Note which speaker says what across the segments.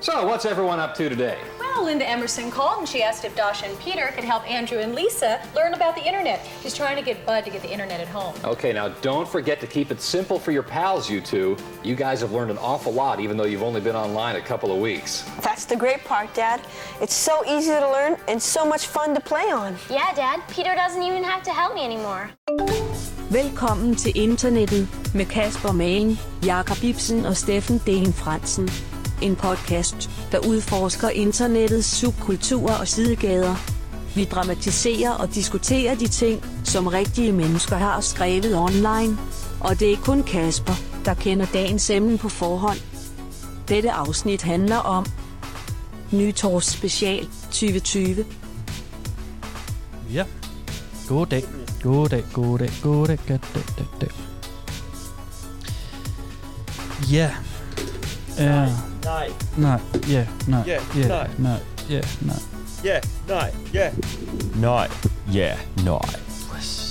Speaker 1: So, what's everyone up to today?
Speaker 2: Well, Linda Emerson called and she asked if Dasha and Peter could help Andrew and Lisa learn about the internet. She's trying to get Bud to get the internet at home.
Speaker 1: Okay, now don't forget to keep it simple for your pals, you two. You guys have learned an awful lot, even though you've only been online a couple of weeks.
Speaker 3: That's the great part, Dad. It's so easy to learn and so much fun to play on.
Speaker 4: Yeah, Dad, Peter doesn't even have to help me anymore.
Speaker 5: Velkommen til internettet med Kasper Magen, Jakob Ibsen og Steffen Delen Fransen. En podcast, der udforsker internettets subkulturer og sidegader. Vi dramatiserer og diskuterer de ting, som rigtige mennesker har skrevet online. Og det er kun Kasper, der kender dagens emne på forhånd. Dette afsnit handler om Nytårs Special 2020.
Speaker 6: Ja. God dag. God dag, god dag, god dag, god dag, god dag. Ja. Ja.
Speaker 7: Nej.
Speaker 6: Nej. Ja. Nej.
Speaker 7: Ja,
Speaker 6: Ja.
Speaker 7: nej.
Speaker 6: Nej. Ja. Nej.
Speaker 7: Ja, nej, ja. Nej, ja, nej.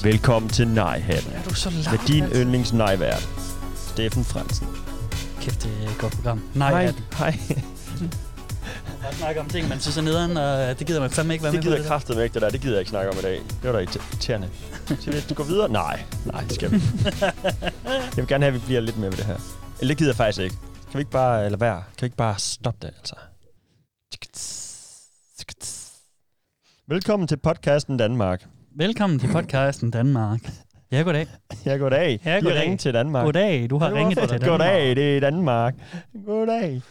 Speaker 7: Velkommen til Nej-hatten.
Speaker 6: Er du så langt?
Speaker 7: Med din yndlings nej-vært, Steffen Fransen.
Speaker 6: Kæft, det er et godt program. Nej,
Speaker 7: Hej.
Speaker 6: at
Speaker 7: Hej.
Speaker 6: jeg snakker om ting, man synes er nederen, og det gider man fandme ikke være
Speaker 7: Det
Speaker 6: med
Speaker 7: gider
Speaker 6: på.
Speaker 7: kraftet væk, det der. Det gider jeg ikke snakke om i dag. Det var da irrit- irriterende. Så hvis du går videre? Nej, nej, det skal vi ikke. Jeg vil gerne have, at vi bliver lidt mere ved det her. Eller det gider jeg faktisk ikke. Kan vi ikke bare, eller være? Kan vi ikke bare stoppe det, altså? Velkommen til podcasten Danmark.
Speaker 6: Velkommen til podcasten Danmark. Ja, goddag.
Speaker 7: Ja, goddag. Vi
Speaker 6: Ja,
Speaker 7: har
Speaker 6: goddag.
Speaker 7: ringet til Danmark.
Speaker 6: Goddag, du har
Speaker 7: Det var
Speaker 6: ringet
Speaker 7: for-
Speaker 6: til Danmark.
Speaker 7: Goddag, det er Danmark. Goddag.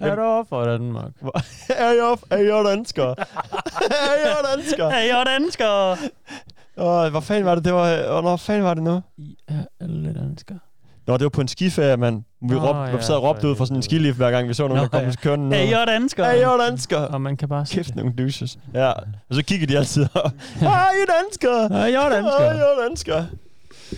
Speaker 8: Er du over for Danmark?
Speaker 7: Er jeg, er jeg dansker? er jeg dansker?
Speaker 6: Hey, jeg er dansker.
Speaker 7: Åh, hvor fanden var det? det var, åh, hvor fanden var det nu?
Speaker 8: I er alle danskere.
Speaker 7: Nå, det var på en skiferie, mand. Vi,
Speaker 8: Nå,
Speaker 7: råbte,
Speaker 8: ja,
Speaker 7: vi sad og råbte
Speaker 8: for
Speaker 7: ud fra sådan en
Speaker 8: helvede.
Speaker 7: skilift, hver gang vi så nogen,
Speaker 6: Nå,
Speaker 7: der kom
Speaker 6: ja.
Speaker 7: ja. kørende.
Speaker 6: Hey, jeg er dansker.
Speaker 7: er jeg dansker?
Speaker 8: Og man kan bare se
Speaker 7: Kæft,
Speaker 8: det.
Speaker 7: nogle douches. Ja, og så kigger de altid op. Ah, I er dansker!
Speaker 8: Ah, I er danskere.
Speaker 7: Ah, I er dansker!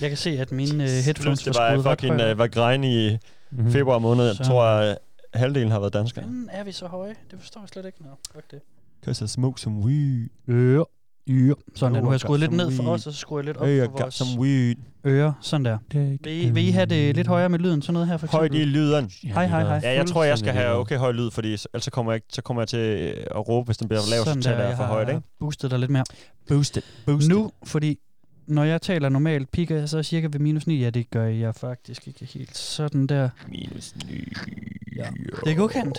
Speaker 6: Jeg kan se, at mine uh,
Speaker 7: Plus,
Speaker 6: headphones var
Speaker 7: det var
Speaker 6: skruet ret
Speaker 7: fucking
Speaker 6: højt.
Speaker 7: øh, var grejen i
Speaker 8: Mm-hmm.
Speaker 7: februar måned.
Speaker 6: Så-
Speaker 7: Jeg tror, at halvdelen har været danskere.
Speaker 6: Hvordan er vi så høje? Det forstår jeg slet ikke. Nå, fuck det.
Speaker 7: Cause I smoke some weed.
Speaker 6: Ører. Ører. Sådan der.
Speaker 7: Jo,
Speaker 6: Nu har jeg
Speaker 7: jeg
Speaker 6: skruet
Speaker 7: gør
Speaker 6: lidt ned
Speaker 7: som
Speaker 6: for
Speaker 7: vi-
Speaker 6: os, og så skruer jeg lidt op
Speaker 7: Hey, I
Speaker 6: for
Speaker 7: got
Speaker 6: vores
Speaker 7: some weed. Øhm.
Speaker 6: ører. Sådan der. Vil I, vil I have det lidt højere med lyden? Sådan noget her for
Speaker 7: Højt i
Speaker 6: eksempel?
Speaker 7: lyden.
Speaker 6: Hej, hej, hej.
Speaker 7: Ja, jeg tror, jeg skal have okay høj lyd, fordi så- ellers så kommer jeg, ikke- så kommer jeg til øh, at råbe, hvis den bliver lav, så
Speaker 6: Sådan
Speaker 7: tager
Speaker 6: der,
Speaker 7: jeg for
Speaker 6: har
Speaker 7: højt, ikke?
Speaker 6: boostet dig lidt mere.
Speaker 7: Boosted.
Speaker 6: Nu, fordi når jeg taler normalt, piker jeg så cirka ved minus 9. Ja, det gør jeg faktisk ikke helt. Sådan der.
Speaker 7: Minus 9.
Speaker 6: Ja. Det er godkendt.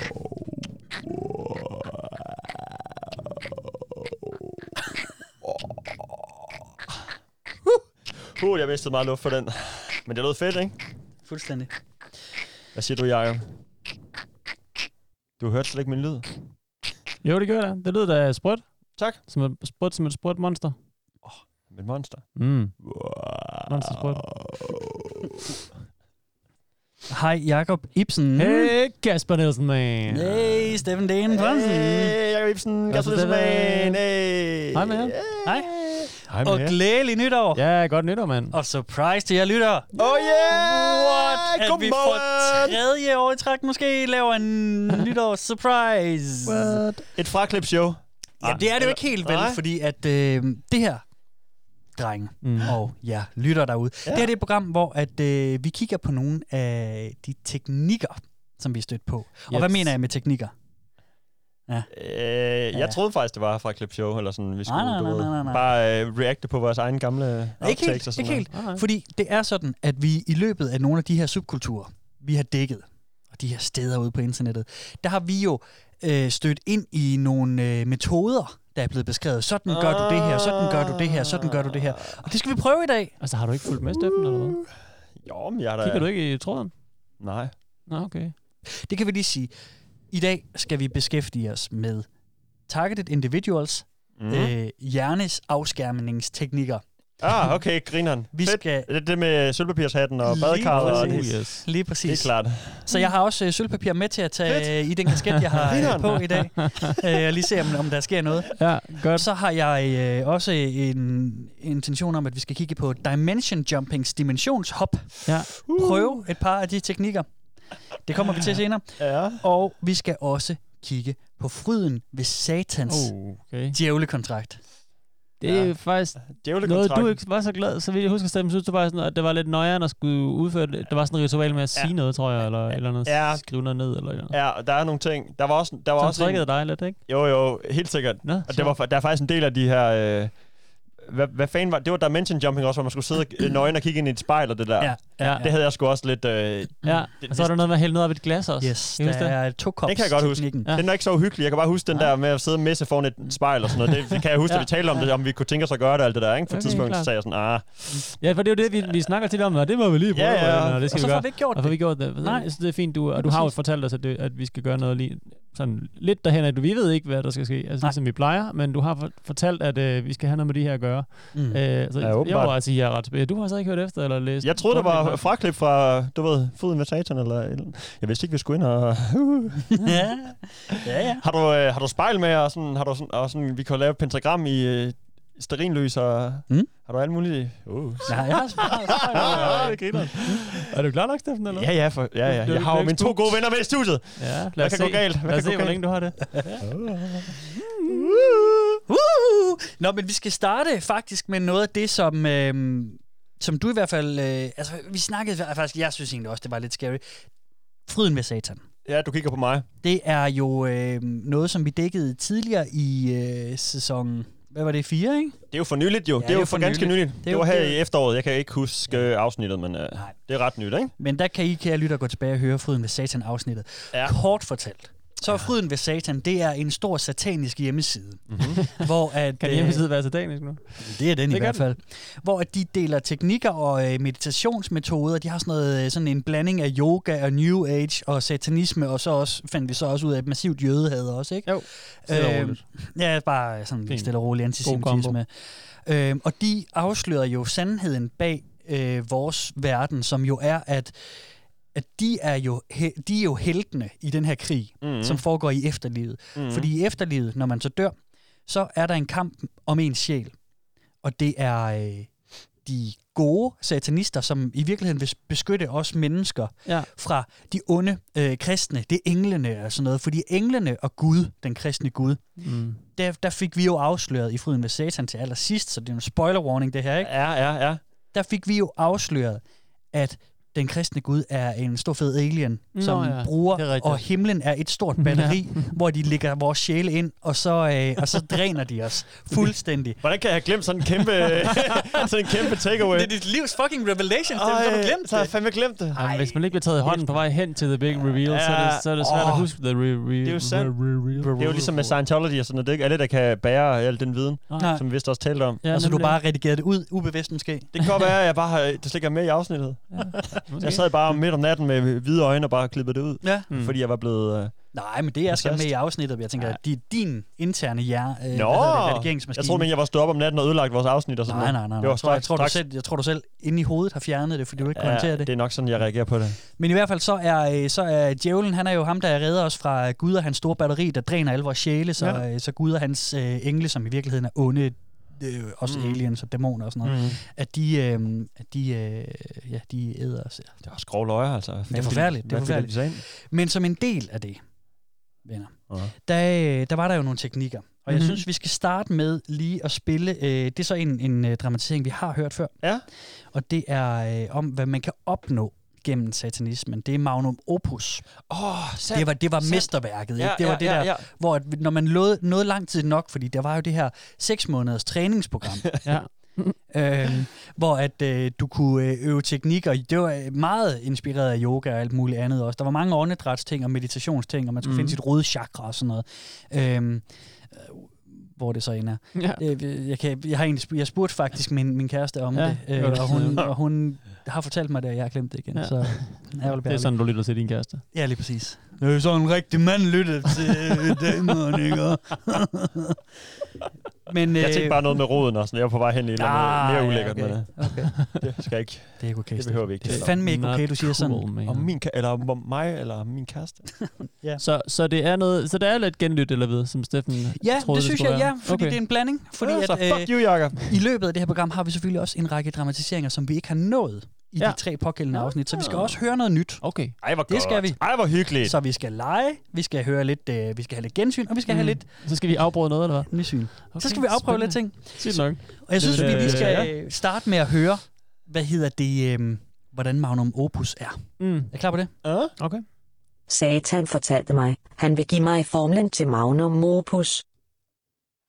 Speaker 7: Uh, jeg mistede meget luft for den. Men det lød fedt, ikke?
Speaker 6: Fuldstændig.
Speaker 7: Hvad siger du, Jacob? Du hørte slet ikke min lyd.
Speaker 8: Jo, det gør det. Det lyder da sprødt.
Speaker 7: Tak.
Speaker 8: Som et, sprødt som et sprødt monster.
Speaker 7: Mit monster.
Speaker 8: Mm.
Speaker 7: Wow.
Speaker 8: Monster sprødt.
Speaker 6: Hej, Jakob Ibsen.
Speaker 8: Hey, Kasper Nielsen, man.
Speaker 6: Hey, Steffen Dane Fransen.
Speaker 7: Hey, Jacob Ibsen. Kasper
Speaker 8: Godt, så det var-
Speaker 7: Nielsen. Hey.
Speaker 8: Hej med jer.
Speaker 6: Hej.
Speaker 7: Hej
Speaker 6: Og
Speaker 7: med jer.
Speaker 6: glædelig nytår.
Speaker 8: Ja, godt nytår, mand.
Speaker 6: Og surprise til jer lytter.
Speaker 7: Oh yeah!
Speaker 6: What? At vi for
Speaker 7: Godmorgen!
Speaker 6: tredje år i træk måske laver en nytårs surprise.
Speaker 7: Et fraklipshow.
Speaker 6: Ja, det er det jo ikke helt vel,
Speaker 7: Nej.
Speaker 6: fordi at øh, det her, drenge mm. og ja, lytter derude, ja. det her det er et program, hvor at, øh, vi kigger på nogle af de teknikker, som vi er stødt på. Yes. Og hvad
Speaker 8: Yes.
Speaker 6: mener jeg med teknikker?
Speaker 7: Øh, jeg troede faktisk, det var fra Clipshow, eller sådan, vi skulle
Speaker 6: nej,
Speaker 7: du
Speaker 6: nej,
Speaker 7: ved,
Speaker 6: nej, nej, nej.
Speaker 7: bare øh, reacte på vores egen gamle
Speaker 6: Ikke helt,
Speaker 7: outtakes og sådan
Speaker 6: ikke helt.
Speaker 7: noget.
Speaker 8: Nej.
Speaker 6: Fordi det er sådan, at vi i løbet af nogle af de her subkulturer, vi har dækket, og de her steder ude på internettet, der har vi jo øh, stødt ind i nogle øh, metoder, der er blevet beskrevet. Sådan gør du det her, sådan gør du det her, sådan gør du det her. Og det skal vi prøve i dag.
Speaker 8: Altså, har du ikke fulgt med, Steffen, eller hvad?
Speaker 7: Jo, men jeg er da...
Speaker 8: Kigger du ikke i tråden?
Speaker 7: Nej.
Speaker 8: Nå, okay.
Speaker 6: Det kan vi lige sige. I dag skal vi beskæftige os med targeted individuals,
Speaker 7: Mm.
Speaker 6: mm. øh, hjernesafskærmningsteknikker.
Speaker 7: Ah, okay, grineren.
Speaker 6: Vi
Speaker 7: Fedt.
Speaker 6: skal-
Speaker 7: Det, det med sølvpapirshatten og
Speaker 6: Lige
Speaker 7: badekarret. og
Speaker 6: præcis.
Speaker 7: Det,
Speaker 8: Oh, yes.
Speaker 6: Lige
Speaker 7: det
Speaker 6: præcis.
Speaker 7: er klart.
Speaker 6: Så jeg har også øh, sølvpapir med til at tage øh, i den kasket, jeg har øh,
Speaker 7: Grineren.
Speaker 6: på i dag. Øh, og lige se, om, om der sker noget.
Speaker 8: Ja, godt.
Speaker 6: Så har jeg øh, også en intention om, at vi skal kigge på Dimension Jumpings dimensionshop.
Speaker 8: Ja.
Speaker 7: Uh.
Speaker 6: Prøve et par af de teknikker. Det kommer
Speaker 7: Ah.
Speaker 6: vi til senere.
Speaker 7: Ja.
Speaker 6: Og vi skal også kigge på fryden ved satans
Speaker 7: Uh.
Speaker 8: Okay.
Speaker 6: djævlekontrakt.
Speaker 8: Det er
Speaker 7: Oh, Ja.
Speaker 8: ja. faktisk noget,
Speaker 7: Djævlekontrakten.
Speaker 8: du ikke var så glad, så vidt jeg husker stemmen, synes du bare, sådan, at det var lidt nøjere, at skulle udføre det. Der var sådan et ritual med at sige noget, tror jeg, eller, eller noget,
Speaker 7: Ja.
Speaker 8: ja. skrive noget ned, eller noget. Ja.
Speaker 7: Ja, og der er nogle ting. Der var også, der var
Speaker 8: Som
Speaker 7: også en,
Speaker 8: trækkede dig lidt, ikke?
Speaker 7: Jo, jo, helt sikkert.
Speaker 8: Nå,
Speaker 7: Og det var, der er faktisk en del af de her... Øh, hvad, hvad fanden var det? var dimension jumping også, hvor man skulle sidde øh, nøgen og kigge ind i et spejl og det der.
Speaker 6: Ja, ja,
Speaker 7: Det havde jeg sgu også lidt... Øh, ja.
Speaker 8: Ja, og så er der noget med at hælde noget op i et glas også.
Speaker 6: Yes,
Speaker 8: Kan I
Speaker 6: der
Speaker 8: huske det?
Speaker 6: er to
Speaker 7: Den kan jeg godt huske.
Speaker 6: teknikken
Speaker 7: Ja. Den er ikke så uhyggelig. Jeg kan bare huske den der med at sidde og misse foran et spejl og sådan noget. Det, det kan jeg huske, ja.
Speaker 8: Mm. Ja.
Speaker 7: at vi talte om det, om vi kunne tænke os at gøre det og alt det der. Ikke? For
Speaker 8: Okay,
Speaker 7: okay, tidspunkt så
Speaker 8: klart.
Speaker 7: sagde jeg sådan, ah,
Speaker 8: Ja, for det er jo det, vi, vi snakker tit om, og det må vi lige prøve,
Speaker 7: Ja, ja.
Speaker 8: hvordan, og det skal
Speaker 6: Og så
Speaker 8: vi
Speaker 6: får
Speaker 8: gøre.
Speaker 6: vi ikke gjort
Speaker 8: Og
Speaker 6: det.
Speaker 8: får vi gjort det.
Speaker 6: Nej.
Speaker 8: Nej. Jeg synes, det er fint, du, og du har jo
Speaker 6: præcis.
Speaker 8: fortalt os, at, det, at vi skal gøre noget lige, sådan lidt derhen, at vi ved ikke, hvad der skal ske, altså,
Speaker 6: Nej.
Speaker 8: ligesom vi plejer, men du har for, fortalt, at øh, vi skal have noget med de her at gøre.
Speaker 6: Mm.
Speaker 8: Mm. Øh, så jeg
Speaker 7: åbenbart.
Speaker 8: må altså, jeg er ret spændt. Du har så ikke hørt efter eller læst?
Speaker 7: jeg troede, det var
Speaker 8: Godt,
Speaker 7: fraklip fra, du ved, foden med satan eller... et eller andet. Jeg vidste ikke, vi skulle ind og...
Speaker 6: ja. ja, ja.
Speaker 7: Har du, øh, har du spejl med, og sådan, har du sådan, og sådan, vi kan lave et pentagram i øh, sterinlys, og
Speaker 6: Mm.
Speaker 7: har du alt muligt? Uh.
Speaker 6: Nej, jeg har
Speaker 8: det griner. Er du klar nok, Steffen, eller?
Speaker 7: Ja, ja, for, ja, ja.
Speaker 8: Det er
Speaker 7: Jeg har jo
Speaker 8: ikke
Speaker 7: mine to
Speaker 8: spookt.
Speaker 7: gode venner med i studiet.
Speaker 8: ja lad
Speaker 7: Hvad
Speaker 8: os
Speaker 7: kan
Speaker 8: se.
Speaker 7: gå galt? Hvad
Speaker 8: lad
Speaker 7: kan
Speaker 8: os se,
Speaker 7: gå
Speaker 8: hvor
Speaker 7: galt?
Speaker 8: længe du har det.
Speaker 6: Uh. Nå, men vi skal starte faktisk med noget af det, som, øh, som du i hvert fald... Øh, altså, vi snakkede fa- faktisk... Jeg synes egentlig også, det var lidt scary. Fryden ved satan.
Speaker 7: Ja, du kigger på mig.
Speaker 6: Det er jo øh, noget, som vi dækkede tidligere i øh, sæson... Hvad var det? 4, ikke?
Speaker 7: Det er jo for nyligt, jo. Ja, det er jo for, ganske nyligt. Det,
Speaker 6: jo-
Speaker 7: var her
Speaker 6: det er-
Speaker 7: i efteråret. Jeg kan ikke huske øh, afsnittet, men øh,
Speaker 6: Nej.
Speaker 7: det er ret nyt, ikke?
Speaker 6: Men der kan I, kære lytter, gå tilbage og høre Fryden ved Satan-afsnittet.
Speaker 7: Ja.
Speaker 6: Ja. Kort fortalt. Så ja. Fryden ved Satan, det er en stor satanisk hjemmeside. Mm-hmm. Hvor at,
Speaker 8: Kan
Speaker 6: øh,
Speaker 8: din hjemmeside være satanisk nu?
Speaker 6: Det er den det i
Speaker 8: Det
Speaker 6: hvert
Speaker 8: gør
Speaker 6: fald. Hvor at de deler teknikker og øh, meditationsmetoder. De har sådan, noget, øh, sådan en blanding af yoga og new age og satanisme, og så også, fandt vi så også ud af et massivt jødehad også, ikke?
Speaker 8: Jo. Stille og roligt.
Speaker 6: Øhm, ja, bare sådan
Speaker 8: Fint.
Speaker 6: Fint. stille og rolig antisemitisme. Øhm, og de afslører jo sandheden bag øh, vores verden, som jo er, at at de er jo he- de er jo heltene i den her krig,
Speaker 8: Mhm.
Speaker 6: mm-hmm. som foregår i efterlivet. Mm-hmm. Fordi i efterlivet, når man så dør, så er der en kamp om ens sjæl. Og det er øh, de gode satanister, som i virkeligheden vil beskytte os mennesker
Speaker 8: Ja.
Speaker 6: fra de onde øh, kristne. Det er englene og sådan noget. Fordi englene og Gud, den kristne Gud,
Speaker 8: Mm.
Speaker 6: der, der fik vi jo afsløret i Fryden ved Satan til allersidst, så det er jo en spoiler warning det her, ikke?
Speaker 7: Ja, ja, ja.
Speaker 6: Der fik vi jo afsløret, at den kristne Gud er en stor fed alien,
Speaker 8: Nå
Speaker 6: som
Speaker 8: ja, det er
Speaker 6: bruger,
Speaker 8: rigtigt.
Speaker 6: og himlen er et stort batteri, hvor de lægger vores sjæle ind, og så, øh, og så dræner de os fuldstændig.
Speaker 7: Hvordan kan jeg have glemt sådan en kæmpe, sådan en kæmpe takeaway?
Speaker 6: dit livs fucking revelation,
Speaker 7: så har jeg fandme glemt det.
Speaker 8: Ej, hvis man ikke bliver taget i hånden på vej hen til The Big Reveal, ja. så, er
Speaker 7: Ja.
Speaker 8: det, så er det svært
Speaker 7: Åh.
Speaker 8: at huske The re- re-
Speaker 7: Det er jo sandt.
Speaker 8: Re- re-
Speaker 7: Det er jo ligesom med Scientology og sådan noget. Det er ikke alle, der kan bære al den viden,
Speaker 8: Nej.
Speaker 7: som vi vist også talte om.
Speaker 8: Ja,
Speaker 6: Og så Altså, du
Speaker 8: nemlig.
Speaker 6: bare redigeret det ud, ubevidst måske.
Speaker 7: Det kan godt være, at jeg bare har, det slet ikke er med i afsnittet. Jeg
Speaker 6: altså,
Speaker 7: sad bare midt om natten med hvide øjne og bare klippede det ud.
Speaker 6: Ja.
Speaker 7: Mm. Fordi jeg var blevet... Øh,
Speaker 6: Nej, men det er skal
Speaker 7: Fast.
Speaker 6: med i afsnittet, men jeg tænker, at det er din interne hjerne, øh,
Speaker 7: Nå,
Speaker 6: Nå,
Speaker 7: jeg troede, men jeg var stået op om natten og ødelagt vores afsnit og sådan
Speaker 6: Nej,
Speaker 7: noget.
Speaker 6: nej, nej.
Speaker 7: Det var
Speaker 6: Jeg tror, jeg,
Speaker 7: straks,
Speaker 6: tror, du
Speaker 7: straks,
Speaker 6: selv, jeg tror, du selv inde i hovedet har fjernet det, fordi du ikke kunne håndtere det.
Speaker 7: det er nok sådan, jeg reagerer på det.
Speaker 6: Men i hvert fald så er, øh, så er djævlen, han er jo ham, der redder os fra Gud og hans store batteri, der dræner alle vores sjæle, så,
Speaker 7: Ja.
Speaker 6: ja. så Gud og hans øh, engle, som i virkeligheden er onde, øh, også mm. aliens og dæmoner og sådan noget, mm. at de, øh, at de, øh, ja, de æder os. Ja.
Speaker 7: Det er også grove løjer, altså. Det
Speaker 6: forfærdeligt, det er forfærdeligt. Men som en del af det, venner,
Speaker 7: Ja.
Speaker 6: der, øh, der var der jo nogle teknikker. Og jeg
Speaker 8: Mhm.
Speaker 6: mm-hmm. synes, vi skal starte med lige at spille. Øh, det er så en, en øh, dramatisering, vi har hørt før.
Speaker 7: Ja.
Speaker 6: Og det er øh, om, hvad man kan opnå gennem satanismen. Det er magnum opus.
Speaker 7: Åh, sandt.
Speaker 6: Det var, det var
Speaker 7: sandt.
Speaker 6: mesterværket,
Speaker 7: Ja,
Speaker 6: ikke? Det var
Speaker 7: ja,
Speaker 6: det
Speaker 7: ja,
Speaker 6: der,
Speaker 7: ja.
Speaker 6: hvor at, når man lod, nåede lang tid nok, fordi der var jo det her seks måneders træningsprogram,
Speaker 8: Ja.
Speaker 6: øhm, hvor at øh, du kunne øh, øve teknikker. Det var øh, meget inspireret af yoga og alt muligt andet også. Der var mange åndedrætsting og meditationsting, og man skulle mm.
Speaker 7: Mhm.
Speaker 6: finde sit røde chakra og sådan noget. Øhm, øh, hvor det så end er.
Speaker 8: ja.
Speaker 6: Øh, Jeg, kan, jeg, har egentlig, sp- jeg spurgte faktisk min, min kæreste om
Speaker 8: Ja,
Speaker 6: det,
Speaker 8: det
Speaker 6: øh,
Speaker 8: var det.
Speaker 6: og, hun, og hun har fortalt mig det, og jeg har glemt det igen. Ja.
Speaker 8: Ja.
Speaker 6: Så ærgerlig
Speaker 8: Det er sådan, du lytter til din kæreste.
Speaker 6: Ja, lige præcis. Det er jo sådan en rigtig mand lyttet til dæmonerne, ikke? Men, øh,
Speaker 7: Jeg tænkte bare noget med roden og sådan. Jeg var på vej hen i et eller andet mere ulækkert,
Speaker 6: Ah, okay.
Speaker 7: men øh,
Speaker 6: okay.
Speaker 7: det skal jeg ikke.
Speaker 6: Det er ikke okay,
Speaker 7: Det
Speaker 6: Steffen.
Speaker 7: behøver vi ikke.
Speaker 6: Det er
Speaker 7: tale om.
Speaker 6: fandme ikke
Speaker 8: Not
Speaker 6: okay, du siger sådan.
Speaker 8: cool, man.
Speaker 7: Om min, ka- eller om mig, eller om min kæreste.
Speaker 8: Så, så det er noget, så det er lidt genlyt eller hvad, som Steffen
Speaker 6: Ja,
Speaker 8: troede,
Speaker 6: det synes jeg,
Speaker 8: skulle
Speaker 6: ja,
Speaker 8: være.
Speaker 6: fordi
Speaker 8: okay.
Speaker 6: det er en blanding. Fordi
Speaker 7: Fordi så
Speaker 6: at,
Speaker 7: fuck
Speaker 6: øh,
Speaker 7: you, Jacob.
Speaker 6: i løbet af det her program har vi selvfølgelig også en række dramatiseringer, som vi ikke har nået i ja.
Speaker 8: Ja.
Speaker 6: de tre pågældende afsnit, så vi skal også høre noget nyt.
Speaker 8: Okay.
Speaker 7: Ej, hvor
Speaker 6: Det
Speaker 7: godt.
Speaker 6: skal vi.
Speaker 7: Ej, hvor hyggeligt.
Speaker 6: Så vi skal lege, vi skal høre lidt, øh, vi skal have lidt gensyn, og vi skal mm. have lidt
Speaker 8: Så skal vi afbryde noget, eller hvad?
Speaker 6: nysyn. Okay, så skal vi afprøve lidt ting.
Speaker 8: Sygt nok.
Speaker 6: Og jeg synes,
Speaker 8: Det er
Speaker 6: vi
Speaker 8: lidt,
Speaker 6: lige
Speaker 8: øh,
Speaker 6: skal øh, starte med at høre, hvad hedder det, øh, hvordan Magnum Opus er.
Speaker 8: Mm.
Speaker 6: Er I klar på det?
Speaker 8: Okay.
Speaker 9: Satan fortalte mig, han vil give mig formlen til Magnum Opus.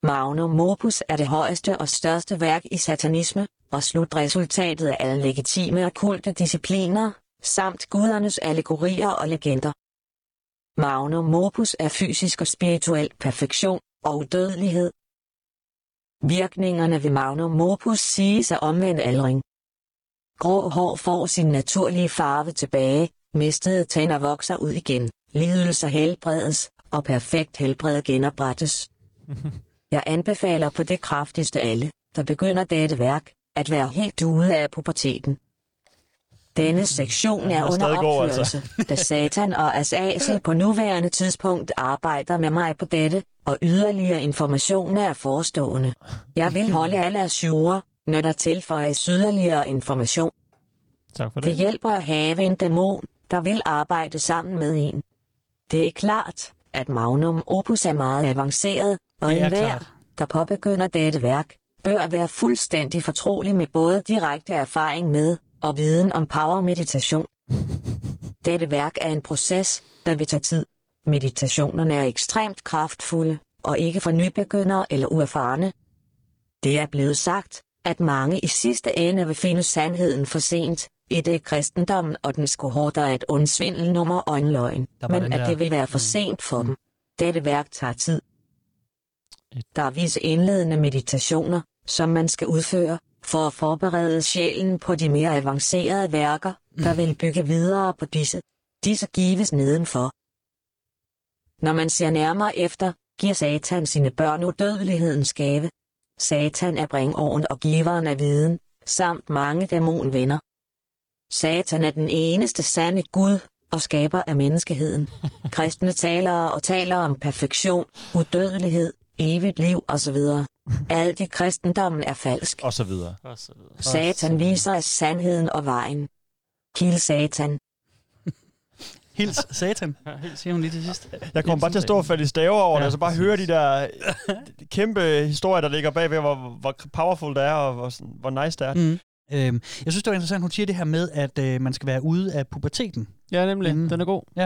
Speaker 9: Magnum Opus er det højeste og største værk i satanisme, og slutresultatet af alle legitime og kulte discipliner, samt gudernes allegorier og legender. Magnum Opus er fysisk og spirituel perfektion og udødelighed. Virkningerne ved Magnum Opus siges at omvende aldring. Grå hår får sin naturlige farve tilbage, mistede tænder vokser ud igen, lidelser helbredes, og perfekt helbred genoprettes. Jeg anbefaler på det kraftigste alle, der begynder dette værk, at være helt ude af puberteten. Denne sektion er
Speaker 7: er
Speaker 9: under
Speaker 7: stadig god, altså.
Speaker 9: opførelse, da Satan og Asasel på nuværende tidspunkt arbejder med mig på dette, og yderligere information er forestående. Jeg vil holde alle asure, når der tilføjes yderligere information.
Speaker 8: Tak for det.
Speaker 9: Det hjælper at have en dæmon, der vil arbejde sammen med en. Det er klart, at Magnum Opus er meget avanceret, og
Speaker 6: Det er
Speaker 9: enhver,
Speaker 6: klart.
Speaker 9: der påbegynder dette værk, bør være fuldstændig fortrolig med både direkte erfaring med og viden om power meditation. Dette værk er en proces, der vil tage tid. Meditationerne er ekstremt kraftfulde, og ikke for nybegyndere eller uerfarne. Det er blevet sagt, at mange i sidste ende vil finde sandheden for sent, i det kristendommen og den skorter er et undsvindelnummer og en løgn,
Speaker 6: Der var den
Speaker 9: men at
Speaker 6: der.
Speaker 9: det vil være for
Speaker 8: Mm.
Speaker 9: sent for dem. Dette værk tager tid. Der er visse indledende meditationer, som man skal udføre, for at forberede sjælen på de mere avancerede værker,
Speaker 8: Mm.
Speaker 9: der vil bygge videre på disse. Disse gives nedenfor. Når man ser nærmere efter, giver Satan sine børn udødelighedens gave. Satan er bringoven og giveren af viden, samt mange dæmonvenner. Satan er den eneste sande Gud og skaber af menneskeheden. Kristne talere og taler om perfektion, udødelighed, evigt liv osv. Alt i kristendommen er falsk.
Speaker 7: Og så videre.
Speaker 8: Og så videre.
Speaker 9: Satan viser os sandheden og vejen. Kill Satan.
Speaker 6: Hils Satan, siger hun lige til sidst.
Speaker 7: Jeg kommer bare til at stå og falde i staver over ja, det, og så bare høre de der øh, kæmpe historier, der ligger bagved, hvor, hvor powerful det er, og hvor, sådan- hvor nice det er. Mm.
Speaker 6: Øhm, jeg synes, det var interessant, hun siger det her med, at øh, man skal være ude af puberteten.
Speaker 8: Ja, nemlig.
Speaker 6: Mm.
Speaker 8: Mm. Den er god.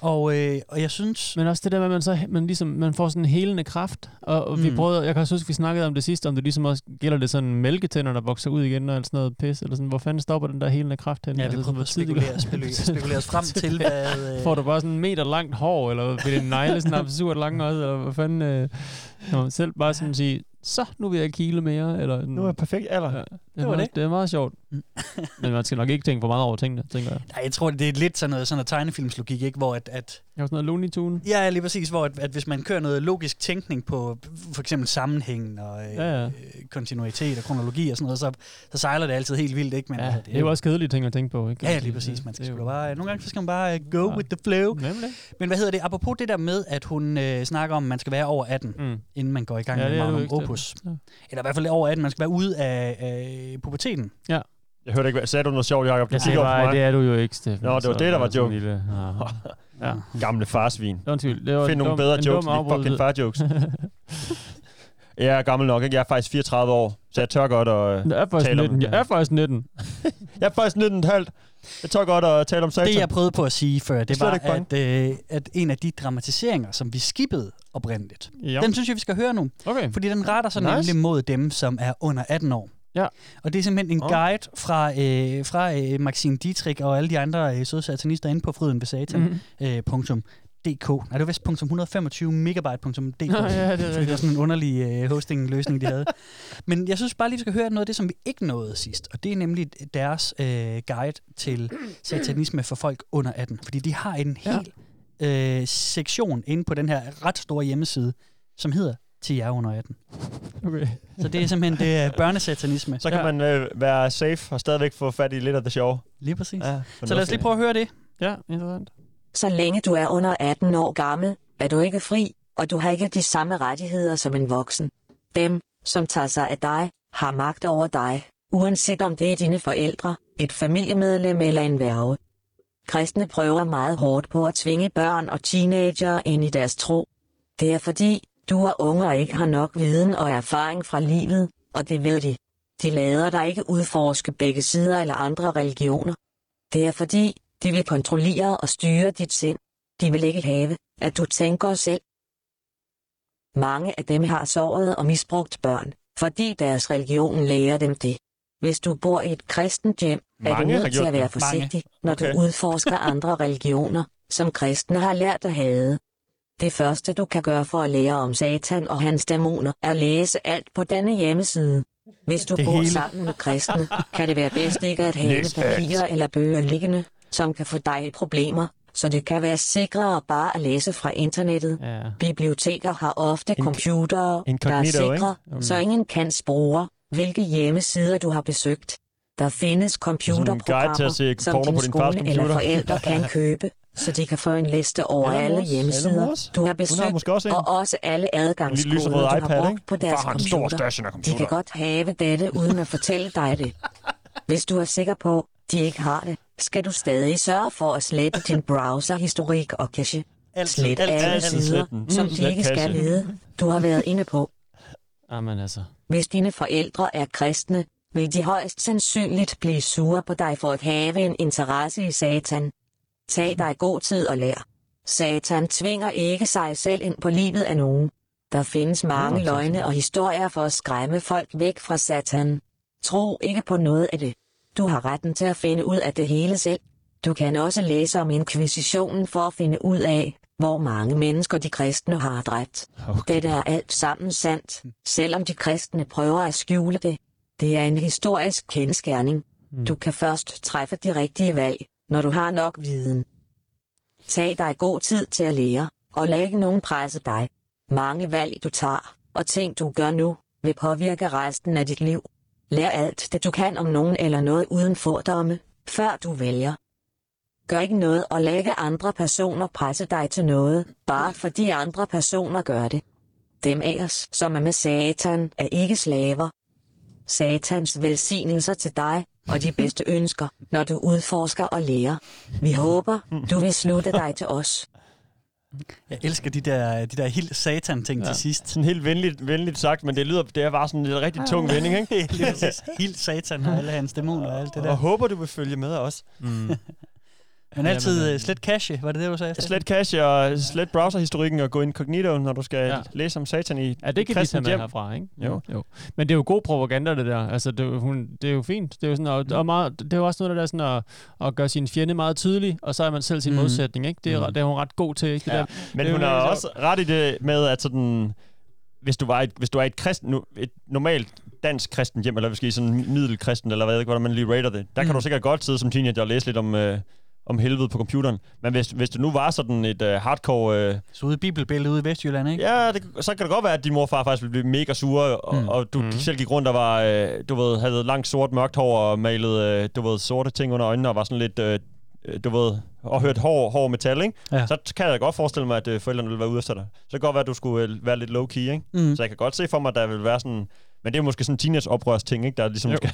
Speaker 6: Og, øh, og jeg synes...
Speaker 8: Men også det der med, at man, så, man, ligesom, man får sådan en helende kraft. Og, og mm.
Speaker 6: Mm.
Speaker 8: vi prøvede, jeg kan også huske, vi snakkede om det sidste, om det ligesom også gælder det sådan mælketænder, der vokser ud igen, og sådan noget pis. Eller sådan, hvor fanden stopper den der helende kraft hen? Altså,
Speaker 6: Ja, vi prøver at spekulere, spekulere, spekulere os frem til, hvad... Øh,
Speaker 8: Får du bare sådan en meter langt hår, eller vil det negle sådan absurd langt også, eller hvad fanden... Øh, når man selv bare sådan sige, så nu vil jeg ikke kile mere, eller...
Speaker 6: Mm.
Speaker 8: Sådan,
Speaker 7: Nu er jeg perfekt alder.
Speaker 8: Ja,
Speaker 7: Ja.
Speaker 8: det, er
Speaker 6: var
Speaker 8: meget,
Speaker 6: det. Mm.
Speaker 8: det. er meget sjovt. Men man skal nok ikke tænke for meget over tingene, tænker jeg.
Speaker 6: Nej, jeg tror, det er lidt sådan noget, sådan noget tegnefilmslogik, ikke? Hvor at, at,
Speaker 8: Jeg har sådan noget Looney Tune.
Speaker 6: ja, lige præcis, hvor at, at hvis man kører noget logisk tænkning på for eksempel sammenhængen og øh, ja,
Speaker 8: Ja,
Speaker 6: ja.
Speaker 8: ja.
Speaker 6: kontinuitet og kronologi og sådan noget, så, så sejler det altid helt vildt, ikke? Men
Speaker 8: Ja,
Speaker 6: altså,
Speaker 8: det er jo også kedelige ting at tænke på, ikke?
Speaker 6: Ja, ja, lige præcis. Man skal
Speaker 8: Det er
Speaker 6: sgu
Speaker 8: jo-
Speaker 6: da bare, nogle gange så skal man bare øh, go
Speaker 8: Ja.
Speaker 6: with the flow.
Speaker 8: Nemlig.
Speaker 6: Men hvad hedder det? Apropos det der med, at hun øh, snakker om, at man skal være over 18,
Speaker 8: Mm.
Speaker 6: inden man går i gang
Speaker 8: Ja,
Speaker 6: ja, med
Speaker 8: det er du
Speaker 6: Magnum
Speaker 8: ikke, det er
Speaker 6: Opus.
Speaker 8: Ja.
Speaker 6: Eller i hvert fald over 18. Man skal være ude af, af puberteten.
Speaker 7: Jeg hørte ikke, hvad- sagde du noget sjovt, Jacob? Du
Speaker 8: Jeg
Speaker 7: kigger
Speaker 8: sagde
Speaker 7: op på
Speaker 8: bare,
Speaker 7: mig.
Speaker 8: det er du jo ikke, Steffen.
Speaker 7: Nå, det var
Speaker 8: Så
Speaker 7: det, der var
Speaker 8: sådan
Speaker 7: joke.
Speaker 8: en Lille... Aha. Ja.
Speaker 7: Gamle farsvin.
Speaker 8: Undskyld, det var
Speaker 7: Find
Speaker 8: en
Speaker 7: nogle
Speaker 8: dum,
Speaker 7: bedre
Speaker 8: en
Speaker 7: jokes
Speaker 8: dum
Speaker 7: end de fucking
Speaker 8: afbrydelse.
Speaker 7: far jokes. jeg er gammel nok, ikke? Jeg er faktisk 34 år, så jeg tør godt at...
Speaker 8: Jeg er faktisk
Speaker 7: Tal om
Speaker 8: 19.
Speaker 7: det.
Speaker 8: Jeg er faktisk 19.
Speaker 7: Jeg er faktisk 19 halvt. Jeg tør godt at tale om
Speaker 6: Det,
Speaker 7: Satan.
Speaker 6: jeg prøvede på at sige før, det
Speaker 7: Slet
Speaker 6: var,
Speaker 7: ikke
Speaker 6: at,
Speaker 7: bange.
Speaker 6: øh, at en af de dramatiseringer, som vi skippede oprindeligt,
Speaker 8: Ja.
Speaker 6: den synes jeg, vi skal høre nu.
Speaker 8: Okay.
Speaker 6: Fordi den retter sig nice.
Speaker 8: Nice.
Speaker 6: nemlig mod dem, som er under 18 år.
Speaker 8: Ja.
Speaker 6: Og det er simpelthen en
Speaker 7: Åh.
Speaker 6: guide fra, øh, fra øh, Maxine Dietrich og alle de andre øh, søde satanister inde på fryden ved
Speaker 8: Mhm.
Speaker 6: satan.dk. Mm. Øh, punktum DK. Nej, det var vist punktum 125 megabyte.dk.
Speaker 8: Nå, ja, det er
Speaker 6: Fordi det var
Speaker 8: rigtigt.
Speaker 6: sådan en underlig øh, hosting-løsning, de havde. Men jeg synes bare lige, vi skal høre noget af det, som vi ikke nåede sidst. Og det er nemlig deres øh, guide til satanisme for folk under 18. Fordi de har en
Speaker 8: Ja.
Speaker 6: hel øh, sektion inde på den her ret store hjemmeside, som hedder Til jer under 18.
Speaker 8: Okay.
Speaker 6: Så det er simpelthen det er børnesatanisme.
Speaker 7: Så kan
Speaker 8: Ja.
Speaker 7: man øh, være safe og stadigvæk få fat i lidt af det sjove.
Speaker 6: Lige præcis. Ja,
Speaker 7: Ja,
Speaker 6: så lad os lige prøve at høre det.
Speaker 8: Ja, interessant.
Speaker 9: Så længe du er under 18 år gammel, er du ikke fri, og du har ikke de samme rettigheder som en voksen. Dem, som tager sig af dig, har magt over dig, uanset om det er dine forældre, et familiemedlem eller en værve. Kristne prøver meget hårdt på at tvinge børn og teenagere ind i deres tro. Det er fordi, du er unge og ikke har nok viden og erfaring fra livet, og det ved de. De lader dig ikke udforske begge sider eller andre religioner. Det er fordi, de vil kontrollere og styre dit sind. De vil ikke have, at du tænker selv. Mange af dem har såret og misbrugt børn, fordi deres religion lærer dem det. Hvis du bor i et kristent hjem, er du
Speaker 7: Mange
Speaker 9: nødt til
Speaker 7: religioner.
Speaker 9: at være
Speaker 7: Mange.
Speaker 9: forsigtig, når
Speaker 7: Okay.
Speaker 9: du udforsker andre religioner, som kristne har lært at have. Det første du kan gøre for at lære om Satan og hans dæmoner, er at læse alt på denne hjemmeside. Hvis du
Speaker 6: Det
Speaker 9: bor
Speaker 6: hele.
Speaker 9: sammen med kristne, kan det være bedst ikke at have papirer eller bøger liggende, som kan få dig i problemer, så det kan være sikrere bare at læse fra internettet.
Speaker 8: Ja.
Speaker 9: Biblioteker har ofte
Speaker 7: Inc-
Speaker 9: computere, der er
Speaker 7: incognito,
Speaker 9: sikre,
Speaker 7: ikke? Mm.
Speaker 9: så ingen kan spore, hvilke hjemmesider du har besøgt. Der findes
Speaker 7: guide til at se
Speaker 9: computerprogrammer, som
Speaker 7: porno
Speaker 9: din
Speaker 7: på din fars
Speaker 9: skole eller
Speaker 7: computer.
Speaker 9: forældre kan købe, så de kan få en liste over
Speaker 7: Eller
Speaker 9: alle
Speaker 7: mors. Eller
Speaker 9: hjemmesider,
Speaker 7: mors.
Speaker 9: du
Speaker 7: Hun
Speaker 9: har
Speaker 7: har
Speaker 9: besøgt,
Speaker 7: måske også en.
Speaker 9: og også alle
Speaker 7: En lille
Speaker 9: adgangskoder,
Speaker 7: lyserød
Speaker 9: du
Speaker 7: iPad,
Speaker 9: har
Speaker 7: ikke?
Speaker 9: brugt på deres
Speaker 7: Far har en stor
Speaker 9: computer.
Speaker 7: stationærcomputer.
Speaker 9: De kan godt have dette, uden at fortælle dig det. Hvis du er sikker på, de ikke har det, skal du stadig sørge for at slette din browserhistorik og cache.
Speaker 6: Altid,
Speaker 9: Slet
Speaker 6: altid,
Speaker 9: alle
Speaker 6: altid.
Speaker 9: sider,
Speaker 7: Slet den.
Speaker 9: som
Speaker 7: Mm,
Speaker 9: de
Speaker 7: slet
Speaker 9: ikke skal
Speaker 7: kassen.
Speaker 9: vide, du har været inde på.
Speaker 8: Jamen altså.
Speaker 9: Hvis dine forældre er kristne, vil de højst sandsynligt blive sure på dig for at have en interesse i satan. Tag dig god tid og lær. Satan tvinger ikke sig selv ind på livet af nogen. Der findes mange
Speaker 8: tak.
Speaker 9: løgne og historier for at skræmme folk væk fra satan. Tro ikke på noget af det. Du har retten til at finde ud af det hele selv. Du kan også læse om inkvisitionen for at finde ud af, hvor mange mennesker de kristne har dræbt.
Speaker 7: Okay.
Speaker 9: Dette er alt sammen sandt, selvom de kristne prøver at skjule det. Det er en historisk kendskærning. Du kan først træffe de rigtige valg, når du har nok viden. Tag dig god tid til at lære, og lad ikke nogen presse dig. Mange valg du tager, og ting du gør nu, vil påvirke resten af dit liv. Lær alt det du kan om nogen eller noget uden fordomme, før du vælger. Gør ikke noget og lad ikke andre personer presse dig til noget, bare fordi andre personer gør det. Dem af os, som er med Satan, er ikke slaver. Satans velsignelser til dig og de bedste ønsker, når du udforsker og lærer. Vi håber, du vil slutte dig til os.
Speaker 6: Jeg elsker de der, de der helt satan-ting ja. til sidst.
Speaker 7: Sådan helt venligt, venligt sagt, men det lyder, det er bare sådan en
Speaker 8: Ah.
Speaker 7: rigtig tung vending, ikke?
Speaker 6: Lige præcis. helt satan og alle hans dæmoner og alt det
Speaker 7: Og
Speaker 6: der.
Speaker 7: håber, du vil følge med os.
Speaker 6: Men altid øh, slet cache, var det det, du sagde? Steffen?
Speaker 7: Slet cache og slet browserhistorikken og gå incognito, når du skal
Speaker 8: Ja.
Speaker 7: ja. læse om satan i
Speaker 8: Ja, det kan vi
Speaker 7: kristent
Speaker 8: tage med
Speaker 7: hjem.
Speaker 8: herfra, ikke?
Speaker 7: Jo.
Speaker 8: jo. Men det er jo god propaganda, det der. Altså, det, er jo- hun, det er jo fint. Det er jo, sådan, og, og meget, det er jo også noget, der er sådan at, at gøre sin fjende meget tydelig, og så er man selv sin mm. modsætning, ikke? Det er, mm. det er hun ret god til, ikke? Det ja. der.
Speaker 7: Men
Speaker 8: Det er
Speaker 7: hun
Speaker 8: jo
Speaker 7: har
Speaker 8: virkelig
Speaker 7: også ret i det med, at sådan, hvis du, var et, hvis du er et, kristen, nu- et normalt dansk kristen hjem, eller måske sådan middelkristen, eller hvad jeg ved ikke, hvordan man lige rater det, der
Speaker 8: Mm.
Speaker 7: kan du sikkert godt sidde som teenager og læse lidt om, øh, om helvede på computeren. Men hvis, hvis du nu var sådan et øh, hardcore... Øh,
Speaker 6: Så ude i bibelbilledet ude i Vestjylland, ikke?
Speaker 7: ja, det, så kan det godt være, at din mor og far faktisk ville blive mega sure, og, mm. og du mm. selv gik rundt og var, øh, du ved, havde langt sort mørkt hår og malet, øh, du ved, sorte ting under øjnene, og var sådan lidt... Øh, øh, du ved, og hørt hård, hård metal, ikke?
Speaker 6: Ja.
Speaker 7: Ja. Så kan jeg da godt forestille mig, at øh, forældrene vil være ude efter dig. Så kan det godt være, at du skulle øh, være lidt low-key, ikke? Mm. Så jeg kan godt se for mig, at der vil være sådan... Men det er måske sådan en teenage oprørs ting, ikke? Der, ligesom skal,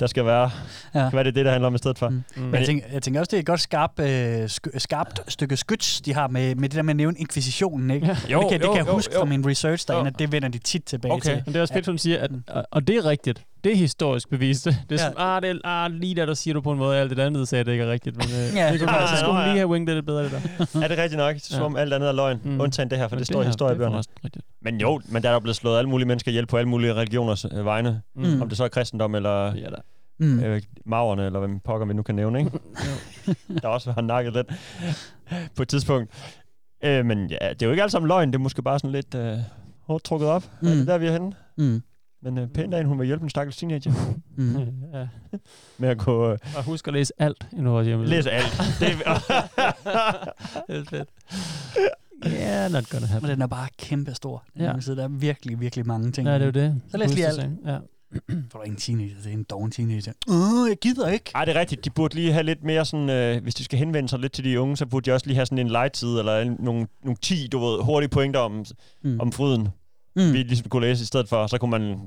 Speaker 7: der skal være...
Speaker 6: Ja.
Speaker 7: Ja. Kan være, det er det, der handler om i stedet for. Mm.
Speaker 6: Men jeg tænker, jeg tænker også, det er et godt skarp, øh, sky, skarpt stykke skyts, de har med, med det der med at nævne inkvisitionen, ikke? Ja.
Speaker 7: Jo,
Speaker 6: det kan, det
Speaker 7: jo,
Speaker 6: kan jeg
Speaker 7: jo,
Speaker 6: huske
Speaker 7: jo.
Speaker 6: fra min research derinde, at det vender de tit tilbage
Speaker 7: Okay.
Speaker 6: til.
Speaker 8: Men det er også fedt, hun siger, at, og- og det er rigtigt. Det er historisk bevist. Det er sådan, ah, det er, ah, lige der, der siger du på en måde, at alt det andet sagde, at det ikke er rigtigt. Men øh,
Speaker 6: Ja.
Speaker 8: ja. det kunne faktisk, så
Speaker 7: Ah,
Speaker 8: skulle
Speaker 7: nå,
Speaker 8: hun
Speaker 7: ja.
Speaker 8: lige have winget det lidt bedre, det der.
Speaker 7: Er det rigtigt nok? Som om alt andet er løgn. Mm. Undtagen det her, for det, det står i
Speaker 8: her,
Speaker 7: historiebøgerne.
Speaker 8: Det er forresten rigtigt.
Speaker 7: Men jo, men der er der blevet slået alle mulige mennesker ihjel på alle mulige religioners øh, vegne. Mm. Om det så er kristendom, eller
Speaker 8: Ja, da.
Speaker 6: Mm.
Speaker 7: øh, maverne, eller hvem pokker vi nu kan nævne, ikke? der er også har nakket lidt på et tidspunkt. Øh, men ja, det er jo ikke alt sammen løgn, det er måske bare sådan lidt øh, hårdt trukket op. Mm. Er det der, vi er henne?
Speaker 6: Mm.
Speaker 7: Men øh, pænt af hende, hun vil hjælpe en stakkels teenager
Speaker 8: Ja.
Speaker 7: med at gå øh,
Speaker 8: Og husk at læse alt i vores hjemmeside.
Speaker 7: læse alt. Det,
Speaker 8: Det er fedt. Yeah, not gonna happen.
Speaker 6: Men den er bare kæmpestor. Den
Speaker 8: Ja.
Speaker 6: ja. Der er virkelig, virkelig mange ting.
Speaker 8: Ja, det er jo det.
Speaker 6: Så læs lige alt.
Speaker 8: Husk det, Ja.
Speaker 6: For der er ingen teenager, det er en doven teenager. Øh, jeg gider ikke.
Speaker 7: Ej, det er rigtigt. De burde lige have lidt mere sådan, øh, hvis de skal henvende sig lidt til de unge, så burde de også lige have sådan en light-side, eller en- nogle, nogle 10, du ved, hurtige pointer om, mm. om fryden, mm. vi ligesom kunne læse i stedet for. Så kunne man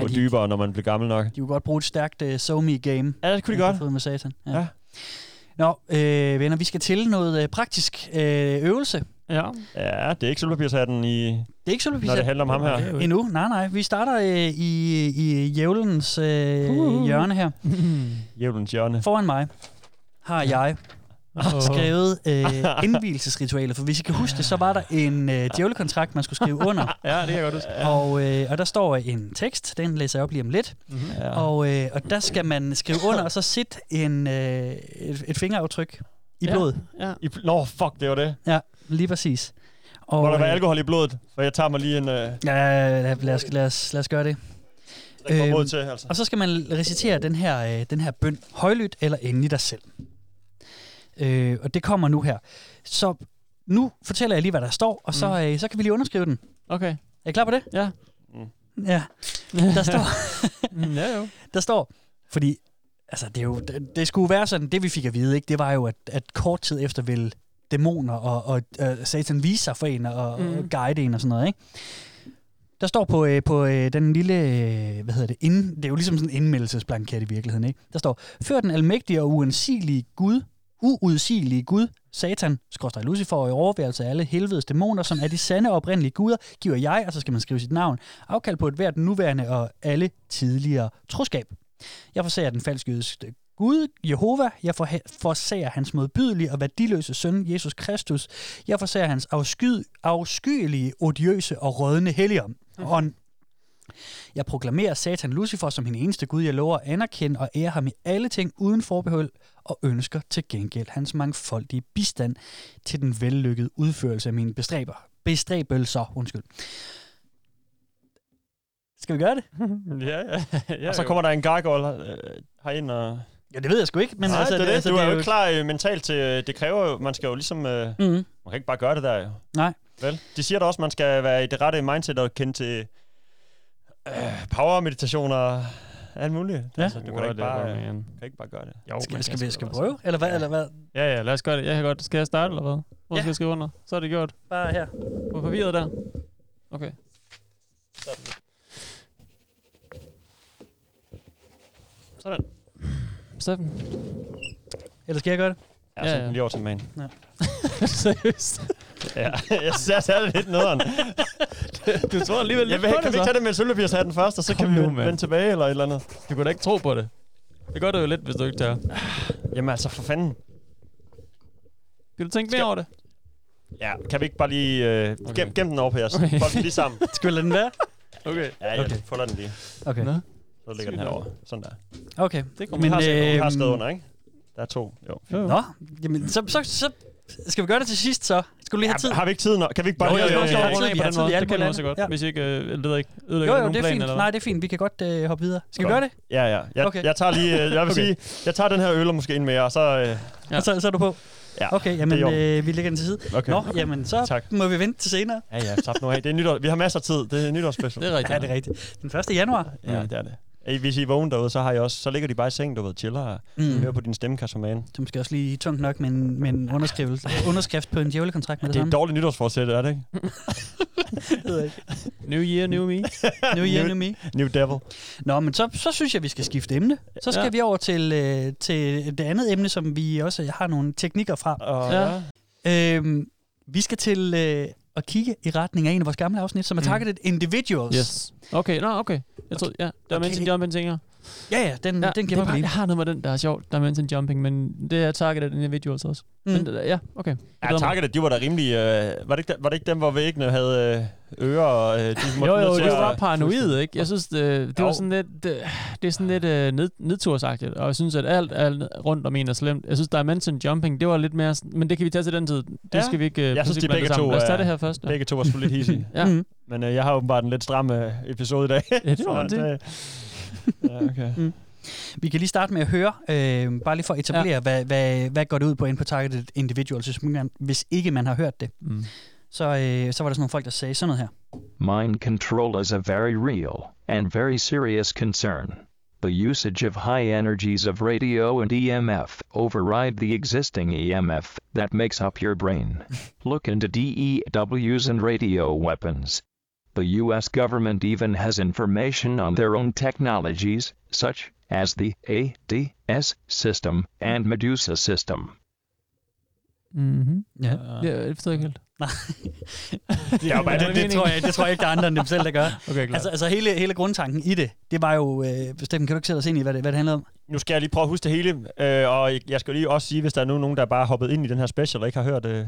Speaker 7: Gå
Speaker 6: de-
Speaker 7: dybere, når man bliver gammel nok.
Speaker 6: De kunne godt bruge et stærkt uh, SoMe-game.
Speaker 7: Ja, det kunne de godt.
Speaker 6: Fået med satan.
Speaker 7: Ja.
Speaker 6: Nå, øh, venner, vi skal til noget øh, praktisk øh, øvelse.
Speaker 8: Ja.
Speaker 7: Ja, det er ikke sølvpapirshatten i...
Speaker 6: Det er ikke sølvpapir.
Speaker 7: Når det handler om ham her.
Speaker 6: Endnu, nej, nej. Vi starter øh, i, i djævelens øh, hjørne her.
Speaker 7: Jævlens hjørne.
Speaker 6: Foran mig har jeg skrevet øh, indvielsesritualet, for hvis I kan huske det, så var der en øh, djævlekontrakt, man skulle skrive under.
Speaker 8: Ja, det kan jeg godt huske.
Speaker 6: Og, øh, og der står en tekst, den læser jeg op lige om lidt. Mm-hmm.
Speaker 7: Ja.
Speaker 6: Og, øh, og der skal man skrive under, og så sætte en, øh, et, et fingeraftryk i
Speaker 8: Ja.
Speaker 6: blod.
Speaker 8: Ja.
Speaker 7: I, nå, fuck, det var det.
Speaker 6: Ja, lige præcis. Og,
Speaker 7: Må der være
Speaker 6: øh,
Speaker 7: alkohol i blodet? For jeg tager mig lige en... Øh,
Speaker 6: Ja, lad, lad, os, lad, os, lad os gøre det.
Speaker 7: får
Speaker 6: Øhm,
Speaker 7: mod til, altså.
Speaker 6: Og så skal man recitere den her, øh, den her bøn højlydt eller inde i dig selv. Øh, og det kommer nu her. Så nu fortæller jeg lige, hvad der står, og så, øh, så kan vi lige underskrive den.
Speaker 8: Okay.
Speaker 6: Er I klar på det? Mm.
Speaker 8: Ja.
Speaker 6: Ja. Der står,
Speaker 8: Mm, Ja, jo.
Speaker 6: der står fordi altså, det, er jo, det, det skulle være sådan, det vi fik at vide, ikke? det var jo, at, at kort tid efter ville dæmoner og, og, og satan vise sig for en og, mm. og guide en og sådan noget. Ikke? Der står på, øh, på øh, den lille, øh, hvad hedder det, ind, det er jo ligesom sådan en indmeldelsesblanket i virkeligheden, ikke? Der står, før den almægtige og uansigelige Gud, uudsigelige Gud, Satan, skråstrej Lucifer og i overværelse af alle helvedes dæmoner, som er de sande og oprindelige guder, giver jeg, og så skal man skrive sit navn, afkald på et hvert nuværende og alle tidligere troskab. Jeg forsager den falske jødiske Gud, Jehova, jeg forha- forsager hans modbydelige og værdiløse søn, Jesus Kristus. Jeg forsager hans afsky- afskyelige, odiøse og rødne helligånd.
Speaker 7: Mm.
Speaker 6: Ånd. Jeg proklamerer Satan Lucifer som min eneste Gud, jeg lover at anerkende og ære ham i alle ting uden forbehold, og ønsker til gengæld hans mangfoldige bistand til den vellykkede udførelse af mine bestræber. bestræbelser. Undskyld. Skal vi gøre det?
Speaker 8: Ja, ja. ja
Speaker 7: Og så kommer der en gargoyle øh, herind og...
Speaker 6: Ja, det ved jeg sgu ikke. Men
Speaker 7: Men Nej, altså, det, er det, altså, du er jo ikke
Speaker 6: ikke-
Speaker 7: klar øh, mentalt til... Øh, det kræver jo... Man skal jo ligesom... Øh,
Speaker 8: Mm-hmm.
Speaker 6: Mhm.
Speaker 7: Man kan ikke bare gøre det der, jo.
Speaker 6: Nej.
Speaker 7: Vel? De siger da også, at man skal være i det rette mindset og kende til øh, power-meditation og alt muligt.
Speaker 6: Ja.
Speaker 7: Altså, du kan, da ikke bare, øh,
Speaker 8: man.
Speaker 7: kan ikke bare gøre det.
Speaker 8: Jo,
Speaker 6: Skal, vi- skal, vi, skal vi prøve? Eller hvad? Eller hvad?
Speaker 8: Ja, ja, lad os gøre det. Jeg kan godt. Skal jeg starte, eller hvad? Hvor
Speaker 6: Ja.
Speaker 8: skal jeg skrive under? Så er det gjort.
Speaker 6: Bare her.
Speaker 8: På papiret der? Okay. Sådan. Sådan.
Speaker 6: Eller skal jeg gøre det?
Speaker 7: Ja,
Speaker 8: Ja,
Speaker 7: ja,
Speaker 8: ja.
Speaker 7: ja. lige over til man.
Speaker 8: Seriøst.
Speaker 7: Ja, jeg synes, det er lidt nederen.
Speaker 8: Du tror alligevel
Speaker 7: Jeg
Speaker 8: lidt
Speaker 7: vil,
Speaker 8: på
Speaker 7: kan vi
Speaker 8: det,
Speaker 7: ikke tage
Speaker 8: så?
Speaker 7: det med sølvpapirshatten først, og så
Speaker 8: Kom
Speaker 7: kan vi
Speaker 8: nu,
Speaker 7: vende-
Speaker 8: mand.
Speaker 7: vende tilbage eller et eller andet?
Speaker 8: Du kunne da ikke tro på det. Det gør det jo lidt, hvis du ikke tager.
Speaker 7: Jamen altså, for fanden.
Speaker 8: Kan du tænke mere over det?
Speaker 7: Ja, kan vi ikke bare lige øh, okay. gem, gem den over på jeres?
Speaker 8: Okay.
Speaker 7: Okay. Folk lige sammen.
Speaker 6: Skal vi lade den være?
Speaker 8: Okay.
Speaker 7: Ja, jeg okay. folder den lige.
Speaker 6: Okay.
Speaker 8: Nå.
Speaker 7: Så ligger den her over. Sådan der.
Speaker 6: Okay.
Speaker 8: Det
Speaker 7: Men, vi
Speaker 8: kommer
Speaker 7: har,
Speaker 8: men,
Speaker 7: øh, har
Speaker 6: øhm,
Speaker 7: skrevet under, ikke? Der er to. Jo.
Speaker 6: Nå, jamen, så, så, så skal vi gøre det til sidst, så. Skal du lige have tid?
Speaker 7: Ja, har vi ikke tid nok? Kan vi ikke bare
Speaker 8: Jo, jo,
Speaker 7: lige...
Speaker 8: jo,
Speaker 6: vi
Speaker 8: jo,
Speaker 6: har
Speaker 8: jo,
Speaker 6: tid,
Speaker 8: runde af
Speaker 6: vi
Speaker 8: på
Speaker 6: har
Speaker 8: den
Speaker 6: tid,
Speaker 8: måde.
Speaker 6: vi er
Speaker 8: Det
Speaker 6: på
Speaker 8: kan
Speaker 6: den
Speaker 8: man også
Speaker 6: anden.
Speaker 8: godt.
Speaker 6: Ja.
Speaker 8: Hvis I ikke øh, ødelægger ikke
Speaker 6: Jo,
Speaker 8: ødelægger
Speaker 6: jo,
Speaker 8: nogen
Speaker 6: det er
Speaker 8: plan,
Speaker 6: fint.
Speaker 8: eller
Speaker 6: Nej,
Speaker 8: hvad?
Speaker 6: det er fint. Vi kan godt øh, hoppe videre. Skal vi
Speaker 7: Godt.
Speaker 6: gøre det?
Speaker 7: Ja, ja. Jeg,
Speaker 6: Okay.
Speaker 7: okay. jeg tager lige... øh, Jeg vil
Speaker 8: Okay.
Speaker 7: sige, jeg tager den her øl og måske en mere, og så... Øh,
Speaker 8: Ja.
Speaker 6: Og så, så er du på.
Speaker 7: ja.
Speaker 6: Okay, jamen,
Speaker 7: Det er i orden.
Speaker 6: øh, vi lægger den til side.
Speaker 7: Okay.
Speaker 6: Nå, jamen, så
Speaker 7: Tak.
Speaker 6: må vi vente til senere.
Speaker 7: Ja, ja, slap nu af. Det er nytår. Vi har masser af tid. Det er nytårsspecial.
Speaker 8: Det er rigtigt.
Speaker 6: Ja, det er rigtigt. Den 1. januar.
Speaker 7: Ja, det er det. Ej, Hvis I er vågen derude, så, har I også, så ligger de bare i sengen, du ved, chiller og
Speaker 6: Mm.
Speaker 7: mm. hører på din stemmekasse, man.
Speaker 6: Du måske også lige tungt nok med en, med en underskrift, underskrift på en djævlekontrakt med det,
Speaker 7: Det er et
Speaker 6: samme.
Speaker 7: dårligt nytårsforsæt, er det ikke?
Speaker 8: Mm.
Speaker 6: Det ved jeg ikke.
Speaker 8: New year, new me.
Speaker 6: New year, new me.
Speaker 7: New Devil.
Speaker 6: Nå, men så, så synes jeg, vi skal skifte emne. Så skal
Speaker 8: Ja.
Speaker 6: ja. vi over til, øh, til det andet emne, som vi også har nogle teknikker fra.
Speaker 7: Og,
Speaker 8: Ja.
Speaker 7: ja.
Speaker 6: Øhm, vi skal til øh, at kigge i retning af en af vores gamle afsnit, som er
Speaker 8: Mm.
Speaker 6: targeted individuals.
Speaker 8: Yes. Okay, nå, okay. Jeg tror, ja, der er
Speaker 6: Okay.
Speaker 8: mountain jumping, tænker jeg.
Speaker 6: Ja, ja, den,
Speaker 8: Ja,
Speaker 6: ja, den
Speaker 8: det
Speaker 6: gemmer
Speaker 8: er bare-
Speaker 6: vi lige.
Speaker 8: Jeg har noget med den, der er sjovt, der er mountain jumping, men det er targeted individuals også. Mm. Men,
Speaker 6: Mm.
Speaker 8: ja, okay. Jeg
Speaker 7: ja
Speaker 8: glæder mig.
Speaker 7: Targeted, de var da rimelig... Øh, var, det ikke, der- var det ikke dem, hvor væggene havde øh, ører? Og, øh, de måtte
Speaker 8: Jo, jo,
Speaker 7: nødt til
Speaker 8: det
Speaker 7: at-
Speaker 8: var paranoid, ikke? Jeg synes, det, det var
Speaker 7: Jo.
Speaker 8: sådan lidt, det, det er sådan lidt øh, ned, nedtursagtigt, og jeg synes, at alt, alt rundt om en er slemt. Jeg synes, der er mountain jumping, det var lidt mere, sådan- men det kan vi tage til den tid. Det
Speaker 7: Ja.
Speaker 8: skal vi ikke... øh,
Speaker 7: Jeg synes, de
Speaker 8: princippet blande
Speaker 7: begge
Speaker 8: sammen.
Speaker 7: to
Speaker 8: Lad os tage
Speaker 7: er-
Speaker 8: det her først. Ja.
Speaker 7: Begge to var sgu lidt hissige.
Speaker 8: Ja.
Speaker 6: Mm.
Speaker 7: Men øh, jeg har åbenbart en lidt stram øh, episode i dag.
Speaker 8: Ja, det var
Speaker 7: Så
Speaker 8: det.
Speaker 7: Ja, okay.
Speaker 8: Mm.
Speaker 6: Vi kan lige starte med at høre, øh, bare lige for at etablere, ja. hvad, hvad, hvad går det ud på inde på targeted individuals, hvis, man, hvis ikke man har hørt det.
Speaker 8: Mm.
Speaker 6: Så, øh, så var der sådan nogle folk, der sagde sådan noget her.
Speaker 10: Mind control is a very real and very serious concern. The usage of high energies of radio and EMF override the existing E EMF E that makes up your brain. Look into DEWs and radio weapons. The US government even has information on their own technologies, such as the ADS system and Medusa system.
Speaker 8: Mm-hmm.
Speaker 6: Ja.
Speaker 8: Ja, det forstår jeg ikke helt.
Speaker 6: Nej.
Speaker 8: Ja,
Speaker 6: ja,
Speaker 8: men
Speaker 6: men
Speaker 8: er
Speaker 6: det,
Speaker 8: det
Speaker 6: det, tror
Speaker 8: meningen?
Speaker 6: jeg, det tror jeg ikke, der er andre end dem selv, der gør.
Speaker 8: Okay, klar.
Speaker 6: Altså, altså hele, hele grundtanken i det, det var jo... Øh, Steffen, kan du ikke sætte os ind i, hvad det, hvad det handler om?
Speaker 7: Nu skal jeg lige prøve at huske det hele, øh, og jeg skal jo lige også sige, hvis der er nu nogen, der bare er hoppet ind i den her special og ikke har hørt øh,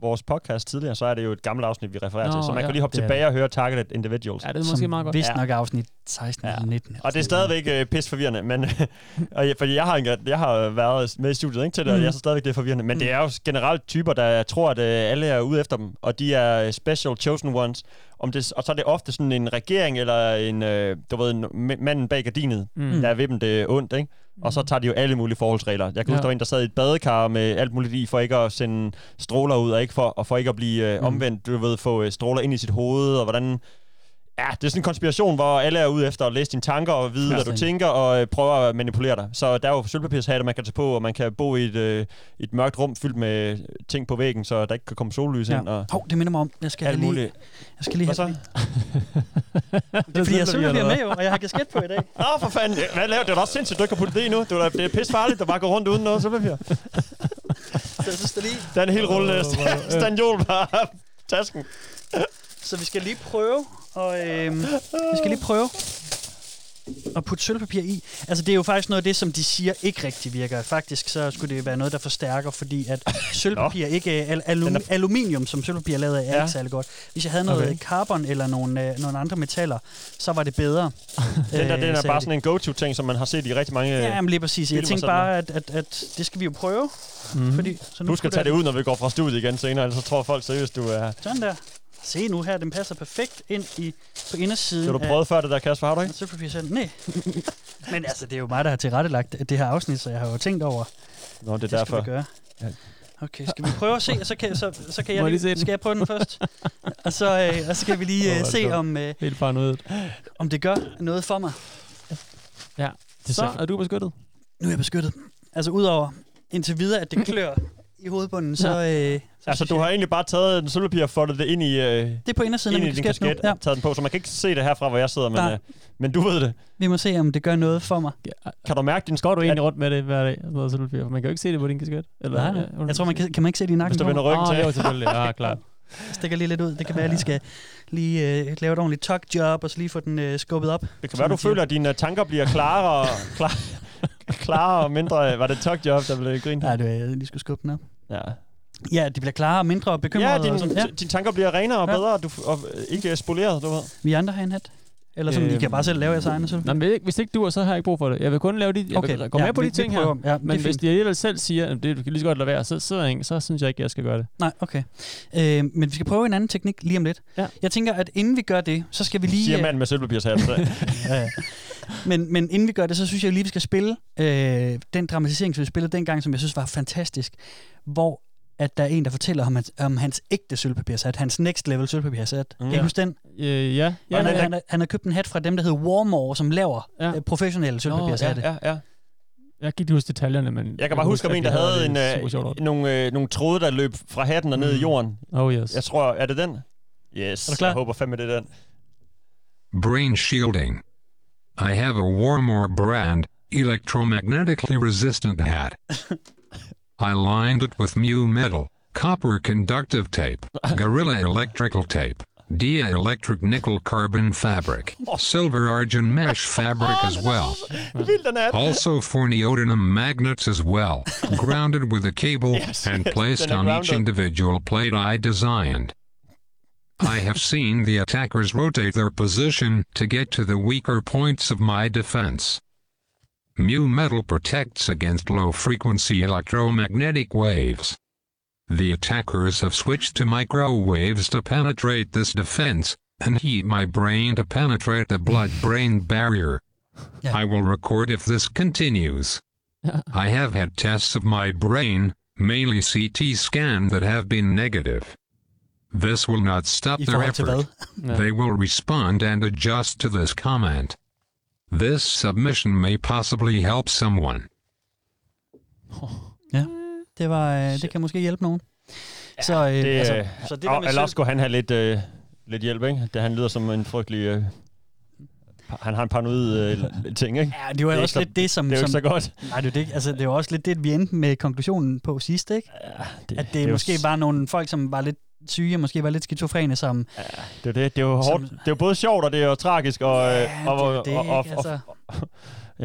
Speaker 7: vores podcast tidligere, så er det jo et gammelt afsnit, vi refererer
Speaker 8: Nå,
Speaker 7: Nå, til, så man
Speaker 8: ja,
Speaker 7: kan lige hoppe
Speaker 6: det er
Speaker 7: tilbage og høre Targeted Individuals.
Speaker 8: Ja, det er måske
Speaker 6: Som
Speaker 8: meget godt.
Speaker 6: Vist
Speaker 7: Ja.
Speaker 6: nok er afsnit 16 ja. eller 19.
Speaker 7: Og det er stadigvæk øh, pis forvirrende, men, og jeg, fordi jeg har, ikke- jeg har været med i studiet ikke, til det, og jeg synes stadigvæk, det er forvirrende. Men det er jo generelt typer, der tror, at øh, alle er ude efter dem, og de er øh, special chosen ones. Om det, og så er det ofte sådan en regering, eller en, øh, du ved, en, m- manden bag gardinet, mm. der er ved dem det ondt, ikke? Og så tager de jo alle mulige forholdsregler. Jeg kan huske,
Speaker 8: Ja.
Speaker 7: der var en, der sad i et badekar med alt muligt i, for ikke at sende stråler ud, og, ikke for, og for ikke at blive øh, omvendt, du ved, få øh, stråler ind i sit hoved, og hvordan Ja, det er sådan en konspiration, hvor alle er ude efter at læse dine tanker og vide, hvad du tænker, og øh, prøver at manipulere dig. Så der er jo sølvpapirshatte, man kan tage på, og man kan bo i et, øh, et mørkt rum fyldt med øh, ting på væggen, så der ikke kan komme sollys ind og
Speaker 6: Ja. Hov, det minder mig om, jeg skal
Speaker 7: alt
Speaker 6: have lige...
Speaker 7: muligt.
Speaker 6: Jeg skal lige
Speaker 7: Hvad
Speaker 6: have,
Speaker 7: så?
Speaker 6: det er fordi, jeg
Speaker 8: Det
Speaker 6: selvfølgelig bliver
Speaker 8: eller
Speaker 6: med jo, og jeg har kasket på i dag.
Speaker 7: Nå, for fanden. Hvad laver du? Det er da også sindssygt, du ikke har puttet det i nu. Det er, da- det er pisse farligt, at bare går rundt uden noget sølvpapir.
Speaker 6: Så, jeg synes, det lige,
Speaker 7: Der er en helt rullende st- stanjol bare op i tasken.
Speaker 6: så vi skal lige prøve, og øhm, vi skal lige prøve at putte sølvpapir i. Altså, det er jo faktisk noget af det, som de siger ikke rigtig virker. Faktisk så skulle det være noget, der forstærker, fordi at sølvpapir ikke... øh, Al-
Speaker 7: Den
Speaker 6: alu-
Speaker 7: er-
Speaker 6: aluminium, som sølvpapir er lavet af, er
Speaker 7: Ja.
Speaker 6: ja. ikke særlig godt. Hvis jeg havde noget
Speaker 7: Okay.
Speaker 6: okay. carbon eller nogle, øh, nogle andre metaller, så var det bedre. Øh,
Speaker 7: Den der, den er
Speaker 6: sagde
Speaker 7: bare
Speaker 6: de.
Speaker 7: sådan en go-to-ting, som man har set i rigtig mange...
Speaker 6: Ja, men lige præcis. Jeg
Speaker 7: film og
Speaker 6: tænkte
Speaker 7: sådan Mhm.
Speaker 6: bare, at, at, at det skal vi jo prøve. Mm. Fordi, så
Speaker 7: Du skal
Speaker 6: kunne
Speaker 7: tage det ud, når vi går fra studiet igen senere, ellers så tror folk seriøst, du er...
Speaker 6: Sådan der. Se nu her, den passer perfekt ind i, på indersiden
Speaker 7: Det har du prøvet før, det der, Kasper, har du ikke?
Speaker 6: af sølvpapirshatten. Nej. Men altså, det er jo mig, der har tilrettelagt det her afsnit, så jeg har jo tænkt over,
Speaker 7: Nå, det
Speaker 6: det
Speaker 7: er
Speaker 6: skal
Speaker 7: derfor.
Speaker 6: vi gøre. Okay, skal vi prøve at se, og så kan, så, så kan
Speaker 8: Må
Speaker 6: jeg
Speaker 8: jeg lige se
Speaker 6: lige,
Speaker 8: den?
Speaker 6: skal jeg prøve den først? Og så, øh, og så kan vi lige
Speaker 8: Åh,
Speaker 6: øh,
Speaker 8: hvor er det
Speaker 6: se,
Speaker 8: dumt.
Speaker 6: om, øh,
Speaker 8: Helt paranoid.
Speaker 6: om det gør noget for mig.
Speaker 8: Ja.
Speaker 7: Det
Speaker 8: Så
Speaker 7: ser-
Speaker 8: er du beskyttet.
Speaker 6: Nu er jeg beskyttet. Altså, udover indtil videre, at det klør i hovedbunden, så... Øh, så
Speaker 7: Altså,
Speaker 6: synes
Speaker 7: du
Speaker 6: jeg-
Speaker 7: har egentlig bare taget en sølvpapir og foldet det ind i, øh,
Speaker 6: Det er på indersiden af
Speaker 7: ind i
Speaker 6: min
Speaker 7: din
Speaker 6: kasket nu.
Speaker 7: kasket
Speaker 6: Ja.
Speaker 7: og taget den på, så man kan ikke se det her fra, hvor jeg sidder, men,
Speaker 6: Nej.
Speaker 7: øh, men du ved det.
Speaker 6: Vi må se, om det gør noget for mig.
Speaker 7: Mm. Kan du mærke din
Speaker 8: Går
Speaker 7: skot,
Speaker 8: du egentlig rundt med det hver dag? Sådan noget sølvpapir? For Man kan jo ikke se det på din kasket. Eller,
Speaker 6: Nej, nej. Jeg tror, man kan, kan man ikke se det i
Speaker 7: hvis
Speaker 6: nakken?
Speaker 7: du
Speaker 6: på mig?
Speaker 7: vender ryggen
Speaker 8: Ah,
Speaker 7: til?
Speaker 8: jo, selvfølgelig. Ja, klart.
Speaker 6: stikker lige lidt ud. Det kan være, at jeg lige skal lige, øh, lave et ordentligt tug-job, og så lige få den øh, skubbet op.
Speaker 7: Det kan være, du
Speaker 6: Som man
Speaker 7: føler, at dine øh, tanker bliver klarere og, klar, klarere og mindre... øh, Var det et job, der blev grint?
Speaker 6: Nej, det var, jeg lige skulle skubbe den op.
Speaker 7: Ja,
Speaker 6: Ja, de bliver klarere og mindre bekymrede.
Speaker 7: ja,
Speaker 6: og sådan.
Speaker 7: dine,
Speaker 6: ja.
Speaker 7: ja. dine tanker bliver renere og
Speaker 6: Ja.
Speaker 7: bedre, og, du, f- og øh, ikke øh, spoleret, du ved.
Speaker 6: Vi andre har en hat. Eller sådan, øhm. I
Speaker 8: Øhm.
Speaker 6: kan bare selv lave jeres egne. Selv.
Speaker 8: Nå, men hvis- hvis ikke du er, så har jeg ikke brug for det. Jeg vil kun lave de, jeg vil gå med på de
Speaker 6: vi,
Speaker 8: ting
Speaker 6: vi
Speaker 8: her.
Speaker 6: prøver. Ja,
Speaker 8: Men
Speaker 6: det er
Speaker 8: hvis
Speaker 6: fint.
Speaker 8: de alligevel selv siger, at det kan lige så godt lade være, så, så, er jeg ikke- så synes jeg ikke, jeg skal gøre det.
Speaker 6: Nej, okay. Øh, men vi skal prøve en anden teknik lige om lidt.
Speaker 8: Ja.
Speaker 6: Jeg tænker, at inden vi gør det, så skal vi lige...
Speaker 7: Siger
Speaker 6: øh,
Speaker 7: manden med sølvpapirshat.
Speaker 6: Ja, ja. men, men inden vi gør det, så synes jeg lige, vi skal spille øh, den dramatisering, som vi spillede dengang, som jeg synes var fantastisk, hvor at der er en, der fortæller om hans, om hans ægte sølvpapirshat, hans next level sølvpapirshat. Mm, kan
Speaker 7: Ja.
Speaker 6: I huske den?
Speaker 8: Øh, ja. ja,
Speaker 6: han,
Speaker 8: ja,
Speaker 6: havde- han, havde- han har købt en hat fra dem, der hedder Warmore, som laver
Speaker 8: Ja.
Speaker 6: ja. professionelle sølvpapirshatte.
Speaker 7: ja, ja.
Speaker 8: Jeg kan ikke huske detaljerne, men...
Speaker 7: Jeg kan bare huske om en, der havde en, øh, nogle, øh, nogle tråde, der løb fra hatten og ned
Speaker 6: Mm.
Speaker 7: i jorden.
Speaker 8: Oh yes.
Speaker 7: Jeg tror, er det den? Yes,
Speaker 6: Er du klar?
Speaker 7: jeg håber fandme, det er den.
Speaker 11: Brain shielding. I have a Warmore brand, electromagnetically resistant hat. I lined it with mu metal, copper conductive tape, Gorilla electrical tape, Dia electric nickel carbon fabric, silver argent mesh fabric as well.
Speaker 7: Vild den er.
Speaker 11: Also forniotinum magnets as well, grounded with a cable
Speaker 7: Yes,
Speaker 11: and placed
Speaker 7: they're
Speaker 11: on each
Speaker 7: grounded.
Speaker 11: individual plate I designed. I have seen the attackers rotate their position to get to the weaker points of my defense. Mu metal protects against low frequency electromagnetic waves. The attackers have switched to microwaves to penetrate this defense, and heat my brain to penetrate the blood brain barrier.
Speaker 6: Yeah.
Speaker 11: I will record if this continues. I have had tests of my brain, mainly CT scan that have been negative. This will not stop
Speaker 6: I
Speaker 11: their
Speaker 6: forhold til hvad?
Speaker 11: effort. They will respond and adjust to this comment. This submission may possibly help someone.
Speaker 6: Det, var, øh, det kan måske hjælpe nogen. Ja, så, øh,
Speaker 7: Det, altså,
Speaker 6: så det
Speaker 7: det og,
Speaker 6: der med
Speaker 7: ellers
Speaker 6: sølv,
Speaker 7: skulle han have lidt øh, Lidt hjælp, ikke? Det, han lyder som en frygtelig... Øh, pa- han har en paranoid øh, ting, ikke?
Speaker 6: Ja, det var det også
Speaker 7: ikke
Speaker 6: lidt det, som...
Speaker 7: Det er jo ikke
Speaker 6: som,
Speaker 7: så godt.
Speaker 6: Nej, det er jo det, ikke. altså, det var også lidt det, vi endte med konklusionen på sidst, ikke?
Speaker 7: Ja,
Speaker 6: det, at det,
Speaker 7: det er
Speaker 6: det
Speaker 7: jo
Speaker 6: måske
Speaker 7: s-
Speaker 6: var nogle folk, som var lidt syge, og måske var lidt skizofrene, som...
Speaker 7: Ja, Det er det. Det er jo hårdt. Det er jo både sjovt, og det er jo tragisk, og... Ja, og,
Speaker 6: det er det,
Speaker 7: og, og,
Speaker 6: ikke?
Speaker 7: og, og,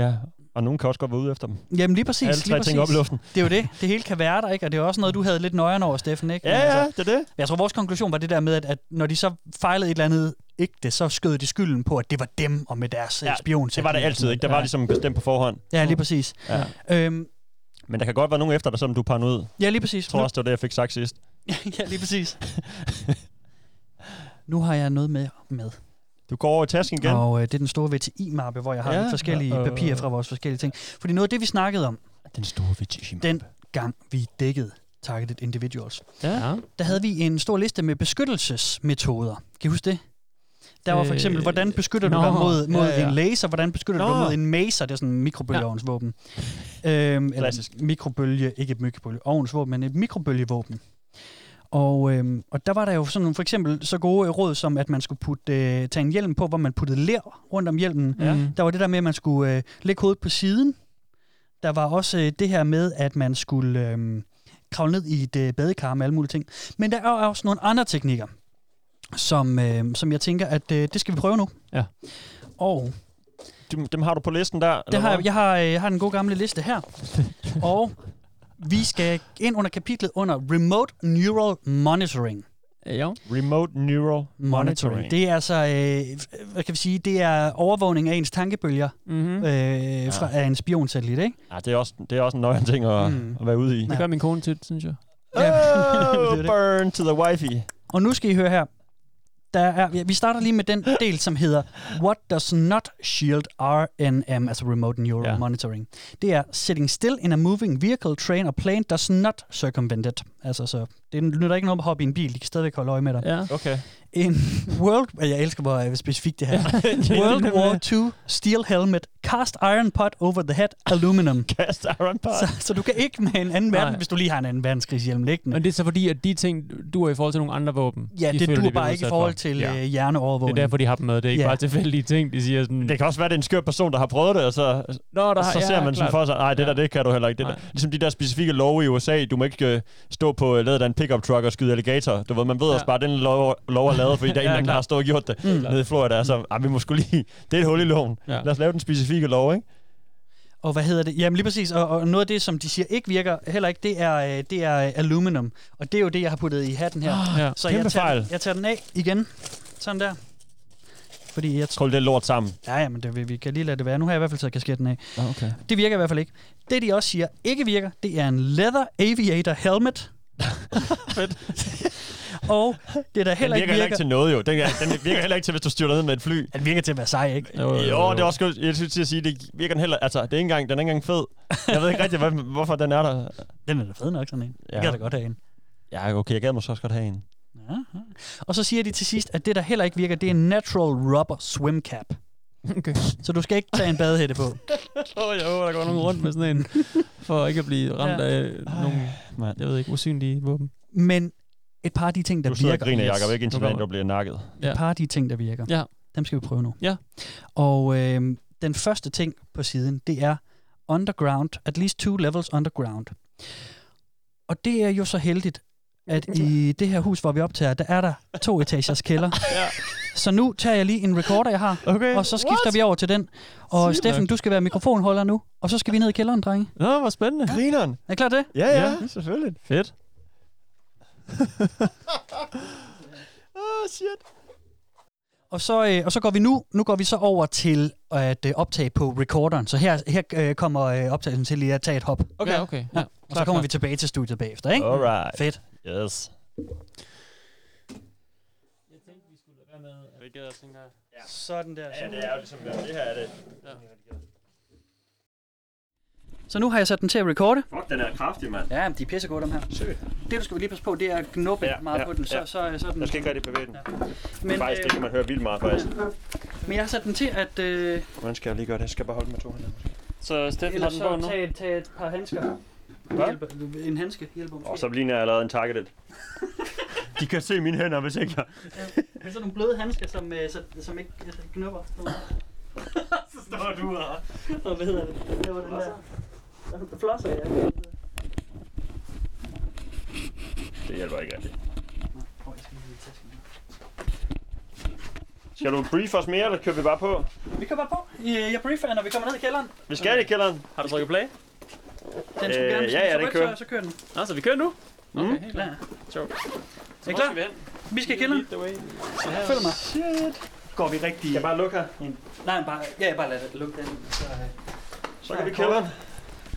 Speaker 7: ja, og nogen kan også godt være ude efter dem.
Speaker 6: Jamen lige præcis.
Speaker 7: Alle tre
Speaker 6: lige
Speaker 7: ting op i
Speaker 6: præcis.
Speaker 7: luften.
Speaker 6: Det er jo det. Det hele kan være der, ikke? Og det er også noget, du havde lidt nøjeren over, Steffen, ikke?
Speaker 7: Ja,
Speaker 6: Men
Speaker 7: ja, det er det.
Speaker 6: Jeg tror, vores konklusion var det der med, at, at når de så fejlede et eller andet ægte, så skød de skylden på, at det var dem og med deres ja, spion.
Speaker 7: Det var det altid, ikke? Der var ligesom bestemt på forhånd.
Speaker 6: Ja, lige præcis.
Speaker 7: Ja.
Speaker 6: Øhm,
Speaker 7: Men der kan godt være nogen efter dig, som du er paranoid.
Speaker 6: Ja, lige præcis.
Speaker 7: Jeg tror
Speaker 6: Nu-
Speaker 7: også, det var det, jeg fik sagt sidst.
Speaker 6: ja, lige præcis. nu har jeg noget med. med.
Speaker 7: Du går over i tasken igen.
Speaker 6: Og øh, det er den store VTI-mappe, hvor jeg har
Speaker 7: Ja,
Speaker 6: ja, lidt forskellige
Speaker 7: og-
Speaker 6: øh, papirer fra vores forskellige ting. Fordi noget af det, vi snakkede om,
Speaker 7: Den store VTI-mappe.
Speaker 6: den gang vi dækkede Targeted Individuals,
Speaker 7: Ja.
Speaker 6: der havde vi en stor liste med beskyttelsesmetoder. Kan I huske det? Der var for eksempel,
Speaker 8: Øh,
Speaker 6: hvordan beskytter du
Speaker 8: nå,
Speaker 6: dig mod, mod
Speaker 8: ja, ja.
Speaker 6: en laser? Hvordan beskytter du
Speaker 8: Nå.
Speaker 6: dig mod en maser? Det er sådan en mikrobølgeovnsvåben. Øhm, eller mikrobølge, ikke et mikrobølgeovnsvåben, men et mikrobølgevåben. Og, øhm, og der var der jo sådan nogle, for eksempel så gode råd som, at man skulle putte, øh, tage en hjelm på, hvor man puttede ler rundt om hjelmen.
Speaker 8: Ja.
Speaker 6: Der var det der med, at man skulle øh, lægge hovedet på siden. Der var også øh, det her med, at man skulle øh, kravle ned i et øh, badekar med alle mulige ting. Men der er jo også nogle andre teknikker, som, øh, som jeg tænker, at øh, det skal vi prøve nu.
Speaker 8: Ja.
Speaker 6: Og
Speaker 7: dem, dem har du på listen der?
Speaker 6: Det har jeg, jeg, har, øh, jeg har den gode gamle liste her. og vi skal ind under kapitlet under Remote Neural Monitoring.
Speaker 8: Jo.
Speaker 7: Remote Neural Monitoring.
Speaker 6: Det er altså, øh, hvad kan vi sige, det er overvågning af ens tankebølger
Speaker 8: Mhm.
Speaker 6: øh, fra, af en spionsatellit, ikke?
Speaker 7: Ja, det er også, det er også en nøjere ting at, mm. at være ude i.
Speaker 8: Det gør min kone tit, synes jeg.
Speaker 7: Oh, burn to the wifi.
Speaker 6: Og nu skal I høre her. Der er, ja, vi starter lige med den del, som hedder What does not shield RNM, altså Remote Neural
Speaker 8: Ja.
Speaker 6: yeah. Monitoring. Det er sitting still in a moving vehicle, train or plane does not circumvent it. Altså, så det nytter ikke noget at hoppe i en bil, de kan stadigvæk holde øje med dig.
Speaker 8: Ja.
Speaker 7: Okay.
Speaker 6: En World... Jeg elsker, hvor øh, specifikt det her. er. World War II steel helmet, cast iron pot over the head, aluminum.
Speaker 7: cast iron pot.
Speaker 6: Så, så du kan ikke med en anden verden, hvis du lige har en anden verdenskrigshjelm liggende.
Speaker 8: Men det er så fordi, at de ting duer i forhold til nogle andre våben.
Speaker 6: Ja,
Speaker 8: de
Speaker 6: det duer
Speaker 8: føler, de bliver
Speaker 6: bare ikke i
Speaker 8: udsat
Speaker 6: forhold
Speaker 8: for.
Speaker 6: til ja. hjerneovervågning.
Speaker 8: Det er derfor, de har dem med. Det er ikke
Speaker 6: Ja.
Speaker 8: bare tilfældige ting, de siger sådan...
Speaker 7: Det kan også være, det er en skør person, der har prøvet det, og så,
Speaker 8: Nå, der
Speaker 7: og så
Speaker 8: har- ja,
Speaker 7: ser man sådan
Speaker 8: klart.
Speaker 7: for sig, nej, det der, det kan du heller ikke. Det der. Ligesom de der specifikke love i USA, du må ikke øh, stå på øh, ladet af en pickup truck og skyde alligator. Du ved, man ved også bare, at den lov, lov er lavet, fordi der er
Speaker 8: Ja,
Speaker 7: en, der
Speaker 8: klart.
Speaker 7: har stået og gjort det
Speaker 8: Mm.
Speaker 7: mm. nede i Florida. Så ej, vi må skulle lige, det er et hul i loven.
Speaker 8: Ja.
Speaker 7: Ja. Lad os lave den specifikke lov, ikke?
Speaker 6: Og hvad hedder det? Jamen lige præcis, og, og noget af det, som de siger ikke virker heller ikke, det er, øh, det er øh, aluminum. Og det er jo det, jeg har puttet i hatten her.
Speaker 7: Ah, ja.
Speaker 6: Så
Speaker 7: Kæmpe
Speaker 6: jeg tager,
Speaker 7: fejl.
Speaker 6: jeg tager den af igen. Sådan der. Fordi jeg
Speaker 7: tror... det lort sammen.
Speaker 6: Ja, ja, men det, vi- vi kan lige lade det være. Nu har jeg i hvert fald taget kasketten af.
Speaker 7: Okay.
Speaker 6: Det virker i hvert fald ikke. Det, de også siger ikke virker, det er en leather aviator helmet. Fedt. og det, der
Speaker 7: Den virker,
Speaker 6: heller ikke
Speaker 7: heller ikke
Speaker 6: virker...
Speaker 7: til noget, jo. Den, den virker heller ikke til, hvis du styrter ned med et fly.
Speaker 6: Den virker til at være sej, ikke?
Speaker 7: Jo, jo, jo, jo. det er også skønt. Jeg skulle til at sige, det virker den heller... Altså, det er ikke engang, den er ikke engang fed. Jeg ved ikke rigtig, hvor, hvorfor den er der.
Speaker 6: Den er da fed nok, sådan en. Ja. Jeg kan da godt have en.
Speaker 7: Ja, okay, jeg gad måske også godt have en.
Speaker 6: Og så siger de til sidst, at det, der heller ikke virker, det er en natural rubber swim cap.
Speaker 8: Okay.
Speaker 6: Så du skal ikke tage en badehætte på.
Speaker 8: Åh, jeg håber, der går nogen rundt med sådan en, for ikke at blive ramt
Speaker 6: Ja.
Speaker 8: ja. af nogle,
Speaker 7: man.
Speaker 8: jeg ved ikke, usynlige våben.
Speaker 6: Men et par af de ting, der
Speaker 7: Du sidder og
Speaker 6: virker...
Speaker 7: griner, Jacob, ikke indtil
Speaker 8: Nu
Speaker 7: den,
Speaker 8: kommer-
Speaker 7: der bliver nakket.
Speaker 6: Et par af de ting, der virker.
Speaker 8: Ja.
Speaker 6: Dem skal vi prøve nu.
Speaker 8: Ja.
Speaker 6: Og øh, den første ting på siden, det er underground, at least two levels underground. Og det er jo så heldigt, at i det her hus, hvor vi optager, der er der to etagers kælder.
Speaker 8: Ja.
Speaker 6: Så nu tager jeg lige en recorder, jeg har,
Speaker 8: Okay.
Speaker 6: og så skifter What? vi over til den. Og
Speaker 8: Sygt
Speaker 6: Steffen,
Speaker 8: nok.
Speaker 6: du skal være mikrofonholder nu, og så skal vi ned i kælderen, drenge.
Speaker 8: Nå, hvor spændende.
Speaker 7: Grineren.
Speaker 6: Er I klar til det?
Speaker 7: Ja, ja, selvfølgelig.
Speaker 8: Fedt.
Speaker 7: Åh, oh, shit.
Speaker 6: Og så, øh, og så går vi nu, nu går vi så over til at øh, optage på recorderen. Så her, her øh, kommer øh, optagelsen til lige at tage et hop.
Speaker 8: Okay. Ja, okay. Ja.
Speaker 6: Og så kommer vi tilbage til studiet bagefter, ikke?
Speaker 7: Alright.
Speaker 6: Fedt.
Speaker 7: Yes.
Speaker 6: Sådan der.
Speaker 7: Ja, det er jo ligesom det. Det her er det.
Speaker 6: Så nu har jeg sat den til at recorde.
Speaker 7: Fuck, den er kraftig, mand.
Speaker 6: Ja, men de er pissegode, dem her. Sygt. Det, du skal vi lige passe på, det er at knuppe ja, meget ja, på den. Så, ja. så, så er den.
Speaker 7: Jeg skal ikke rigtig bevæge den.
Speaker 6: Men,
Speaker 7: Men, faktisk,
Speaker 6: øh,
Speaker 7: det kan man høre vildt meget, faktisk.
Speaker 6: Men jeg har sat den til at... Øh,
Speaker 7: Hvordan skal jeg lige gøre det? Jeg skal bare holde med to hænder.
Speaker 8: Så Steffen har
Speaker 6: ellers
Speaker 8: den på
Speaker 6: så
Speaker 8: nu.
Speaker 6: tage, tage et par handsker. Hjælper, en handske hjælper.
Speaker 7: Og så ligner jeg allerede en targeted. De kan se mine hænder, hvis ikke jeg...
Speaker 6: Det er sådan nogle bløde handsker, som, øh, så, som ikke altså, knupper. så står du her. Og hvad hedder det? Det var den der. Flosser, ja.
Speaker 7: Det hjælper ikke rigtigt. Skal du brief os mere, eller kører vi bare på?
Speaker 6: Vi kører bare på. Øh, Jeg briefer, når vi kommer ned i kælderen.
Speaker 7: Vi skal i kælderen.
Speaker 12: Har du trykket play?
Speaker 6: Den skulle gerne, hvis
Speaker 7: ja,
Speaker 6: Øh, den
Speaker 7: ja, den
Speaker 6: så rødt,
Speaker 7: kører.
Speaker 6: Så, så kører den.
Speaker 12: Nå, så vi kører nu?
Speaker 6: Okay, mm. klar.
Speaker 12: Sjovt.
Speaker 6: Er I
Speaker 12: hvor
Speaker 6: klar?
Speaker 12: skal vi hen?
Speaker 6: Vi skal i kælderen. Følg mig. Shit. Går vi rigtig... Skal
Speaker 7: jeg bare lukke her?
Speaker 6: Nej, bare, ja, bare lad det lukke den. Så, øh,
Speaker 7: så
Speaker 6: er
Speaker 7: går vi i
Speaker 6: kort.
Speaker 7: kælderen.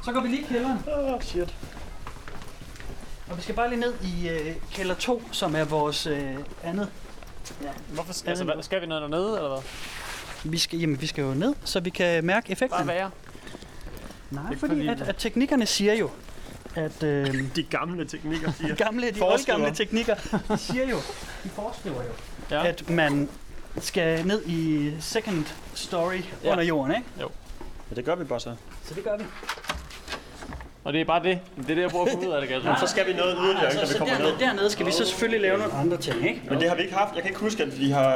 Speaker 6: Så går vi lige i kælderen.
Speaker 7: Åh, oh, shit.
Speaker 6: Og vi skal bare lige ned i øh, kælder 2, som er vores øh, andet. Ja.
Speaker 8: Hvorfor skal, altså, hvad, skal vi noget dernede, eller hvad?
Speaker 6: Vi skal, jamen, vi skal jo ned, så vi kan mærke effekten.
Speaker 8: Bare være.
Speaker 6: Nej,
Speaker 8: Ikke
Speaker 6: fordi
Speaker 8: fordi-
Speaker 6: at, at teknikkerne siger jo, at... Øh,
Speaker 7: de gamle teknikker siger.
Speaker 6: gamle, de
Speaker 7: Foreskriver.
Speaker 6: oldgamle teknikker de siger jo, de foreskriver jo,
Speaker 8: ja.
Speaker 6: at man skal ned i second story
Speaker 8: Ja.
Speaker 6: ja. under jorden, ikke?
Speaker 8: Jo.
Speaker 7: Ja, det gør vi bare så.
Speaker 6: Så det gør vi.
Speaker 8: Og det er bare det. Det er det, jeg bruger at finde ud af det, Gaston.
Speaker 7: Så skal vi noget yderligere,
Speaker 6: Altså,
Speaker 7: ikke, når vi kommer
Speaker 6: dernede,
Speaker 7: ned.
Speaker 6: dernede skal vi så selvfølgelig lave nogle andre ting, ikke?
Speaker 7: Men det har vi ikke haft. Jeg kan ikke huske, at de har,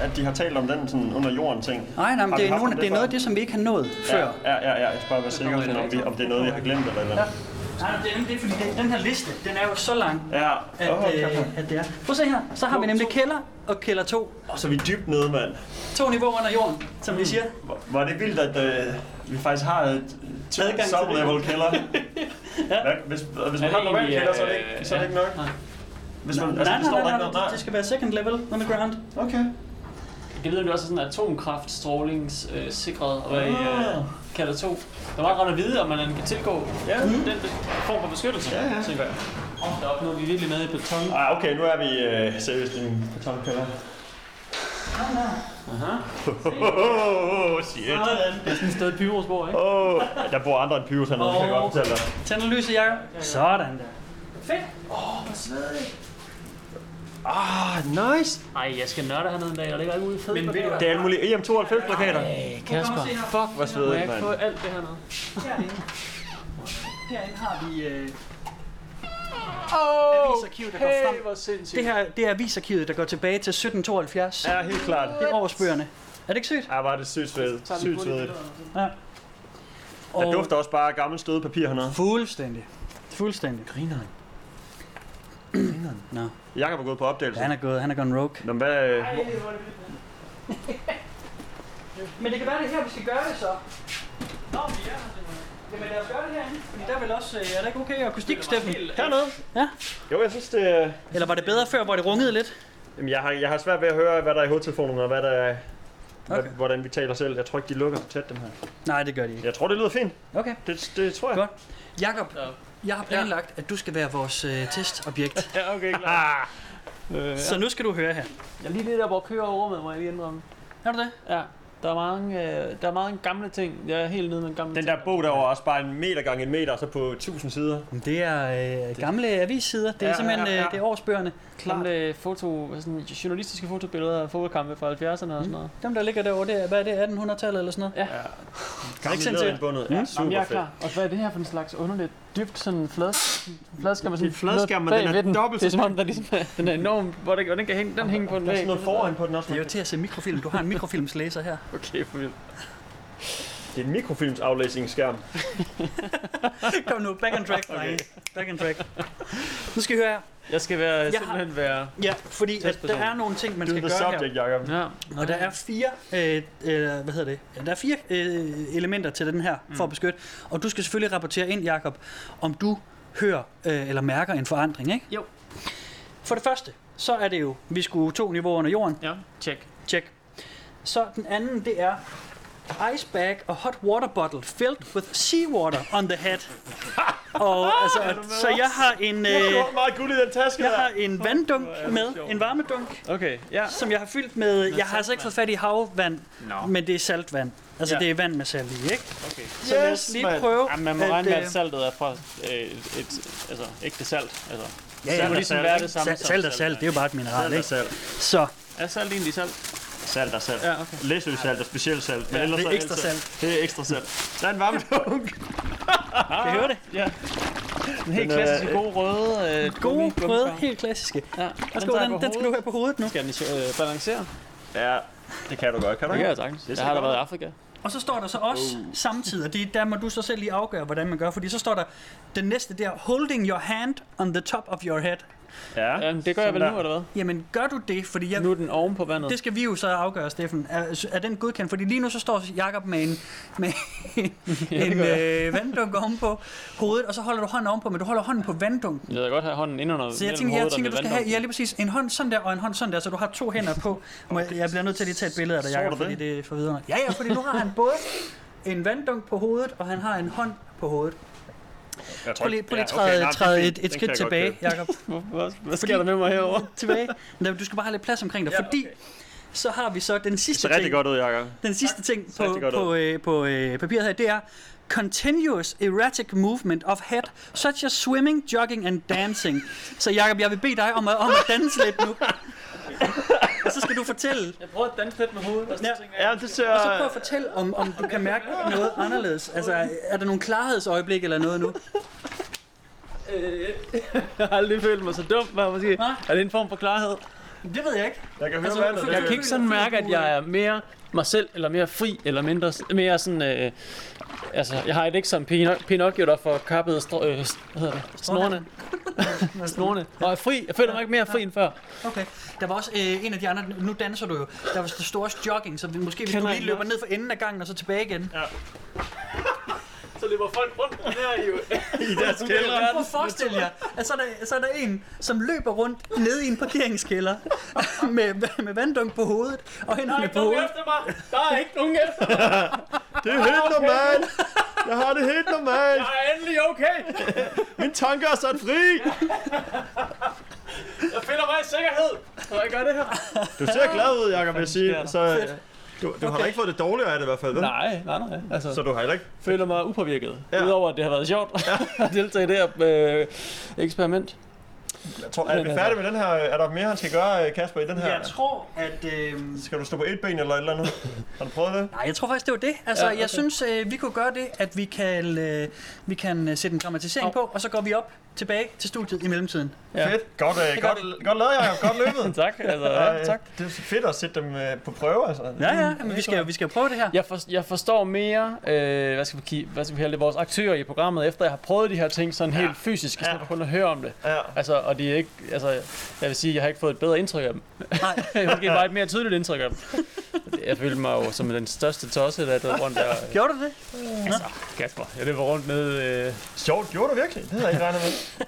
Speaker 7: at de har talt om den sådan under jorden ting.
Speaker 6: Nej, nej,
Speaker 7: Har
Speaker 6: men
Speaker 7: vi
Speaker 6: det er,
Speaker 7: haft
Speaker 6: nogle,
Speaker 7: den
Speaker 6: det er
Speaker 7: før?
Speaker 6: noget af det, som vi ikke har nået
Speaker 7: Ja,
Speaker 6: før.
Speaker 7: Ja, ja, ja. Jeg skal bare være sikker, sådan, om, vi, om det er noget, jeg har glemt eller eller andet.
Speaker 6: Nej, men det er nemlig det, fordi det, den her liste, den er jo så lang,
Speaker 7: Ja.
Speaker 6: at,
Speaker 7: Åh, kæft.
Speaker 6: øh, at det er. Prøv at se her, så har vi nemlig kælder og kælder 2.
Speaker 7: Og så er vi dybt nede, mand.
Speaker 6: To niveauer under jorden, som
Speaker 7: Hmm.
Speaker 6: vi siger.
Speaker 7: Hvor- Hvor er det vildt, at øh, vi faktisk har et
Speaker 6: Adgang til
Speaker 7: sub-level
Speaker 6: det.
Speaker 7: kælder. Hvad, hvis, hvis man
Speaker 12: det
Speaker 7: har en normal
Speaker 12: egentlig,
Speaker 7: kælder, så er det
Speaker 12: øh,
Speaker 7: ikke, så er det ikke nok. Hvis man,
Speaker 6: Nej,
Speaker 7: altså,
Speaker 6: nej,
Speaker 7: det står der
Speaker 6: nej, nej,
Speaker 7: ikke
Speaker 6: nej,
Speaker 7: noget. Nej.
Speaker 6: det skal være second level underground.
Speaker 7: Okay.
Speaker 8: Det lyder jo også sådan atomkraftstrålingssikret øh, sikret at være i
Speaker 7: Ah.
Speaker 8: øh, kalder 2. Det er meget rart at vide, om man kan tilgå ja. den form for beskyttelse, ja, ja. tænker jeg. Oh, der opnår vi virkelig nede i beton.
Speaker 7: Ej, okay, nu er vi øh, seriøst i en betonkælder.
Speaker 8: Aha.
Speaker 7: Oh, shit.
Speaker 8: Det er sådan et sted i Pyros bor, ikke?
Speaker 7: Oh, der bor andre end Pyrus hernede, kan jeg godt fortælle dig.
Speaker 6: Tænd og lyset, Jacob. Sådan der. Fedt.
Speaker 8: Åh, oh, hvor svedigt.
Speaker 7: Ah, nice.
Speaker 8: Ej, jeg skal nørde hernede en dag, og det er ikke ude i fedt. Men
Speaker 7: Det er alle mulige E EM92-plakater.
Speaker 8: Ej, Kasper.
Speaker 7: Fuck, hvor
Speaker 8: Må jeg
Speaker 7: svedigt,
Speaker 8: ikke
Speaker 7: mand.
Speaker 8: få alt det hernede?
Speaker 6: Herinde. Herinde har vi øh,
Speaker 8: Åh,
Speaker 6: avisarkivet, der går frem.
Speaker 8: hvor sindssygt.
Speaker 6: det her det er avisarkivet, der går tilbage til 1772.
Speaker 7: Ja, helt klart.
Speaker 6: Det er årsbøgerne. Er det ikke sygt?
Speaker 7: Ja, var det sygt svedigt. Sygt svedigt.
Speaker 6: Ja.
Speaker 7: Der dufter også bare gammelt støde papir hernede.
Speaker 6: Fuldstændig. Fuldstændig. Grineren. Nå.
Speaker 7: Jakob er gået på opdagelse.
Speaker 6: Han er gået, han er gået rogue.
Speaker 7: Nå, men hvad... øh, hvor-
Speaker 6: Men det kan være, det er her, vi skal gøre det så. Nå, vi er Jamen lad os gøre det herinde, fordi der vil også, øh, er det ikke okay akustik, Steffen?
Speaker 7: Hernede?
Speaker 6: Ja.
Speaker 7: Jo, jeg synes, det... øh,
Speaker 6: Eller var det bedre før, hvor det rungede lidt?
Speaker 7: Jamen, jeg har, jeg har svært ved at høre, hvad der er i hovedtelefonerne, og hvad der er... Okay.
Speaker 6: Okay.
Speaker 7: Hvordan vi taler selv. Jeg tror ikke, de lukker for tæt, dem her.
Speaker 6: Nej, det gør de ikke.
Speaker 7: Jeg tror, det lyder fint.
Speaker 6: Okay.
Speaker 7: Det, det tror jeg.
Speaker 6: Godt. Jakob, jeg har planlagt, at du skal være vores øh, testobjekt.
Speaker 8: Ja, okay, klar. øh,
Speaker 6: Så nu skal du høre her.
Speaker 8: Jeg er lige lidt der, hvor kører over rummet, må jeg lige indrømme.
Speaker 6: Er du det?
Speaker 8: Ja, der er mange, øh, der er mange gamle ting. Jeg er helt nede med gamle
Speaker 7: Den
Speaker 8: ting.
Speaker 7: der bog derovre er også bare en meter gange en meter, og så på 1000 sider.
Speaker 6: Det er øh, gamle avissider. Det er
Speaker 8: Ja,
Speaker 6: simpelthen
Speaker 8: ja, ja.
Speaker 6: øh, det er årsbøgerne.
Speaker 8: Gamle foto, sådan journalistiske fotobilleder af fodboldkampe fra 70'erne og sådan noget.
Speaker 6: Dem, der ligger derovre, det er, hvad er det, 1800-tallet eller sådan noget?
Speaker 8: Mm. Ja.
Speaker 7: Kan ikke
Speaker 6: sende til?
Speaker 7: til? Ja, super
Speaker 8: Jamen, jeg er
Speaker 7: fedt.
Speaker 8: klar. Og hvad er det her for en slags underligt dybt sådan flad, fladskærm? med sådan
Speaker 7: Det er fladskærm, men
Speaker 8: noget
Speaker 7: den er
Speaker 8: bagved
Speaker 7: dobbelt så
Speaker 8: Det er som om, der ligesom, er- den er enorm. Hvor den, hvordan kan hænge, den hænge på en
Speaker 7: Der er sådan
Speaker 8: væg?
Speaker 7: noget foran på den også.
Speaker 6: Det er jo
Speaker 7: mand.
Speaker 6: til at se mikrofilm. Du har en mikrofilmslæser her.
Speaker 8: Okay, for vildt.
Speaker 7: Det er en mikrofilmsaflæsningsskærm.
Speaker 6: Kom nu, back on track, okay. Back on track. Nu skal I høre her.
Speaker 8: Jeg skal være,
Speaker 6: Jeg har-
Speaker 8: simpelthen være...
Speaker 6: Ja, fordi at der
Speaker 8: Testperson.
Speaker 6: er nogle ting, man
Speaker 7: Du er
Speaker 6: skal
Speaker 7: the
Speaker 6: gøre her.
Speaker 7: subject, Jacob.
Speaker 8: Ja.
Speaker 6: Og der er fire, øh, øh, hvad hedder det? Ja, Der er fire øh, elementer til den her
Speaker 8: Mm.
Speaker 6: for at beskytte. Og du skal selvfølgelig rapportere ind, Jakob, om du hører øh, eller mærker en forandring, ikke?
Speaker 8: Jo.
Speaker 6: For det første, så er det jo, vi skulle to niveauer under jorden.
Speaker 8: Ja, tjek.
Speaker 6: Check. Så den anden, det er ice bag og hot water bottle filled with seawater on the head. og altså, så jeg har en, øh,
Speaker 7: Det var meget guld i den taske
Speaker 6: jeg
Speaker 7: der.
Speaker 6: har en vanddunk med, en varmedunk
Speaker 8: Okay, ja.
Speaker 6: som jeg har fyldt med... Jeg har altså ikke fået fat i havvand,
Speaker 8: Nå.
Speaker 6: men det er saltvand. Altså,
Speaker 8: Ja.
Speaker 6: det er vand med salt i, ikke?
Speaker 8: Okay.
Speaker 6: Så lad os lige prøve...
Speaker 8: Ja, man må
Speaker 6: at,
Speaker 8: regne med, at
Speaker 6: øh,
Speaker 8: saltet er fra øh, et, et, altså, ægte salt. Altså,
Speaker 6: Ja, ja,
Speaker 8: det må
Speaker 6: ja.
Speaker 8: ligesom
Speaker 6: salt,
Speaker 8: være
Speaker 6: ikke?
Speaker 8: det samme
Speaker 6: Salt,
Speaker 8: som
Speaker 6: salt er
Speaker 8: salt,
Speaker 6: salt, det er jo bare et mineral,
Speaker 7: Salt er
Speaker 6: ikke?
Speaker 7: salt.
Speaker 6: Så,
Speaker 8: er salt egentlig salt?
Speaker 7: Salt er salt.
Speaker 8: Ja, okay.
Speaker 7: Læsøsalt er specielt salt. Men ellers
Speaker 6: det er
Speaker 7: så
Speaker 6: ekstra
Speaker 7: alt Det er ekstra salt. Der er en varmedunk.
Speaker 8: Ah,
Speaker 6: kan I høre det?
Speaker 8: Ja. Den helt klassiske gode røde. Øh,
Speaker 6: Gode røde, helt
Speaker 8: klassiske. Ja,
Speaker 6: Værsgo,
Speaker 8: tager jeg
Speaker 6: den-
Speaker 8: på
Speaker 6: den skal du
Speaker 8: hovedet.
Speaker 6: have på hovedet nu.
Speaker 8: Skal den øh, balancere?
Speaker 7: Ja, det kan du godt, kan du
Speaker 8: Det
Speaker 7: ikke?
Speaker 8: kan jeg sagtens.
Speaker 7: Det
Speaker 8: Jeg
Speaker 7: skal
Speaker 8: har da
Speaker 7: du
Speaker 8: været i
Speaker 7: godt.
Speaker 8: Afrika.
Speaker 6: Og så står der så også uh. samtidig, og det, der må du så selv lige afgøre, hvordan man gør, fordi så står der den næste der, holding your hand on the top of your head.
Speaker 7: Ja,
Speaker 8: Jamen, det gør jeg vel nu, eller hvad?
Speaker 6: Jamen, gør du det? Fordi jeg,
Speaker 8: nu er den oven på vandet.
Speaker 6: Det skal vi jo så afgøre, Steffen. Er, er den godkendt? Fordi lige nu så står Jakob med en, med
Speaker 8: Ja, det
Speaker 6: en
Speaker 8: gør
Speaker 6: øh, vanddunk oven på hovedet, og så holder du hånden ovenpå, men du holder hånden på vanddunken.
Speaker 8: Jeg vil godt have hånden ind under
Speaker 6: Så jeg
Speaker 8: mellem
Speaker 6: tænker, jeg
Speaker 8: hovedet og
Speaker 6: tænker, du
Speaker 8: mellem
Speaker 6: skal have ja,
Speaker 8: vanddunken.
Speaker 6: lige præcis en hånd sådan der, og en hånd sådan der, så du har to hænder på. Må jeg, jeg bliver nødt til at lige tage et billede af dig,
Speaker 8: Så
Speaker 6: Jacob,
Speaker 8: du
Speaker 6: fordi det er forvidrende. Ja, ja, fordi nu har han både en vanddunk på hovedet, og han har en hånd på hovedet.
Speaker 7: Jeg
Speaker 6: Prøv lige, prøv lige træde, træde et, et skridt tilbage, Jakob.
Speaker 8: Hvad sker der med mig herovre?
Speaker 6: tilbage. Men Du skal bare have lidt plads omkring dig, fordi så har vi så den
Speaker 7: Det ser
Speaker 6: sidste
Speaker 7: rigtig
Speaker 6: ting.
Speaker 7: godt ud, Jakob.
Speaker 6: Den sidste ting
Speaker 7: ser
Speaker 6: på,
Speaker 7: rigtig godt ud.
Speaker 6: på, øh, på øh, papiret her, det er Continuous erratic movement of head, such as swimming, jogging and dancing. Så Jacob, jeg vil bede dig om at, om at danse lidt nu. og så skal du fortælle.
Speaker 8: Jeg prøver at danse lidt med hovedet. Og så tænker
Speaker 7: jeg, ja, det ser...
Speaker 6: Og så prøv at fortælle, om, om du kan mærke noget anderledes. Altså, er der nogle klarhedsøjeblik eller noget nu?
Speaker 8: Øh, jeg har aldrig følt mig så dum, var jeg måske. Er det en form for klarhed?
Speaker 6: Det ved jeg ikke.
Speaker 7: Jeg kan høre
Speaker 8: Altså,
Speaker 7: vandet.
Speaker 8: jeg kan ikke sådan mærke, at jeg er mere mig selv, eller mere fri, eller mindre, mere sådan, øh, altså, jeg har et ikke som Pinocchio, Pinocchio, der får kappet stro, øh, hvad hedder det, snorene, snorene, og er fri, jeg føler mig ikke mere fri end før.
Speaker 6: Okay. Der var også øh, en af de andre, nu danser du jo, der var så stor også jogging, så vi, måske hvis du
Speaker 8: Kender
Speaker 6: lige
Speaker 8: en
Speaker 6: løber
Speaker 8: også.
Speaker 6: ned for enden af gangen og så tilbage igen.
Speaker 7: Ja.
Speaker 8: Så løber folk rundt der i, i
Speaker 6: Du kan godt prøve at forestille jer, at så er, der, så er der en, som løber rundt nede i en parkeringskælder med, med vanddunk på hovedet og hænderne på hovedet.
Speaker 8: mig, der er ikke nogen efter mig,
Speaker 7: Det er helt normalt. Jeg har det helt normalt.
Speaker 8: er endelig okay,
Speaker 7: Mine tanker er sat fri.
Speaker 8: jeg finder mig i sikkerhed, når jeg gør det her.
Speaker 7: Du ser glad ud, Jacob, vil jeg sige. Så, øh, du, du har da
Speaker 8: Okay.
Speaker 7: ikke fået det dårligere af det i hvert fald, vel?
Speaker 8: Nej, nej, nej. Altså,
Speaker 7: Så du har heller ikke...
Speaker 8: føler mig upåvirket, ja. udover at det har været sjovt at deltage i det her øh, eksperiment.
Speaker 7: Jeg tror, er vi færdige med den her? Er der mere, han skal gøre, øh, Kasper, i den her?
Speaker 6: Jeg tror, at... Øh...
Speaker 7: Skal du stå på et ben eller et eller andet? Har du prøvet det?
Speaker 6: Nej, jeg tror faktisk, det var det. Altså,
Speaker 7: Ja, okay.
Speaker 6: ja, okay. jeg synes, øh, vi kunne gøre det, at vi kan, øh, vi kan øh, sætte en dramatisering oh. på, og så går vi op tilbage til studiet i mellemtiden.
Speaker 7: Ja. Fedt. Godt, øh,
Speaker 6: Det gør
Speaker 7: godt, godt, godt lavet, Jacob. Godt løbet.
Speaker 8: tak. altså, ja, tak.
Speaker 7: Det er fedt at sætte dem øh, på prøve, altså.
Speaker 6: Ja, ja, men vi skal, vi skal prøve det her.
Speaker 8: Jeg, for, jeg forstår mere, øh, hvad skal vi, ki- hvad skal vi kalde det, vores aktører i programmet, efter jeg har prøvet de her ting sådan ja. helt fysisk, i stedet for kun at høre om det.
Speaker 7: Ja.
Speaker 8: Altså, og det er ikke, altså, jeg vil sige, jeg har ikke fået et bedre indtryk af dem. Nej. Måske bare et mere tydeligt indtryk af dem. Jeg følte mig jo som den største tosse, der er rundt der.
Speaker 6: Gjorde du det?
Speaker 8: Altså, Kasper, jeg løber rundt med... Øh...
Speaker 7: Sjovt, gjorde du virkelig? Det havde jeg ikke regnet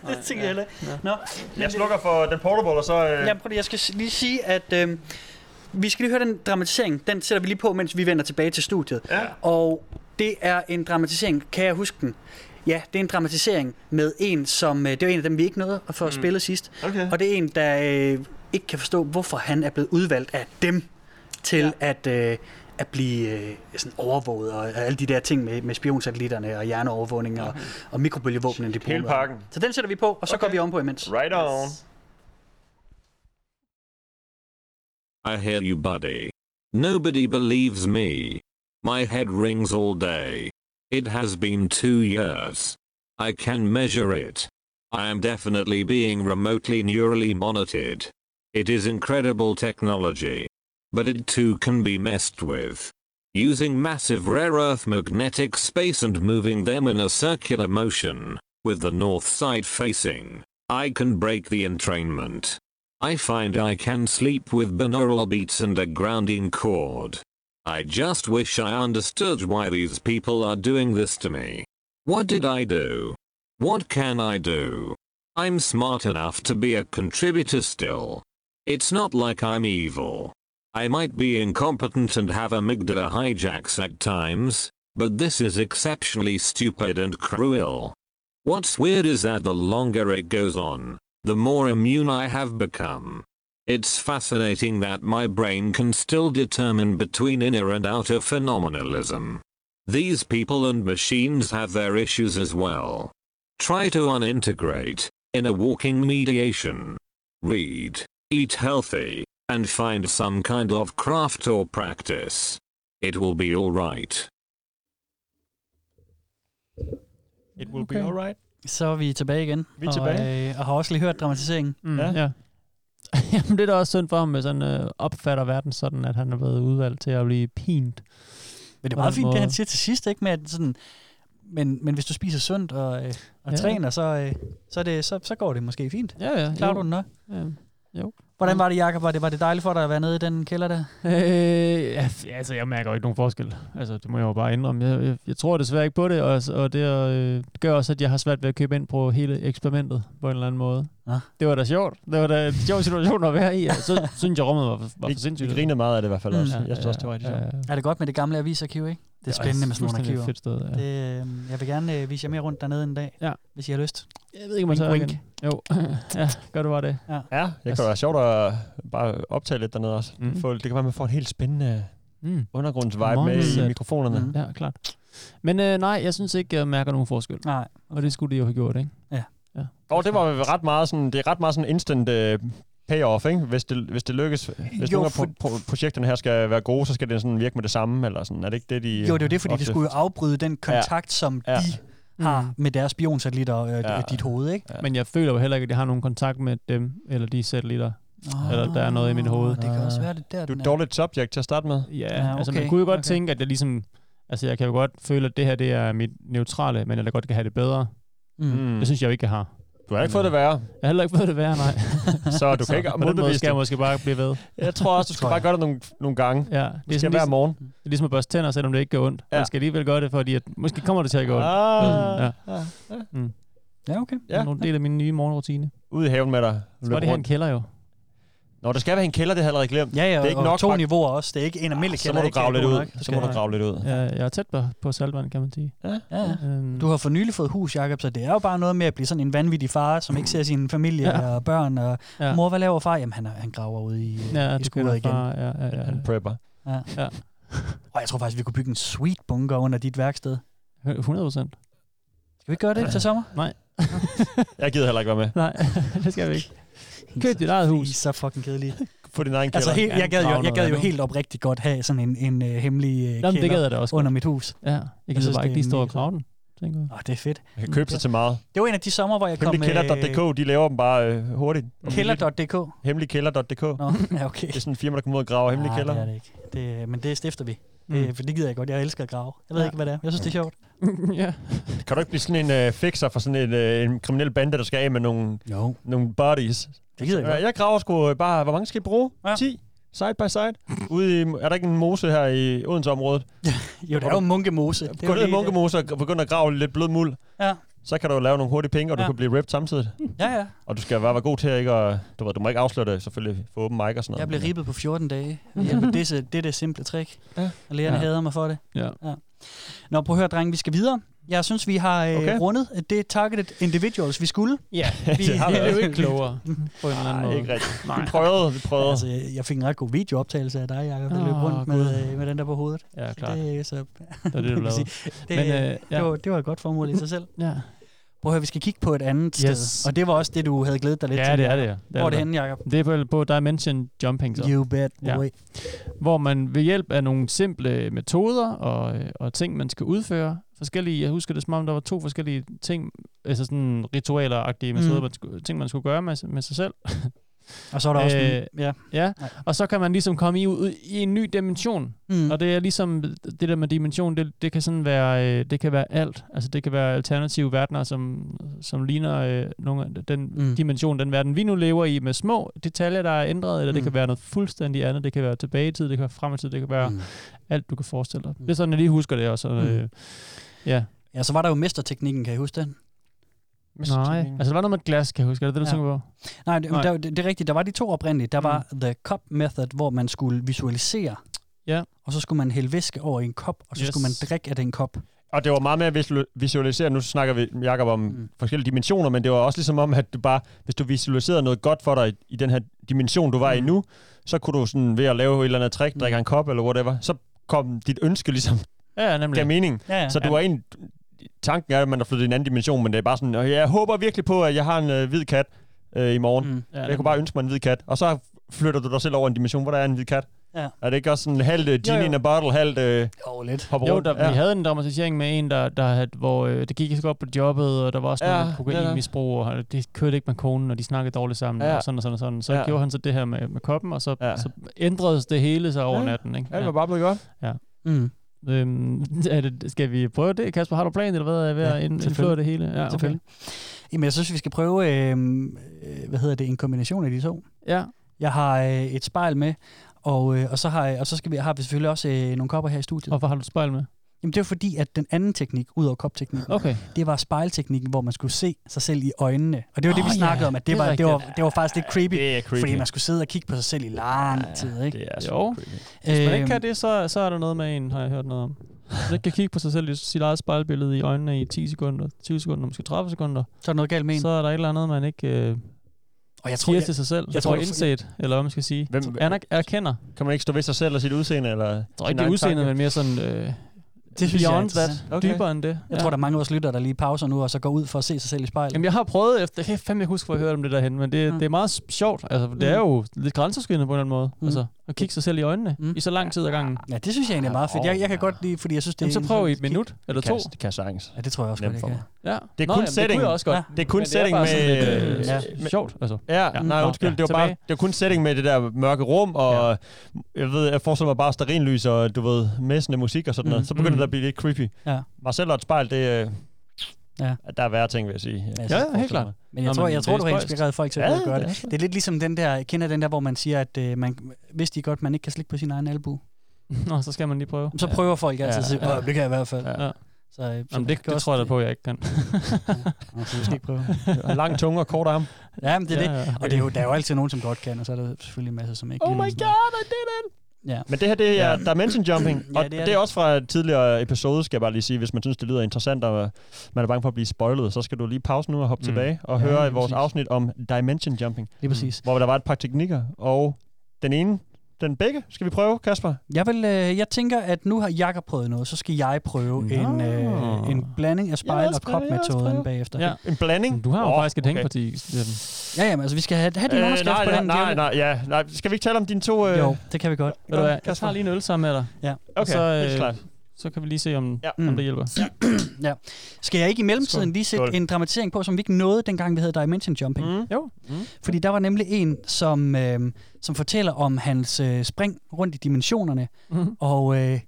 Speaker 7: med.
Speaker 6: det tænker jeg heller ikke. Nå,
Speaker 7: Jeg slukker for den portable, og så... Øh,
Speaker 6: Ja, prøv lige, jeg skal s- lige sige, at øh, vi skal lige høre den dramatisering. Den sætter vi lige på, mens vi vender tilbage til studiet.
Speaker 7: Ja.
Speaker 6: Og det er en dramatisering, kan jeg huske den? Ja, det er en dramatisering med en, som... øh, Det var en af dem, vi ikke nåede at få mm. spillet sidst.
Speaker 7: Okay.
Speaker 6: Og det er en, der øh, ikke kan forstå, hvorfor han er blevet udvalgt af dem til ja. at... Øh, at blive øh, sådan overvåget og alle de der ting med, med spionsatellitterne og hjerneovervågning og, og mikrobølgevåbnene. de
Speaker 7: Mm. Hele
Speaker 6: bruger.
Speaker 7: pakken.
Speaker 6: Så den sætter vi på, og så okay. går vi om på imens.
Speaker 7: Right on.
Speaker 13: I hear you, buddy. Nobody believes me. My head rings all day. It has been two years. I can measure it. I am definitely being remotely neurally monitored. It is incredible technology. But it too can be messed with. Using massive rare earth magnetic space and moving them in a circular motion, with the north side facing, I can break the entrainment. I find I can sleep with binaural beats and a grounding chord. I just wish I understood why these people are doing this to me. What did I do? What can I do? I'm smart enough to be a contributor still. It's not like I'm evil. I might be incompetent and have amygdala hijacks at times, but this is exceptionally stupid and cruel. What's weird is that the longer it goes on, the more immune I have become. It's fascinating that my brain can still determine between inner and outer phenomenalism. These people and machines have their issues as well. Try to unintegrate, in a walking mediation. Read, eat healthy, and find some kind of craft or practice. It will be alright.
Speaker 7: It
Speaker 14: will be Okay. alright.
Speaker 6: Så er vi tilbage igen.
Speaker 8: Vi er tilbage.
Speaker 6: Og, øh, og har også lige hørt dramatiseringen.
Speaker 8: Mm, ja. ja. Jamen, det er da også synd for ham, hvis han øh, opfatter verden sådan, at han er blevet udvalgt til at blive pint.
Speaker 6: Men det er meget fint, det han siger til sidst, ikke? Med at sådan, men, men hvis du spiser sundt og, øh, og
Speaker 8: Ja.
Speaker 6: ja. træner, så, øh, så, er det, så, så går det måske fint.
Speaker 8: Ja, ja.
Speaker 6: Klarer
Speaker 8: jo.
Speaker 6: du den nok?
Speaker 8: Ja. Jo.
Speaker 6: Hvordan var det, Jacob? Var det, var det dejligt for dig at være nede i den kælder der?
Speaker 8: Øh, ja, f- altså, jeg mærker jo ikke nogen forskel. Altså, det må jeg jo bare indrømme. Jeg, jeg, jeg tror desværre ikke på det, og, og det øh, gør også, at jeg har svært ved at købe ind på hele eksperimentet på en eller anden måde.
Speaker 6: Ja.
Speaker 8: Det var da sjovt. Det var da en sjov situation at være i. og Så synes jeg, rummet var, for- var
Speaker 7: Vi-
Speaker 8: for sindssygt.
Speaker 7: vi grinede meget af det i hvert fald også.
Speaker 8: Mm.
Speaker 7: Jeg synes også, det var rigtig sjovt.
Speaker 6: Er det godt med det gamle avisarkiv, ikke? Det er
Speaker 8: Det er
Speaker 6: spændende med sådan nogle arkiver.
Speaker 8: fuldstændig fedt sted, ja.
Speaker 6: det, øh, jeg vil gerne øh, vise jer mere rundt dernede en dag,
Speaker 8: ja.
Speaker 6: hvis I har lyst.
Speaker 8: Jeg ved ikke, om man tager igen. Jo, ja, gør du bare det.
Speaker 6: Ja,
Speaker 7: Ja, det kan altså, være sjovt at bare optage lidt dernede også.
Speaker 8: Mm.
Speaker 7: Mm. Få, det kan være, at man får en helt spændende
Speaker 8: Mm.
Speaker 7: mm. undergrundsvibe med
Speaker 8: Mindset.
Speaker 7: i mikrofonerne.
Speaker 8: Mm. Ja, klart. Men øh, nej, jeg synes ikke, jeg mærker nogen forskel.
Speaker 6: Nej.
Speaker 8: Og det skulle de jo have gjort, ikke?
Speaker 6: Ja.
Speaker 8: ja.
Speaker 7: Og det var ret meget sådan, det er ret meget sådan instant øh, payoff, ikke? Hvis det, hvis det lykkes. Hvis
Speaker 6: Jo,
Speaker 7: jo, nogle af
Speaker 6: for-
Speaker 7: pro- pro- projekterne her skal være gode, så skal det sådan virke med det samme, eller sådan. Er det ikke det, de... øh,
Speaker 6: Jo, det er jo det, fordi
Speaker 7: ofte-
Speaker 6: det skulle jo afbryde den kontakt, ja. som de
Speaker 7: Ja.
Speaker 6: har med deres spionsatellitter og øh, ja. dit hoved, ikke?
Speaker 8: Men jeg føler jo heller ikke, at jeg har nogen kontakt med dem, eller de satellitter.
Speaker 6: Åh,
Speaker 8: eller der er noget i mit hoved.
Speaker 6: det kan også være, det er der,
Speaker 7: Du er
Speaker 6: den
Speaker 7: et
Speaker 6: er.
Speaker 7: dårligt subject til at starte med.
Speaker 8: Ja, ja okay. altså man kunne jo godt okay. tænke, at jeg ligesom... Altså jeg kan jo godt føle, at det her det er mit neutrale, men jeg da godt kan have det bedre.
Speaker 7: Mm.
Speaker 8: Det synes jeg jo ikke, jeg har.
Speaker 7: Du har ikke fået det værre. Jeg
Speaker 8: har heller ikke fået det værre, nej.
Speaker 7: Så du kan ikke
Speaker 8: på den måde
Speaker 7: modbevise
Speaker 8: skal jeg
Speaker 7: det.
Speaker 8: måske bare blive ved.
Speaker 7: Jeg tror også, du skal bare gøre det nogle, nogle gange.
Speaker 8: Ja, det
Speaker 7: det skal hver
Speaker 8: ligesom-
Speaker 7: morgen.
Speaker 8: Det er ligesom at børste tænder, selvom det ikke gør ondt. Ja.
Speaker 7: Ja.
Speaker 8: Man skal alligevel gøre det, fordi at, måske kommer det til at gøre ondt.
Speaker 7: Ah, ja, ja.
Speaker 8: Mm.
Speaker 6: Ja, okay.
Speaker 8: Ja. Det er nogle del af min nye morgenrutine.
Speaker 7: Ud i haven med dig.
Speaker 8: Så var det her en kælder jo.
Speaker 7: Nå, det skal være en kælder, det har jeg allerede glemt.
Speaker 6: Ja, ja,
Speaker 7: det er ikke
Speaker 6: og
Speaker 7: nok
Speaker 6: to
Speaker 7: bare-
Speaker 6: niveauer også. Det er ikke en almindelig
Speaker 7: Ah,
Speaker 6: kælder,
Speaker 7: Så må
Speaker 6: ikke?
Speaker 7: du grave
Speaker 6: Det
Speaker 7: lidt
Speaker 6: er
Speaker 7: ud.
Speaker 6: god nok.
Speaker 7: Så må du grave lidt ud.
Speaker 8: Ja, jeg er tæt på, på saltvand, kan man sige.
Speaker 7: Ja,
Speaker 6: ja.
Speaker 8: Øhm,
Speaker 6: Du har for nylig fået hus, Jacob, så det er jo bare noget med at blive sådan en vanvittig far, som ikke ser sin familie
Speaker 8: Ja.
Speaker 6: ja. og børn. Og
Speaker 8: Ja.
Speaker 6: ja. Mor, hvad laver far? Jamen, han, er, han graver ude i,
Speaker 8: Ja,
Speaker 6: ja, i
Speaker 8: det
Speaker 6: skulderen
Speaker 8: kender
Speaker 6: igen.
Speaker 8: far, ja, ja, ja. Han
Speaker 7: prepper.
Speaker 6: Ja.
Speaker 8: ja.
Speaker 6: Og jeg tror faktisk, vi kunne bygge en sweet bunker under dit værksted.
Speaker 8: 100 procent.
Speaker 6: Skal vi ikke gøre det til sommer?
Speaker 8: Nej.
Speaker 7: Jeg gider heller ikke være med.
Speaker 8: Nej, det skal vi ikke. Køb dit eget hus. I er
Speaker 6: så fucking kedelige.
Speaker 7: Få din egen kælder.
Speaker 6: Altså, helt, jeg, gad jo, jeg gad jo helt oprigtigt godt have sådan en, en uh, hemmelig uh,
Speaker 8: Jamen,
Speaker 6: kælder
Speaker 8: det gad jeg da også
Speaker 6: under
Speaker 8: godt.
Speaker 6: mit hus.
Speaker 8: Ja, jeg gider bare ikke lige stå og grave den. tænker jeg.
Speaker 6: Åh, det er fedt.
Speaker 7: Jeg kan købe sig til meget.
Speaker 6: Det var en af de sommer, hvor jeg kom
Speaker 7: Hemmelig kælder.dk, de laver dem bare øh, hurtigt.
Speaker 6: Kælder.dk?
Speaker 7: Hemmelig kælder.dk.
Speaker 6: Nå, ja, okay. Det
Speaker 7: er sådan en firma, der kommer ud og graver hemmelig
Speaker 6: Nej,
Speaker 7: kælder.
Speaker 6: det er det ikke. Det, øh, men det stifter vi.
Speaker 7: Mm.
Speaker 6: Det, for det gider jeg godt. Jeg elsker at grave. Jeg ved
Speaker 7: Ja.
Speaker 6: ikke, hvad det er. Jeg synes, det er sjovt.
Speaker 8: ja.
Speaker 7: Kan du ikke blive sådan en øh, fixer for sådan en, øh, en kriminel bande, der skal af med nogle,
Speaker 6: no.
Speaker 7: nogle bodies?
Speaker 6: Det gider jeg godt.
Speaker 7: Øh, Jeg graver sgu øh, bare, hvor mange skal I bruge? Ja. 10? Side by side? Ude i, er der ikke en mose her i Odense-området?
Speaker 6: Jo, det er jo munkemose. Det er
Speaker 7: Gå
Speaker 6: jo
Speaker 7: ned i
Speaker 6: lige-
Speaker 7: munkemose og begynde at grave lidt blød muld.
Speaker 6: Ja.
Speaker 7: Så kan du lave nogle hurtige penge, og du
Speaker 6: Ja.
Speaker 7: kan blive ripped samtidig.
Speaker 6: Ja, ja.
Speaker 7: Og du skal bare være god til at ikke at, du, ved, du må ikke afsløre det selvfølgelig for åben mic og sådan noget.
Speaker 6: Jeg blev ribbet på 14 dage. Jamen, det, er det er det simple trick. Ja. Og lærerne
Speaker 7: Ja.
Speaker 6: ja. hader mig for det.
Speaker 8: Ja.
Speaker 6: ja. Nå, prøv at høre, drenge, vi skal videre. Jeg synes, vi har øh,
Speaker 8: Okay.
Speaker 6: okay. rundet det targeted individuals, vi skulle.
Speaker 8: Ja,
Speaker 6: vi,
Speaker 8: det har vi også. på en eller anden måde.
Speaker 7: ikke rigtigt. Vi prøvede, vi prøvede.
Speaker 6: Altså, jeg- jeg fik en ret god videooptagelse af dig, Jacob, der løb
Speaker 8: Åh,
Speaker 6: rundt med, øh, med den der på hovedet.
Speaker 8: Ja,
Speaker 6: Så
Speaker 8: klart.
Speaker 6: Det, øh, så,
Speaker 8: det, du
Speaker 6: man kan
Speaker 8: lavede.
Speaker 6: sige, Det,
Speaker 8: Men,
Speaker 6: Men,
Speaker 8: øh,
Speaker 6: øh,
Speaker 8: ja.
Speaker 6: det, var, det var et godt formål i sig selv.
Speaker 8: ja.
Speaker 6: Prøv at høre, vi skal kigge på et andet
Speaker 8: Yes.
Speaker 6: sted. Og det var også det, du havde glædet dig lidt
Speaker 8: Ja,
Speaker 6: til.
Speaker 8: det er det. ja. det
Speaker 6: Hvor er
Speaker 8: da.
Speaker 6: det henne, Jacob?
Speaker 8: Det er på, på Dimension Jumping. Så.
Speaker 6: You bet, boy.
Speaker 8: Hvor man ved hjælp af nogle simple metoder og, øh, og ting, man skal udføre, forskellige, jeg husker det som om, der var to forskellige ting, altså sådan ritualer-agtige metoder,
Speaker 6: Mm.
Speaker 8: man skulle, ting, man skulle gøre med, med sig selv.
Speaker 6: Og så er der
Speaker 8: Øh,
Speaker 6: også en- ja.
Speaker 8: ja. Og så kan man ligesom komme i, ud, i en ny dimension.
Speaker 6: Mm.
Speaker 8: Og det er ligesom, det der med dimension, det, det kan sådan være, øh, det kan være alt. Altså det kan være alternative verdener, som, som ligner øh, nogle, af den mm.
Speaker 6: Mm.
Speaker 8: dimension, den verden vi nu lever i, med små detaljer, der er ændret, eller mm. det
Speaker 6: Mm.
Speaker 8: kan være noget fuldstændig andet. Det kan være tilbage i tid, det kan være frem i tid, det kan være mm. alt, du kan forestille dig. Det er sådan, jeg lige husker det også. Og, øh,
Speaker 6: Mm.
Speaker 8: ja.
Speaker 6: Ja, så var der jo mesterteknikken, kan I huske den?
Speaker 8: Nej, altså der var noget med et glas, kan jeg huske. Er det det, du ja.
Speaker 6: Ja.
Speaker 8: tænker på?
Speaker 6: Nej, det,
Speaker 8: Nej. Mm.
Speaker 6: Nej. Der, det, det er rigtigt. Der var de to oprindeligt. Der var The Cup Method, hvor man skulle visualisere,
Speaker 8: Ja.
Speaker 6: og så skulle man hælde væske over i en kop, og så
Speaker 7: Yes.
Speaker 6: yes. skulle man drikke af den kop.
Speaker 7: Og det var meget mere at visu- visualisere. Nu snakker vi, Jacob, om mm. forskellige dimensioner, men det var også ligesom om, at du bare, hvis du visualiserede noget godt for dig i, i den her dimension, du var mm. i nu, så kunne du sådan ved at lave et eller andet trick, drikke en kop eller whatever, så kom dit ønske ligesom,
Speaker 8: Mm. Ja, nemlig.
Speaker 7: gav mening.
Speaker 8: Ja, ja.
Speaker 7: Så du
Speaker 8: Ja.
Speaker 7: var en, tanken er, at man er flyttet i en anden dimension, men det er bare sådan, "Og jeg håber virkelig på, at jeg har en øh, hvid kat øh, i morgen. Mm.
Speaker 8: Ja,
Speaker 7: Ja, jeg
Speaker 8: nemlig.
Speaker 7: kunne bare ønske mig en hvid kat. Og så flytter du dig selv over i en dimension, hvor der er en hvid kat.
Speaker 6: Ja.
Speaker 7: Er det ikke også sådan halvt uh, genie
Speaker 8: Jo, jo.
Speaker 7: in a bottle, halvt uh,
Speaker 6: jo, lidt.
Speaker 7: hopper
Speaker 8: Jo,
Speaker 7: rundt?
Speaker 8: der, ja. vi havde en dramatisering med en, der, der havde, hvor øh, det gik ikke så godt på jobbet, og der var også
Speaker 7: Ja,
Speaker 8: ja, noget kokainmisbrug, og han- det kørte ikke med konen, og de snakkede dårligt sammen,
Speaker 7: Ja.
Speaker 8: ja. og sådan og sådan og sådan. Så
Speaker 7: Ja.
Speaker 8: ja. gjorde han så det her med, med koppen, og så, ja. så ændrede det hele sig over
Speaker 7: Ja.
Speaker 8: ja. natten. Ikke?
Speaker 7: Ja, det var bare blevet godt.
Speaker 8: Ja.
Speaker 6: Mm.
Speaker 8: Øhm, er det, skal vi prøve det, Kasper? Har du planen, eller hvad? Er ved ja, at ind- indføre det hele? Ja, okay.
Speaker 6: Selvfølgelig. Jamen, jeg synes, vi skal prøve, øh, øh, hvad hedder det, en kombination af de to.
Speaker 8: Ja.
Speaker 6: Jeg har øh, et spejl med, og, øh, og så, har, jeg- og så skal vi, har vi selvfølgelig også øh, nogle kopper her i studiet. Og
Speaker 8: hvorfor har du et spejl med?
Speaker 6: Jamen, det er fordi, at den anden teknik, ud over kopteknikken,
Speaker 8: Okay.
Speaker 6: det var spejlteknikken, hvor man skulle se sig selv i øjnene. Og det var oh, det, vi
Speaker 8: Åh,
Speaker 6: snakkede
Speaker 8: ja.
Speaker 6: om, at det, det,
Speaker 8: Det er
Speaker 6: var, det,
Speaker 8: rigtigt.
Speaker 6: var, det var faktisk lidt creepy,
Speaker 8: det er creepy.
Speaker 6: fordi man skulle sidde og kigge på sig selv i lang tid. Ikke? Det
Speaker 7: er
Speaker 8: Jo. Hvis man ikke kan det, så, så er der noget med en, har jeg hørt noget om. Øhm, Hvis man ikke kan kigge på sig selv i sit eget spejlbillede i øjnene i 10 sekunder, 20 sekunder, måske 30 sekunder.
Speaker 6: Så er der noget galt med en.
Speaker 8: Så er der et eller andet, man ikke øh,
Speaker 6: og jeg
Speaker 8: tror, siger til sig selv. Jeg tror, indset, eller hvad man skal sige.
Speaker 7: Hvem,
Speaker 8: Anak erkender.
Speaker 7: Kan man ikke stå ved sig selv og sit udseende? Eller jeg
Speaker 8: tror ikke, det er udseendet, men mere sådan... Øh, beyond that. Dybere end det.
Speaker 6: Jeg tror, der er mange af vores lyttere, der lige pauser nu, og så går ud for at se sig selv i spejlet.
Speaker 8: Jamen, jeg har prøvet efter, jeg kan fandme ikke huske, hvor jeg hørte om det derhen, men det, mm. det er meget s- sjovt. Altså, det er jo lidt grænseoverskridende på en eller anden måde.
Speaker 6: Mm.
Speaker 8: Mm. Altså, at kigge sig selv i øjnene mm. i så lang tid ad gangen.
Speaker 6: Ja, det synes jeg egentlig er meget fedt. Jeg, jeg kan godt lide, fordi jeg synes, det
Speaker 8: Jamen,
Speaker 6: er
Speaker 8: så
Speaker 6: en-
Speaker 8: prøv i et minut eller to.
Speaker 7: Det kan sagtens.
Speaker 6: Ja, det tror jeg også
Speaker 7: Nemt
Speaker 6: godt, jeg
Speaker 7: for
Speaker 6: kan.
Speaker 7: mig.
Speaker 8: Ja.
Speaker 7: Det er
Speaker 8: Nå,
Speaker 7: kun
Speaker 8: jamen, det
Speaker 7: setting.
Speaker 8: kunne jeg også godt.
Speaker 7: Det er kun
Speaker 8: Men det er
Speaker 7: setting
Speaker 8: bare
Speaker 7: med...
Speaker 8: sådan lidt, øh, ja. sjovt, altså.
Speaker 7: Ja, ja.
Speaker 8: Ja.
Speaker 7: nej,
Speaker 8: Nå,
Speaker 7: undskyld.
Speaker 8: ja,
Speaker 7: Det var, bare,
Speaker 8: tilbage.
Speaker 7: det var kun setting med det der mørke rum, og jeg ved, jeg forestiller mig bare sterinlys og, du ved, messende musik og sådan
Speaker 6: Mm.
Speaker 7: noget. Så begynder
Speaker 6: Mm.
Speaker 7: det at blive lidt creepy.
Speaker 6: Ja.
Speaker 7: Marcel og et spejl, det... øh,
Speaker 6: Ja.
Speaker 7: Der er værre ting, vil jeg sige. Jeg forestiller mig.
Speaker 6: Men jeg
Speaker 7: Nå,
Speaker 6: tror, jeg tror
Speaker 7: det
Speaker 6: du
Speaker 7: er
Speaker 6: har
Speaker 7: spøjst.
Speaker 6: inspireret folk til
Speaker 7: Ja,
Speaker 6: at gøre
Speaker 7: er
Speaker 6: det.
Speaker 7: spøjst.
Speaker 6: Det er lidt ligesom den der, kender den der, hvor man siger, at øh, man vidste de godt, man ikke kan slikke på sin egen albu.
Speaker 8: Nå, så skal man lige prøve.
Speaker 6: Så prøver folk altid at sige, "Åh, det kan jeg i hvert fald.
Speaker 8: Ja.
Speaker 6: Så, øh, så
Speaker 8: Jamen,
Speaker 6: man
Speaker 8: det,
Speaker 6: kan
Speaker 8: det
Speaker 6: også-
Speaker 8: tror jeg da på, jeg ikke kan.
Speaker 6: Nå, så du skal ikke prøve.
Speaker 7: Lang tunge og kort arm.
Speaker 6: Ja, men det er
Speaker 7: Ja,
Speaker 6: det.
Speaker 7: ja.
Speaker 6: Og det er jo, der er jo altid nogen, som godt kan, og så er der selvfølgelig en masse, som ikke
Speaker 8: Oh
Speaker 6: kan.
Speaker 8: my god, I did it!
Speaker 6: Ja.
Speaker 7: Men det her, det er
Speaker 6: Ja.
Speaker 7: ja. dimension jumping, og ja,
Speaker 6: det
Speaker 7: det,
Speaker 6: er
Speaker 7: er
Speaker 6: det.
Speaker 7: det er også fra et tidligere episode, skal jeg bare lige sige. Hvis man synes, det lyder interessant, og øh, man er bange for at blive spoilet, så skal du lige pause nu og hoppe mm.
Speaker 6: Mm.
Speaker 7: tilbage og
Speaker 6: Ja,
Speaker 7: ja, høre
Speaker 6: lige
Speaker 7: vores
Speaker 6: præcis.
Speaker 7: afsnit om dimension jumping.
Speaker 6: Lige præcis.
Speaker 7: Hvor der var et par teknikker, og den ene, den begge, skal vi prøve, Kasper?
Speaker 6: Jeg, vil, øh, jeg tænker, at nu har Jakob prøvet noget, så skal jeg prøve en, øh, en blanding
Speaker 7: Jeg
Speaker 6: af
Speaker 7: vil
Speaker 6: spejl
Speaker 7: også
Speaker 6: og
Speaker 7: prøve, jeg vil også
Speaker 6: kopmetoden
Speaker 7: prøve.
Speaker 6: bagefter.
Speaker 7: Ja. En blanding?
Speaker 8: Du har jo
Speaker 7: Åh,
Speaker 8: faktisk et
Speaker 7: okay.
Speaker 8: hængeparti.
Speaker 6: Ja, jamen, altså vi skal have, have din øh, underskrift
Speaker 7: nej,
Speaker 6: på den.
Speaker 7: nej, nej,
Speaker 6: Diana.
Speaker 7: nej, ja, nej. Skal vi ikke tale om dine to... Øh...
Speaker 6: Jo, det kan vi godt.
Speaker 8: Ved du hvad, jeg tager lige en øl sammen med dig.
Speaker 6: Ja. Mm.
Speaker 8: Og
Speaker 7: Okay,
Speaker 8: så,
Speaker 7: helt klart.
Speaker 8: Så kan vi lige se, om,
Speaker 7: ja.
Speaker 8: om det hjælper.
Speaker 6: Ja. Skal jeg ikke i mellemtiden lige sætte en dramatisering på, som vi ikke nåede, dengang vi havde Dimension Jumping?
Speaker 7: Mm.
Speaker 8: Jo.
Speaker 7: Mm.
Speaker 6: Fordi der var nemlig en, som, øh, som fortæller om hans øh, spring rundt i dimensionerne.
Speaker 7: Mm.
Speaker 8: Mhm.
Speaker 6: Og, øh,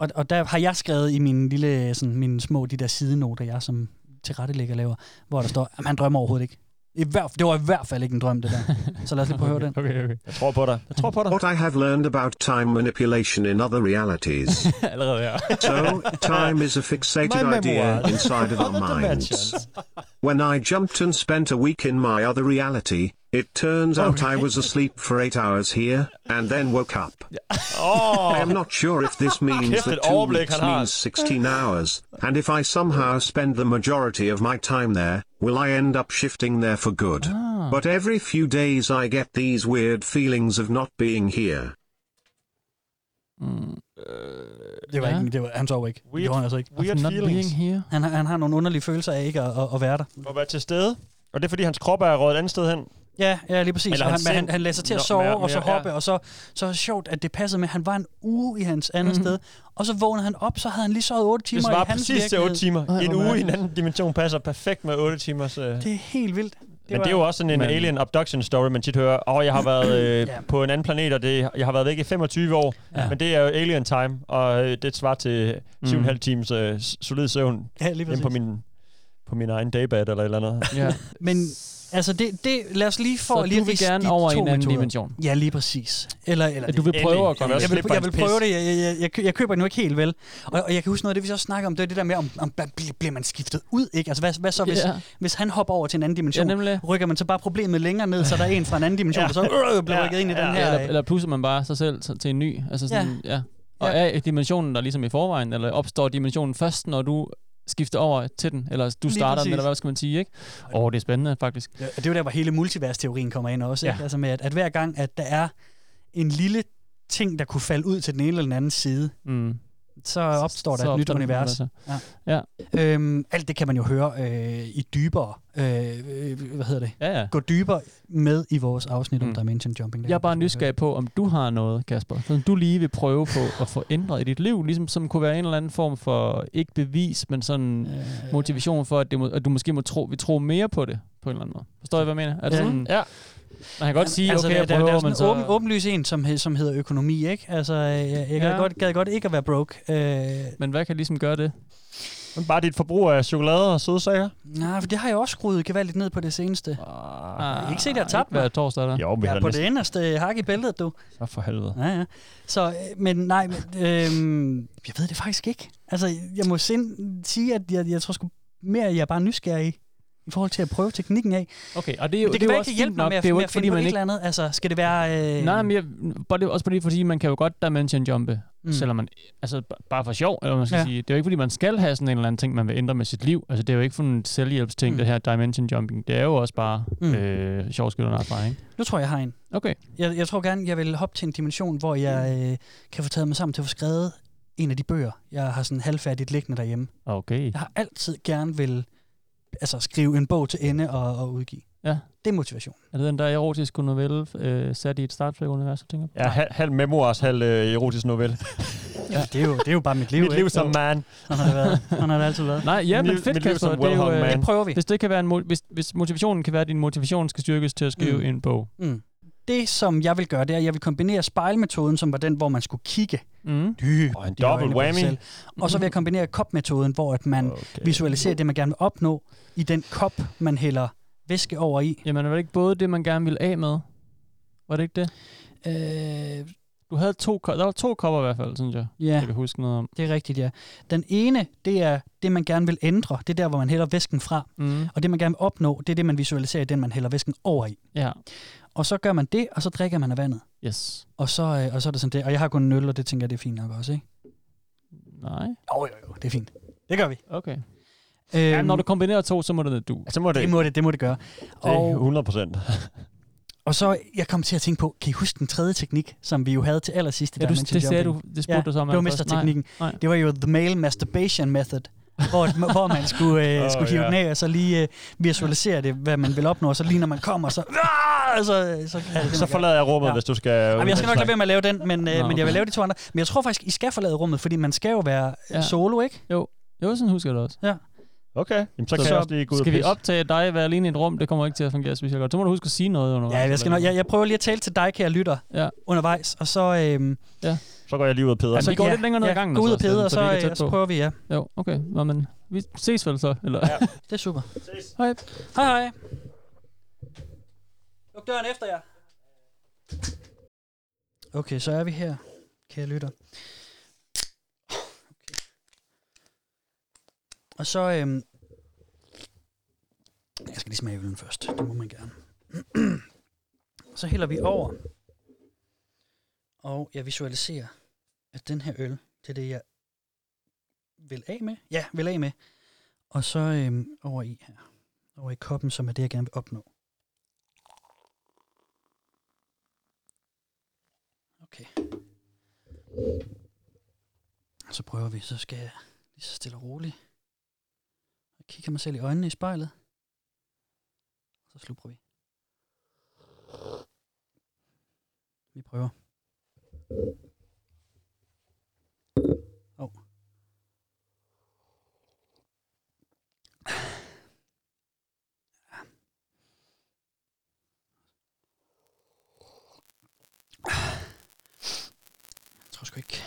Speaker 6: og, og der har jeg skrevet i mine, lille, sådan, mine små de der sidenoter, jeg som tilrettelægger laver, hvor der står, at han drømmer overhovedet ikke. I hvert, det var i hvert fald ikke en drøm, det der. Så lad os lige prøve at høre den.
Speaker 8: Okay, okay.
Speaker 7: Jeg tror på dig. Jeg tror på dig.
Speaker 15: What I have learned about time manipulation in other realities.
Speaker 8: Allerede her.
Speaker 15: so, time is a fixated
Speaker 7: My
Speaker 15: idea
Speaker 7: memoirs.
Speaker 15: inside of our
Speaker 7: Other
Speaker 15: minds.
Speaker 7: dimensions.
Speaker 15: When I jumped and spent a week in my other reality, it
Speaker 6: Oh,
Speaker 15: turns out I was asleep for eight hours here, and then woke up.
Speaker 7: Åh,
Speaker 15: I am not sure if this means
Speaker 7: Kæft, et
Speaker 15: that two
Speaker 7: overblik,
Speaker 15: weeks
Speaker 7: han har.
Speaker 15: means 16 hours, and if I somehow spend the majority of my time there, will I end up shifting there for good?
Speaker 8: Ah.
Speaker 15: But every few days I get these weird feelings of not being here.
Speaker 6: Det
Speaker 15: Ja.
Speaker 6: var ja. ikke, det var, han sov ikke.
Speaker 7: Weird-
Speaker 6: det var han altså ikke.
Speaker 7: weird Of not feelings. being here.
Speaker 6: Han, har- han har nogle underlige følelser af ikke at, at, at være der.
Speaker 7: at være til stede. Og det er, fordi hans krop er røget et andet sted hen.
Speaker 6: Ja, ja lige præcis.
Speaker 7: Eller
Speaker 6: Eller han,
Speaker 7: han
Speaker 6: men han,
Speaker 7: selv-
Speaker 6: han læser til at
Speaker 7: Nå,
Speaker 6: sove,
Speaker 7: mere-
Speaker 6: og så
Speaker 7: mere, ja.
Speaker 6: hoppe, og så, så er det sjovt, at det passede med, at han var en uge i hans andet mm-hmm. sted, og så vågnede han op, så havde han lige sovet 8 timer
Speaker 7: Mhm. Det svarer
Speaker 6: i hans
Speaker 7: præcis til
Speaker 6: virkelighed.
Speaker 7: 8 timer.
Speaker 6: Ej,
Speaker 7: en
Speaker 6: hvor
Speaker 7: uge i en
Speaker 6: mærkeligt.
Speaker 7: anden dimension passer perfekt med 8 timers... Øh. Det
Speaker 6: Det er helt vildt. Det
Speaker 7: men
Speaker 6: var-
Speaker 7: det er jo også sådan en
Speaker 6: Men-
Speaker 7: alien abduction story, man tit hører. Åh, oh, jeg har været øh,
Speaker 6: Ja.
Speaker 7: på en anden planet, og det, jeg har været væk i 25 år.
Speaker 6: Ja. Mm.
Speaker 7: Men det er jo alien time, og øh, det svarer til 7,5 times øh, s- solid søvn.
Speaker 6: Ja, lige
Speaker 7: hjemme
Speaker 6: præcis.
Speaker 7: på min, på min egen daybed eller et eller andet.
Speaker 8: Ja.
Speaker 6: Men altså, det, det, lad os lige få...
Speaker 8: Så
Speaker 6: lige
Speaker 8: du vil
Speaker 6: ridse
Speaker 8: gerne
Speaker 6: de
Speaker 8: over i
Speaker 6: to
Speaker 8: en anden
Speaker 6: metoder.
Speaker 8: dimension?
Speaker 6: Ja, lige præcis. Eller, eller
Speaker 8: At du vil
Speaker 6: det-
Speaker 8: prøve at
Speaker 6: Endelig.
Speaker 8: komme
Speaker 6: Jeg vil,
Speaker 8: slippe for
Speaker 6: jeg vil
Speaker 8: hans
Speaker 6: prøve det.
Speaker 8: pis.
Speaker 6: Jeg, jeg, jeg, jeg, jeg køber nu ikke helt vel. Og, og jeg kan huske noget af det, vi så snakker om, det er det der med, om, om bl- bliver man skiftet ud, ikke? Altså, hvad, hvad så, hvis,
Speaker 8: Ja.
Speaker 6: hvis han hopper over til en anden dimension?
Speaker 8: Ja, nemlig.
Speaker 6: rykker man så bare problemet længere ned, så der er en fra en anden dimension, ja. og så øh, bliver rykket ind i den her...
Speaker 8: Eller, eller plusser man bare sig selv til til en ny. Altså sådan, ja. ja. Og er dimensionen der ligesom i forvejen, eller opstår dimensionen først, når du skifter over til den, eller du
Speaker 6: Lige
Speaker 8: starter den,
Speaker 6: præcis.
Speaker 8: eller hvad skal man sige, ikke? Åh, oh, det er spændende, faktisk.
Speaker 6: Ja, og det er jo der, hvor hele multiversteorien kommer ind også. Ja. Ikke?
Speaker 8: Ja.
Speaker 6: Altså med, at, at hver gang, at der er en lille ting, der kunne falde ud til den ene eller den anden side,
Speaker 8: mm.
Speaker 6: så opstår der
Speaker 8: så
Speaker 6: et nyt
Speaker 8: opstår altså. der et
Speaker 6: univers.
Speaker 8: nyt
Speaker 6: Ja.
Speaker 8: univers, ja.
Speaker 6: Øhm, alt det kan man jo høre øh, i dybere, øh, øh, hvad hedder det?
Speaker 8: Ja, ja.
Speaker 6: Gå dybere med i vores afsnit
Speaker 8: Mm.
Speaker 6: om Dimension Jumping.
Speaker 8: Jeg er bare nysgerrig på, om du har noget, Kasper, som du lige vil prøve på at få ændret i dit liv, ligesom som kunne være en eller anden form for, ikke bevis, men sådan
Speaker 6: Øh.
Speaker 8: motivation for, at, det må, at du måske må tro, vi tror mere på det, på en eller anden måde. Forstår I, hvad jeg mener? Er det
Speaker 6: Ja. Altså,
Speaker 8: sådan, Mm. ja. Man kan godt sige,
Speaker 6: der,
Speaker 8: okay, jeg
Speaker 6: der, der er
Speaker 8: prøver,
Speaker 6: sådan
Speaker 8: men
Speaker 6: en
Speaker 8: så...
Speaker 6: åben, åbenlys en, som, hed, som hedder økonomi, ikke? Altså, øh, jeg, jeg ja.
Speaker 8: Ja.
Speaker 6: godt, gad godt ikke at være broke. Øh,
Speaker 8: Men hvad kan ligesom gøre
Speaker 6: Ah,
Speaker 8: det?
Speaker 7: Men bare dit forbrug af chokolade og søde sager.
Speaker 6: nej, for det har jeg også skruet gevaldigt ned på det seneste. Ah, ikke set, jeg har tabt
Speaker 8: ikke hver
Speaker 6: mig.
Speaker 8: torsdag, der.
Speaker 7: Jo, vi
Speaker 6: jeg
Speaker 7: har
Speaker 6: er på
Speaker 7: næsten-
Speaker 6: det inderste hak i bæltet, du.
Speaker 7: Så for helvede.
Speaker 6: Ja, ja. Så, øh, men nej, men, øhm, jeg ved det faktisk ikke. Altså, jeg må sind, sige, at jeg, jeg tror sgu mere, at jeg er bare nysgerrig i forhold til at prøve teknikken af.
Speaker 8: Okay, og det er jo,
Speaker 6: Men det
Speaker 8: det
Speaker 6: kan
Speaker 8: er
Speaker 6: være,
Speaker 8: jo
Speaker 6: at
Speaker 8: også
Speaker 6: det hjælper
Speaker 8: fint nok.
Speaker 6: mig med at,
Speaker 8: det er jo
Speaker 6: med
Speaker 8: ikke,
Speaker 6: at finde
Speaker 8: fordi
Speaker 6: på
Speaker 8: man
Speaker 6: et
Speaker 8: ikke
Speaker 6: eller andet. Altså, skal det være... Øh,
Speaker 8: Nej, men jeg, bare det, er også fordi, fordi man kan jo godt dimension jumpe,
Speaker 6: Mm.
Speaker 8: mm. selvom man, altså b- bare for sjov, eller hvad man skal
Speaker 6: Ja.
Speaker 8: ja. sige. Det er jo ikke fordi, man skal have sådan en eller anden ting, man vil ændre med sit liv. Altså det er jo ikke sådan en selvhjælpsting,
Speaker 6: Mm.
Speaker 8: mm. det her dimension jumping. Det er jo også bare
Speaker 6: Mm.
Speaker 8: mm. øh, sjov skyld og narfra, ikke?
Speaker 6: Nu tror jeg, jeg har en.
Speaker 8: Okay. Mm.
Speaker 6: Jeg, jeg tror gerne, jeg vil hoppe til en dimension, hvor jeg øh, kan få taget mig sammen til at få skrevet en af de bøger, jeg har sådan halvfærdigt liggende derhjemme.
Speaker 8: Okay.
Speaker 6: Jeg har altid gerne vil altså, skrive en bog til ende og, og udgive.
Speaker 8: Ja.
Speaker 6: Det er motivation.
Speaker 8: Er det den der erotiske novelle, øh, sat i et Star Trek-univers, tænker jeg?
Speaker 7: Ja, halv, halv memoirs, halv øh, erotisk novelle.
Speaker 6: Ja, det er jo, det er jo bare mit liv.
Speaker 7: Mit liv
Speaker 6: ikke?
Speaker 7: som man.
Speaker 6: Sådan har det været. Sådan har det altid været.
Speaker 8: Nej, ja, men
Speaker 7: Mit-
Speaker 8: fedt,
Speaker 7: mit liv
Speaker 8: Kasper.
Speaker 7: som
Speaker 8: Det, er jo,
Speaker 7: well-hung
Speaker 8: øh,
Speaker 7: man.
Speaker 6: Det prøver vi.
Speaker 8: Hvis, det kan være en, mo- hvis, hvis motivationen kan være, at din motivation skal styrkes til at skrive
Speaker 6: Mm.
Speaker 8: mm. en bog.
Speaker 6: Mm. Det, som jeg vil gøre, det er, at jeg vil kombinere spejlmetoden, som var den, hvor man skulle kigge
Speaker 8: mm.
Speaker 6: dybt
Speaker 7: Og en
Speaker 6: i
Speaker 7: dobbelt
Speaker 6: øjnene på sig
Speaker 7: whammy.
Speaker 6: selv. Og så vil jeg kombinere kopmetoden, hvor at man okay. visualiserer det, man gerne vil opnå i den kop, man hælder væske over i.
Speaker 8: Jamen, var det ikke både det, man gerne ville af med? Var det ikke det?
Speaker 6: Øh,
Speaker 8: du havde to, ko- der var to kopper i hvert fald, synes jeg.
Speaker 6: Ja.
Speaker 8: Jeg kan huske noget om.
Speaker 6: Det er rigtigt, ja. Den ene, det er det, man gerne vil ændre. Det er der, hvor man hælder væsken fra.
Speaker 8: Mm.
Speaker 6: Og det, man gerne vil opnå, det er det, man visualiserer i den, man hælder væsken over i.
Speaker 8: Ja.
Speaker 6: Og så gør man det, og så drikker man af vandet.
Speaker 8: Yes.
Speaker 6: Og så, øh, og så er det sådan det. Og jeg har kun en øl, og det tænker jeg, det er fint nok også, ikke?
Speaker 8: Nej.
Speaker 6: Jo, jo, jo, det er fint. Det gør vi.
Speaker 8: Okay. Øhm, ja, når du kombinerer to, så må det du.
Speaker 7: Altså, Så må
Speaker 6: Øh, Det må det, det må det gøre.
Speaker 7: Det er
Speaker 6: Og,
Speaker 7: 100 procent.
Speaker 6: og så, jeg kom til at tænke på, kan I huske den tredje teknik, som vi jo havde til allersidst i
Speaker 8: Ja, du-
Speaker 6: Dimension
Speaker 8: det sagde
Speaker 6: Jumping?
Speaker 8: du- det spurgte du så om
Speaker 6: det var
Speaker 8: allerførst. Nej,
Speaker 6: mesterteknikken.
Speaker 8: nej.
Speaker 6: Det var jo the male masturbation method, hvor, hvor man skulle, øh,
Speaker 8: Åh,
Speaker 6: oh, skulle hive
Speaker 8: ja.
Speaker 6: den af, og så lige øh, visualisere det, hvad man vil opnå, og så lige når man kommer, så... Ah, så, så,
Speaker 7: Så forlader jeg rummet,
Speaker 6: Ja.
Speaker 7: hvis du skal...
Speaker 6: Jamen, jeg skal nok lade være med at lave den, men, øh,
Speaker 7: Nå,
Speaker 6: men jeg vil
Speaker 7: okay.
Speaker 6: lave de to andre. Men jeg tror faktisk, I skal forlade rummet, fordi man skal jo være ja.
Speaker 8: Ja.
Speaker 6: solo, ikke?
Speaker 8: Jo, jo sådan husker jeg det også.
Speaker 6: Ja.
Speaker 7: Okay, Jamen, så, kan jeg også lige gå ud
Speaker 8: Skal
Speaker 7: og
Speaker 8: vi
Speaker 7: pisse.
Speaker 8: optage dig være alene i et rum? Det kommer ikke til at fungere specielt godt. Så må du huske at sige noget undervejs.
Speaker 6: Ja, jeg, skal nok, jeg, jeg prøver lige at tale til dig, kære lytter,
Speaker 8: ja.
Speaker 6: undervejs, og så... Øhm,
Speaker 8: ja.
Speaker 7: Så går jeg lige ud og peder.
Speaker 8: Altså, vi går lidt længere ned
Speaker 6: ja,
Speaker 8: ad gangen.
Speaker 6: gå ud
Speaker 8: altså,
Speaker 6: og peder, og
Speaker 8: vi
Speaker 6: så,
Speaker 8: ikke
Speaker 6: øh,
Speaker 8: er tæt
Speaker 6: så
Speaker 8: på.
Speaker 6: prøver vi, ja.
Speaker 8: Jo, okay. Nå, men vi ses vel så, eller? Ja.
Speaker 6: Det er super.
Speaker 7: Ses.
Speaker 8: Hej.
Speaker 6: Hej, hej. Luk døren efter jer. Okay, så er vi her, kære lytter. Okay. Og så, øhm, jeg skal lige smage øllen først. Det må man gerne. så hælder vi over. Og jeg visualiserer, at den her øl, det er det, jeg vil af med. Ja, vil af med. Og så øhm, over i her. Over i koppen, som er det, jeg gerne vil opnå. Okay. Og Så prøver vi, så skal jeg lige så stille og roligt. Jeg kigger mig selv i øjnene i spejlet. Og så slupper vi. Vi prøver. Åh. Jeg tror sgu ikke.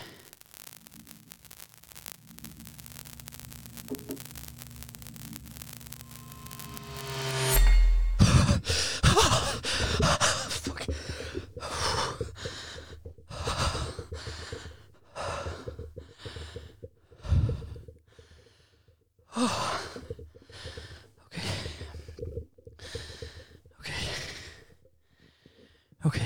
Speaker 6: Fuck. Okay.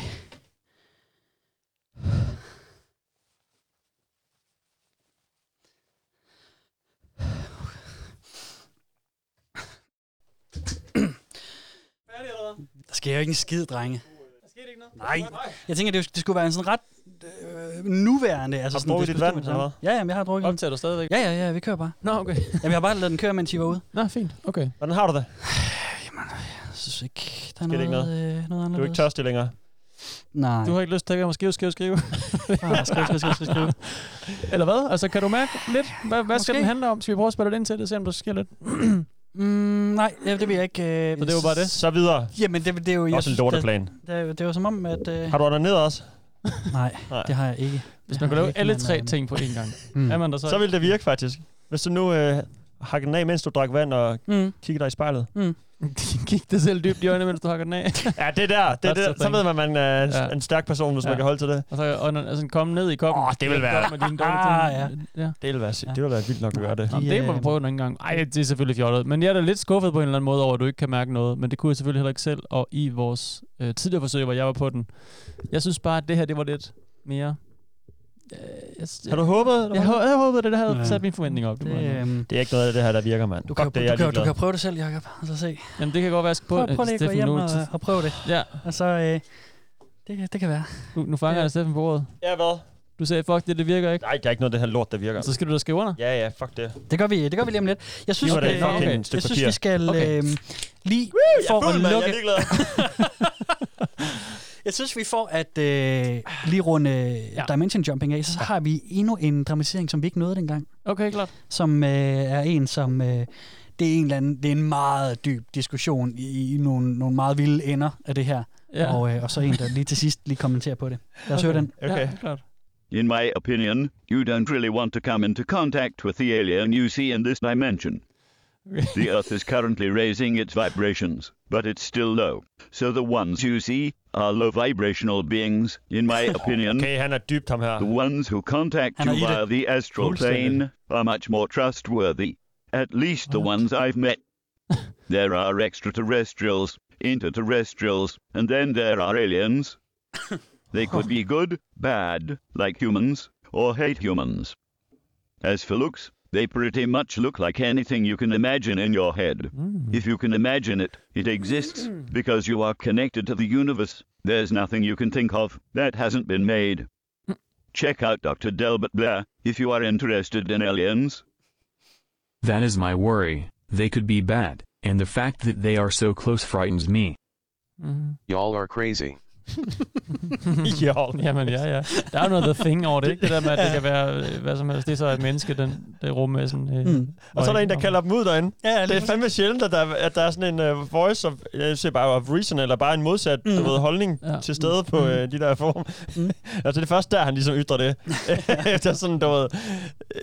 Speaker 6: Der sker jo ikke en skid, drenge.
Speaker 8: Der skete ikke noget.
Speaker 6: Nej. Jeg tænker, det, det skulle være en sådan ret øh, øh, nuværende. Altså
Speaker 8: Har du drukket
Speaker 6: det
Speaker 8: dit
Speaker 6: er
Speaker 8: vand,
Speaker 6: bestemt-
Speaker 8: eller hvad?
Speaker 6: Ja, ja, men jeg har drukket.
Speaker 8: Optager du stadigvæk?
Speaker 6: Ja, ja, ja, vi kører bare.
Speaker 8: Nå, okay.
Speaker 6: Jamen, jeg har bare lavet den køre, mens I var ude.
Speaker 8: Nå, fint. Okay.
Speaker 7: Hvordan har du det?
Speaker 6: Jeg synes ikke, der er
Speaker 7: Skal det
Speaker 6: noget,
Speaker 7: ikke noget?
Speaker 6: Øh, noget anderledes.
Speaker 7: Du er ikke tørstig længere?
Speaker 6: Nej.
Speaker 8: Du har ikke lyst til at gøre mig skrive, skrive, skrive.
Speaker 6: Ah, skrive, skrive, skrive, skrive, skrive.
Speaker 8: Eller hvad? Altså, kan du mærke lidt? Hvad, hvad skal
Speaker 6: Måske.
Speaker 8: den handle om? Skal vi prøve at spille det ind til det, og se om der sker lidt?
Speaker 6: Mm, nej, ja, det vil jeg ikke. Øh,
Speaker 8: Så det var bare det?
Speaker 7: Så videre.
Speaker 6: Jamen, det, det er jo... jeg
Speaker 7: Også en
Speaker 6: synes, der-
Speaker 7: lorteplan.
Speaker 6: Det, det, var som om, at... Øh,
Speaker 7: Har du onaneret også?
Speaker 6: Nej, det har jeg ikke.
Speaker 8: Hvis
Speaker 6: Det har
Speaker 8: man
Speaker 6: jeg
Speaker 8: kunne lave
Speaker 6: ikke,
Speaker 8: alle
Speaker 6: men,
Speaker 8: tre
Speaker 6: øhm,
Speaker 8: ting på én gang,
Speaker 6: Mm.
Speaker 8: er man der så?
Speaker 7: Så ville det virke, faktisk. Hvis du nu øh, hakker den af, mens du drak vand, og
Speaker 6: mm.
Speaker 7: kigger dig i spejlet.
Speaker 6: Mm.
Speaker 8: Kig dig selv dybt i øjnene, mens du hakker den af.
Speaker 7: ja, det der. Det, det, så ved man, at man er en, ja. en stærk person, hvis ja. man kan holde til det.
Speaker 8: Og så og, når- altså, komme ned i koppen.
Speaker 7: Åh, det vil være...
Speaker 8: Med dine dårlige ting. ja.
Speaker 7: Det vil være, sy- det vil være vildt nok at gøre det.
Speaker 8: Nå, men det må
Speaker 6: øh,
Speaker 8: vi prøve en anden gang. Ej, det er selvfølgelig fjollet. Men jeg er da lidt skuffet på en eller anden måde over, at du ikke kan mærke noget. Men det kunne jeg selvfølgelig heller ikke selv. Og i vores øh, tidligere forsøg, hvor jeg var på den. Jeg synes bare, at det her, det var lidt mere... Øh, jeg,
Speaker 7: Har du håbet? eller
Speaker 8: Jeg,
Speaker 7: hvad?
Speaker 8: hå- jeg håbede, at det havde
Speaker 7: Ja.
Speaker 8: ja. sat mine forventninger op. Det, må jeg
Speaker 7: Det,
Speaker 8: indrømme.
Speaker 7: øhm, det er ikke noget af det her, der virker, mand.
Speaker 6: øh, Du kan,
Speaker 7: Fuck
Speaker 6: det,
Speaker 7: det, jeg
Speaker 6: du,
Speaker 7: er
Speaker 6: kan, du
Speaker 7: ligeglad.
Speaker 6: kan prøve det selv, Jacob. Og så se.
Speaker 8: Jamen, det kan godt være, at jeg skal prøve...
Speaker 6: øh, Prøv, prøv lige at gå
Speaker 8: Steffen,
Speaker 6: hjem
Speaker 8: nu-
Speaker 6: og, øh, og prøve det.
Speaker 8: Ja.
Speaker 6: Og så... Øh, det, det kan være.
Speaker 8: Nu, nu fanger
Speaker 6: Ja.
Speaker 8: ja. jeg Steffen på ordet.
Speaker 7: Ja, hvad?
Speaker 8: Du sagde, fuck det, det virker ikke.
Speaker 7: Nej, der er ikke noget af det her lort, der virker.
Speaker 8: Så
Speaker 6: Altså-
Speaker 8: skal du da skrive under?
Speaker 7: Ja, ja, fuck det.
Speaker 6: Det gør vi, det gør vi lige om lidt. Jeg synes,
Speaker 7: Giv mig da et
Speaker 6: øh,
Speaker 7: fucking
Speaker 6: jeg
Speaker 7: stykke
Speaker 6: synes
Speaker 7: papir.
Speaker 6: vi skal
Speaker 7: Okay.
Speaker 6: okay. øhm, lige
Speaker 7: jeg
Speaker 6: for
Speaker 7: er fuld,
Speaker 6: at
Speaker 7: mand. Jeg er
Speaker 6: lukke... jeg synes, vi får at øh, lige runde ja. Dimension Jumping af. Så har vi endnu en dramatisering, som vi ikke nåede dengang.
Speaker 8: Okay, klart.
Speaker 6: Som øh, er en, som... Øh, det er, en eller anden, det er en meget dyb diskussion i, i nogle, nogle meget vilde ender af det her.
Speaker 8: Ja.
Speaker 6: Og, øh, og så en, der lige til sidst lige kommenterer på det. Lad os høre den.
Speaker 8: klart.
Speaker 16: In my opinion, you don't really want to come into contact with the alien you see in this dimension. the Earth is currently raising its vibrations, but it's still low. So the ones you see are low vibrational beings, in my opinion.
Speaker 7: Okay, han er dybt ham her.
Speaker 16: The ones who contact
Speaker 7: Han er
Speaker 16: you
Speaker 7: i det.
Speaker 16: via the astral plane are much more trustworthy. At least the ones I've met. there are extraterrestrials, interterrestrials, and then there are aliens. They could be good, bad, like humans, or hate humans. As for looks, they pretty much look like anything you can imagine in your head.
Speaker 8: Hmm.
Speaker 16: If you can imagine it, it exists because you are connected to the universe. There's nothing you can think of that hasn't been made.
Speaker 8: Hmm.
Speaker 16: Check out Dr. Delbert Blair if you are interested in aliens.
Speaker 17: That is my worry. They could be bad, and the fact that they are so close frightens me.
Speaker 18: Y'all are crazy.
Speaker 7: Jol.
Speaker 8: Jamen ja, ja. Der er jo noget the thing over det, ikke? Det der med, at det kan være øh, hvad som helst. Det er så et menneske, den, det rum med sådan... Øh,
Speaker 7: Mm. Og så er der en, der kalder dem ud derinde.
Speaker 6: Ja,
Speaker 7: det er fandme sjældent, at der, at der er sådan en uh, voice of, jeg siger bare of reason, eller bare en modsat mm. du ved, holdning ja. til stede på uh, de der form. Mm. altså det er først der, han ligesom ytrer det. Efter sådan, du ved,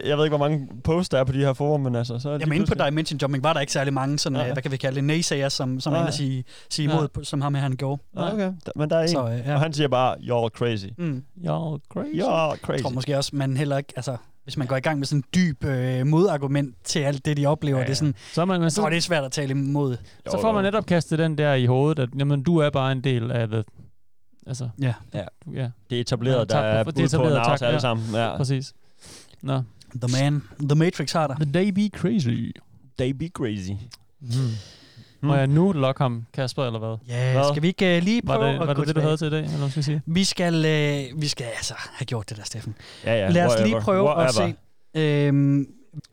Speaker 7: jeg ved ikke, hvor mange posts der er på de her forum, men altså... Så er de
Speaker 6: Jamen inde på
Speaker 7: pludselig-
Speaker 6: Dimension Jumping var der ikke særlig mange, sådan,
Speaker 7: Nej.
Speaker 6: ja. hvad kan vi kalde det, naysayer, som, som ja.
Speaker 7: Nej.
Speaker 6: ender sige, sige
Speaker 7: Nej.
Speaker 6: imod, på- som ham her han gjorde.
Speaker 7: Nå, okay. Der- Men der er en,
Speaker 6: Så,
Speaker 7: så,
Speaker 6: øh,
Speaker 7: ja. og han siger bare, you're crazy.
Speaker 6: Mm.
Speaker 8: You're crazy.
Speaker 7: You're crazy.
Speaker 6: Jeg tror måske også, man heller ikke, altså, hvis man går i gang med sådan en dyb øh, modargument til alt det, de oplever, ja, ja. det er sådan,
Speaker 8: så, man, man,
Speaker 6: så er det svært at tale imod.
Speaker 8: Så får man netop kastet den der i hovedet, at jamen, du er bare en del af det. Altså,
Speaker 6: Ja.
Speaker 7: Ja.
Speaker 8: Du- ja.
Speaker 7: Det er etableret,
Speaker 8: Ja,
Speaker 7: der
Speaker 8: tak.
Speaker 7: er
Speaker 8: Det
Speaker 7: bud på
Speaker 8: etableret,
Speaker 7: Nars
Speaker 8: tak,
Speaker 7: alle
Speaker 8: ja.
Speaker 7: sammen, ja.
Speaker 8: Præcis. Nå.
Speaker 6: The man, The Matrix har der.
Speaker 8: The day be crazy.
Speaker 7: They be crazy.
Speaker 8: Mm. Må jeg nu lokke ham, Kasper, eller hvad?
Speaker 6: Ja,
Speaker 8: Hvad?
Speaker 6: skal vi ikke øh, lige
Speaker 8: Var
Speaker 6: prøve
Speaker 8: det,
Speaker 6: at
Speaker 8: var
Speaker 6: gå
Speaker 8: det det, du
Speaker 6: tilbage?
Speaker 8: havde til i dag, eller hvad skal jeg sige?
Speaker 6: Vi skal, øh, vi skal altså have gjort det der, Steffen.
Speaker 7: Ja, ja,
Speaker 6: Lad os
Speaker 7: whatever.
Speaker 6: lige prøve at
Speaker 7: Whatever.
Speaker 6: se. Øhm,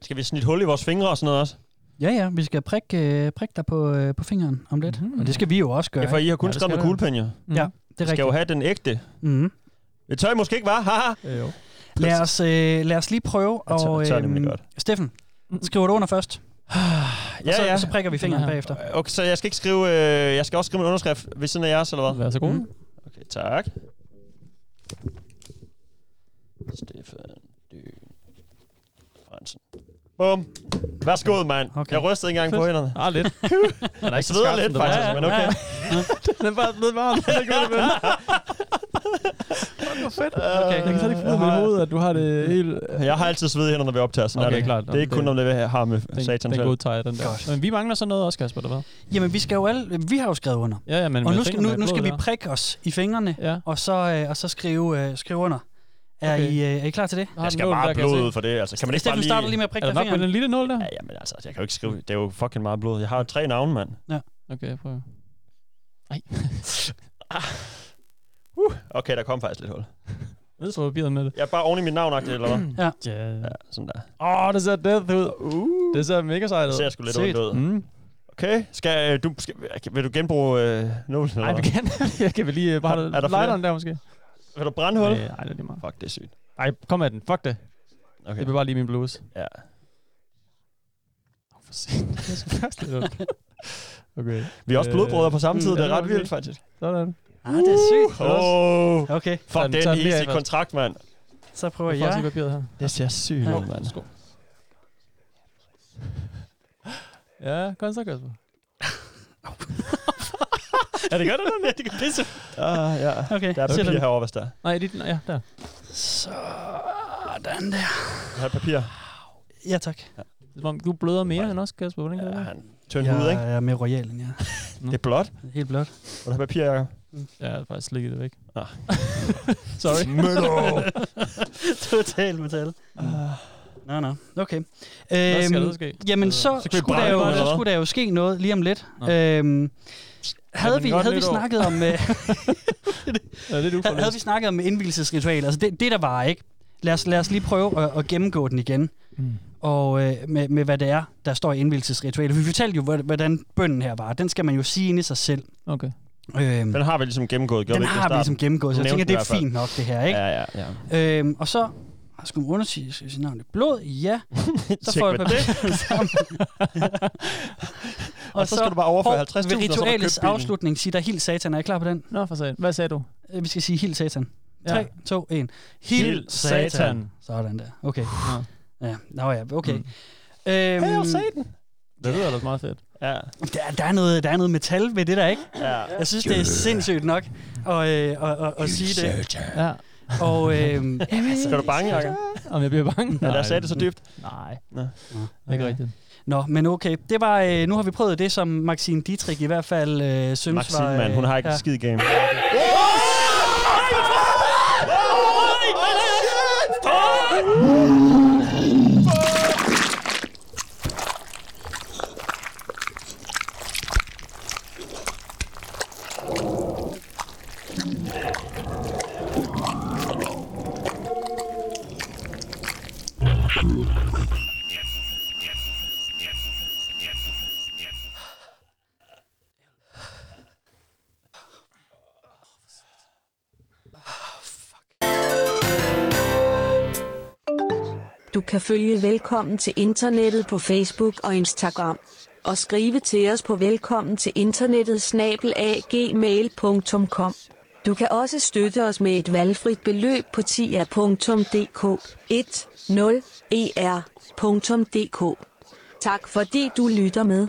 Speaker 7: Skal vi snit hul i vores fingre og sådan noget også?
Speaker 6: Ja, ja, vi skal prikke, øh, prikke dig på, øh, på fingeren om lidt. Mm. Og det skal vi jo også gøre.
Speaker 7: Mhm. Ja, for I har kun
Speaker 6: ikke?
Speaker 7: skrevet med kuglepen, jo.
Speaker 6: Ja, Mm. det er
Speaker 7: Vi
Speaker 6: rigtigt.
Speaker 7: skal jo have den ægte.
Speaker 6: Mm.
Speaker 7: Det tør I måske ikke, var? Haha.
Speaker 8: Jo.
Speaker 6: Lad os, øh, lad os lige prøve.
Speaker 7: Jeg tør-
Speaker 6: og,
Speaker 7: jeg tør nemlig godt.
Speaker 6: Steffen,
Speaker 8: Mm.
Speaker 6: skriver du under først? og så, så prikker vi fingeren bagefter.
Speaker 7: Okay, så jeg skal ikke skrive... Øh, jeg skal også skrive en underskrift ved siden af jeres, eller hvad? Mm.
Speaker 8: Vær så god.
Speaker 7: Okay, tak. Stefan Dyn Fransen. Bum. Værsgo, mand. Okay. Jeg rystede ikke engang på
Speaker 8: Fedt.
Speaker 7: hænderne.
Speaker 8: Ah, lidt.
Speaker 7: Den
Speaker 8: Den
Speaker 7: er
Speaker 8: er
Speaker 7: ikke
Speaker 8: ikke
Speaker 7: så
Speaker 8: så
Speaker 7: sveder
Speaker 8: skarp,
Speaker 7: lidt,
Speaker 8: som den var.
Speaker 7: faktisk,
Speaker 8: Ja, ja.
Speaker 7: men okay.
Speaker 8: Den er bare blevet varm. Den er ikke blevet
Speaker 7: Hvor
Speaker 8: fedt. Okay. Jeg kan slet ikke få ud af mit hoved, at du har det helt...
Speaker 7: Jeg har altid sved i hænderne, når vi optager, sådan
Speaker 8: Okay,
Speaker 7: er det.
Speaker 8: klart.
Speaker 7: Det er ikke kun, om det har med
Speaker 8: Den,
Speaker 7: satan
Speaker 8: den
Speaker 7: selv.
Speaker 8: godtager den der. Men vi mangler så noget også, Kasper, eller hvad?
Speaker 6: Jamen, vi skal jo alle... Vi har jo skrevet under.
Speaker 8: Ja, ja, men
Speaker 6: og
Speaker 8: med
Speaker 6: nu skal,
Speaker 8: fingrene
Speaker 6: nu,
Speaker 8: med
Speaker 6: nu skal
Speaker 8: blod
Speaker 6: vi
Speaker 8: der.
Speaker 6: prikke os i fingrene,
Speaker 8: ja.
Speaker 6: og, så, øh, og så skrive, øh, skrive under. Er,
Speaker 8: Okay.
Speaker 6: I, øh, er I klar til det?
Speaker 8: Jeg skal bare
Speaker 7: blod ud for det, altså. Kan man ikke
Speaker 6: Steffen
Speaker 7: bare lige...
Speaker 6: starter lige med at prikke dig i fingeren.
Speaker 8: lille nål der?
Speaker 7: Ja, jamen altså, jeg kan jo ikke skrive... Det er jo fucking meget blod. Jeg har tre navne, mand.
Speaker 6: Ja.
Speaker 8: Okay, jeg prøver. Nej.
Speaker 7: Okay, der kom faktisk lidt hul.
Speaker 8: Jeg tror, jeg med det.
Speaker 7: Jeg er bare oven i mit navn, eller hvad?
Speaker 6: Ja.
Speaker 8: ja. sådan der. Åh, oh, det ser death ud. Uh. Det ser mega sejt ud.
Speaker 7: Det ser sgu lidt
Speaker 8: Sygt.
Speaker 7: ondt ud.
Speaker 8: Mm.
Speaker 7: Okay, skal, øh, du, skal, vil du genbruge øh, nålen?
Speaker 8: Nej, vi kan. jeg kan vel lige øh, bare
Speaker 7: Er- er der
Speaker 8: lighteren
Speaker 7: flere?
Speaker 8: der måske.
Speaker 7: Vil du brænde hul?
Speaker 8: Nej, nej, det er lige meget.
Speaker 7: Fuck, det er sygt.
Speaker 8: Ej, kom med den. Fuck det. Okay. Det bliver bare lige min blues.
Speaker 7: Ja.
Speaker 8: Åh, for sent. Det er så først lidt ondt. Okay.
Speaker 7: Vi er også
Speaker 8: Øh,
Speaker 7: blodbrødre på samme tid,
Speaker 8: mm,
Speaker 7: det er
Speaker 8: ja,
Speaker 7: ret
Speaker 8: okay.
Speaker 7: vildt, faktisk.
Speaker 8: Sådan.
Speaker 6: Ah, det er sygt.
Speaker 7: Oh,
Speaker 6: Okay.
Speaker 7: Fuck, det er en easy kontrakt, mand.
Speaker 6: Så prøver
Speaker 8: Jeg
Speaker 6: jeg.
Speaker 8: får også lige papiret her.
Speaker 7: Det ser sygt
Speaker 8: Ja.
Speaker 7: ud, mand.
Speaker 8: Ja, kom så, Kasper.
Speaker 7: Er det godt, eller det kan pisse? Ah, Ja, ja.
Speaker 6: Okay.
Speaker 7: Der er
Speaker 8: Sæt
Speaker 7: papir
Speaker 8: den.
Speaker 7: herovre, hvis der er.
Speaker 8: Nej, det er ja, der.
Speaker 6: Sådan der.
Speaker 7: Jeg har et papir.
Speaker 6: Ja, tak.
Speaker 8: Det er som om, Du bløder mere end os, Kasper. Hvordan kan ja, det være?
Speaker 7: Tynd
Speaker 6: jeg
Speaker 7: hud, ikke?
Speaker 6: Jeg er med royalen, ja.
Speaker 7: Det er blåt.
Speaker 6: Helt blot.
Speaker 7: Vil du have papir, Jacob?
Speaker 8: Ja, jeg har faktisk slikket det væk.
Speaker 7: Ah.
Speaker 8: Sorry.
Speaker 7: Metal.
Speaker 6: Total metal. Nå, nå. Okay. Øhm,
Speaker 8: Ah. Hvad skal der ske?
Speaker 6: Jamen,
Speaker 8: Øh,
Speaker 6: så,
Speaker 8: så skal vi
Speaker 6: skulle, der
Speaker 8: brænde
Speaker 6: jo,
Speaker 8: den, eller
Speaker 6: så
Speaker 8: hvad?
Speaker 6: skulle der jo ske noget lige om lidt. Øhm, havde
Speaker 8: men
Speaker 6: vi,
Speaker 8: godt
Speaker 6: havde vi
Speaker 8: nytår.
Speaker 6: snakket om... øh,
Speaker 8: Ja, det er
Speaker 6: havde, havde vi snakket om indvielsesritualer? Altså det, det der var, ikke? Lad os, lad os lige prøve at, at gennemgå den igen.
Speaker 8: Mm.
Speaker 6: Og øh, med, med hvad det er, der står i indvielsesritualet. Vi fortalte jo, hvor- hvordan bønden her var. Den skal man jo sige inde i sig selv.
Speaker 8: Okay.
Speaker 6: Øhm,
Speaker 7: den har vi ligesom gennemgået, gjorde
Speaker 6: den
Speaker 7: vi ikke
Speaker 6: har vi ligesom gennemgået, så jeg tænker, det er fint nok, det her, ikke?
Speaker 7: Ja, ja, ja.
Speaker 6: Øhm, og så har skulle man undersøge skal jeg sige navnet i blod. Ja. Så
Speaker 7: Tjek
Speaker 6: får jeg
Speaker 7: med
Speaker 6: papirerne sammen.
Speaker 7: Og så skal du bare overføre 50.000,
Speaker 6: Ved
Speaker 7: og så må du købe
Speaker 6: ritualets
Speaker 7: bilen.
Speaker 6: afslutning siger der helt satan. Er I klar på den? Øh,
Speaker 8: Nå, for satan. Hvad sagde du?
Speaker 6: Vi skal sige helt satan.
Speaker 8: Ja.
Speaker 6: 3, 2, 1.
Speaker 8: Hil satan.
Speaker 6: Sådan der. Okay. Ja, nå ja, okay. Mm. Øhm,
Speaker 8: Hail Satan. Det lyder ellers meget fedt.
Speaker 7: Ja.
Speaker 6: Der, der, er noget, der er noget metal ved det der, ikke?
Speaker 7: Ja.
Speaker 6: Jeg synes, det er sindssygt nok at, øh, at, at, at sige det.
Speaker 8: Ja.
Speaker 6: Og øhm,
Speaker 7: Er altså, du bange, Jacob?
Speaker 8: Om jeg bliver bange?
Speaker 7: Ja, der sagde det så dybt.
Speaker 8: Nej.
Speaker 7: Nå.
Speaker 8: Det er ikke rigtigt.
Speaker 6: Nå, men okay. Det var, øh, nu har vi prøvet det, som Maxine Dietrich i hvert fald øh, synes
Speaker 7: Maxine,
Speaker 6: var...
Speaker 7: mand, hun har ikke en skid game.
Speaker 5: Du kan følge Velkommen til Internettet på Facebook og Instagram. Og skrive til os på velkommen til internettet snabelagmail.com. Du kan også støtte os med et valgfrit beløb på tia.dk E 10er.dk. Tak fordi du lytter med.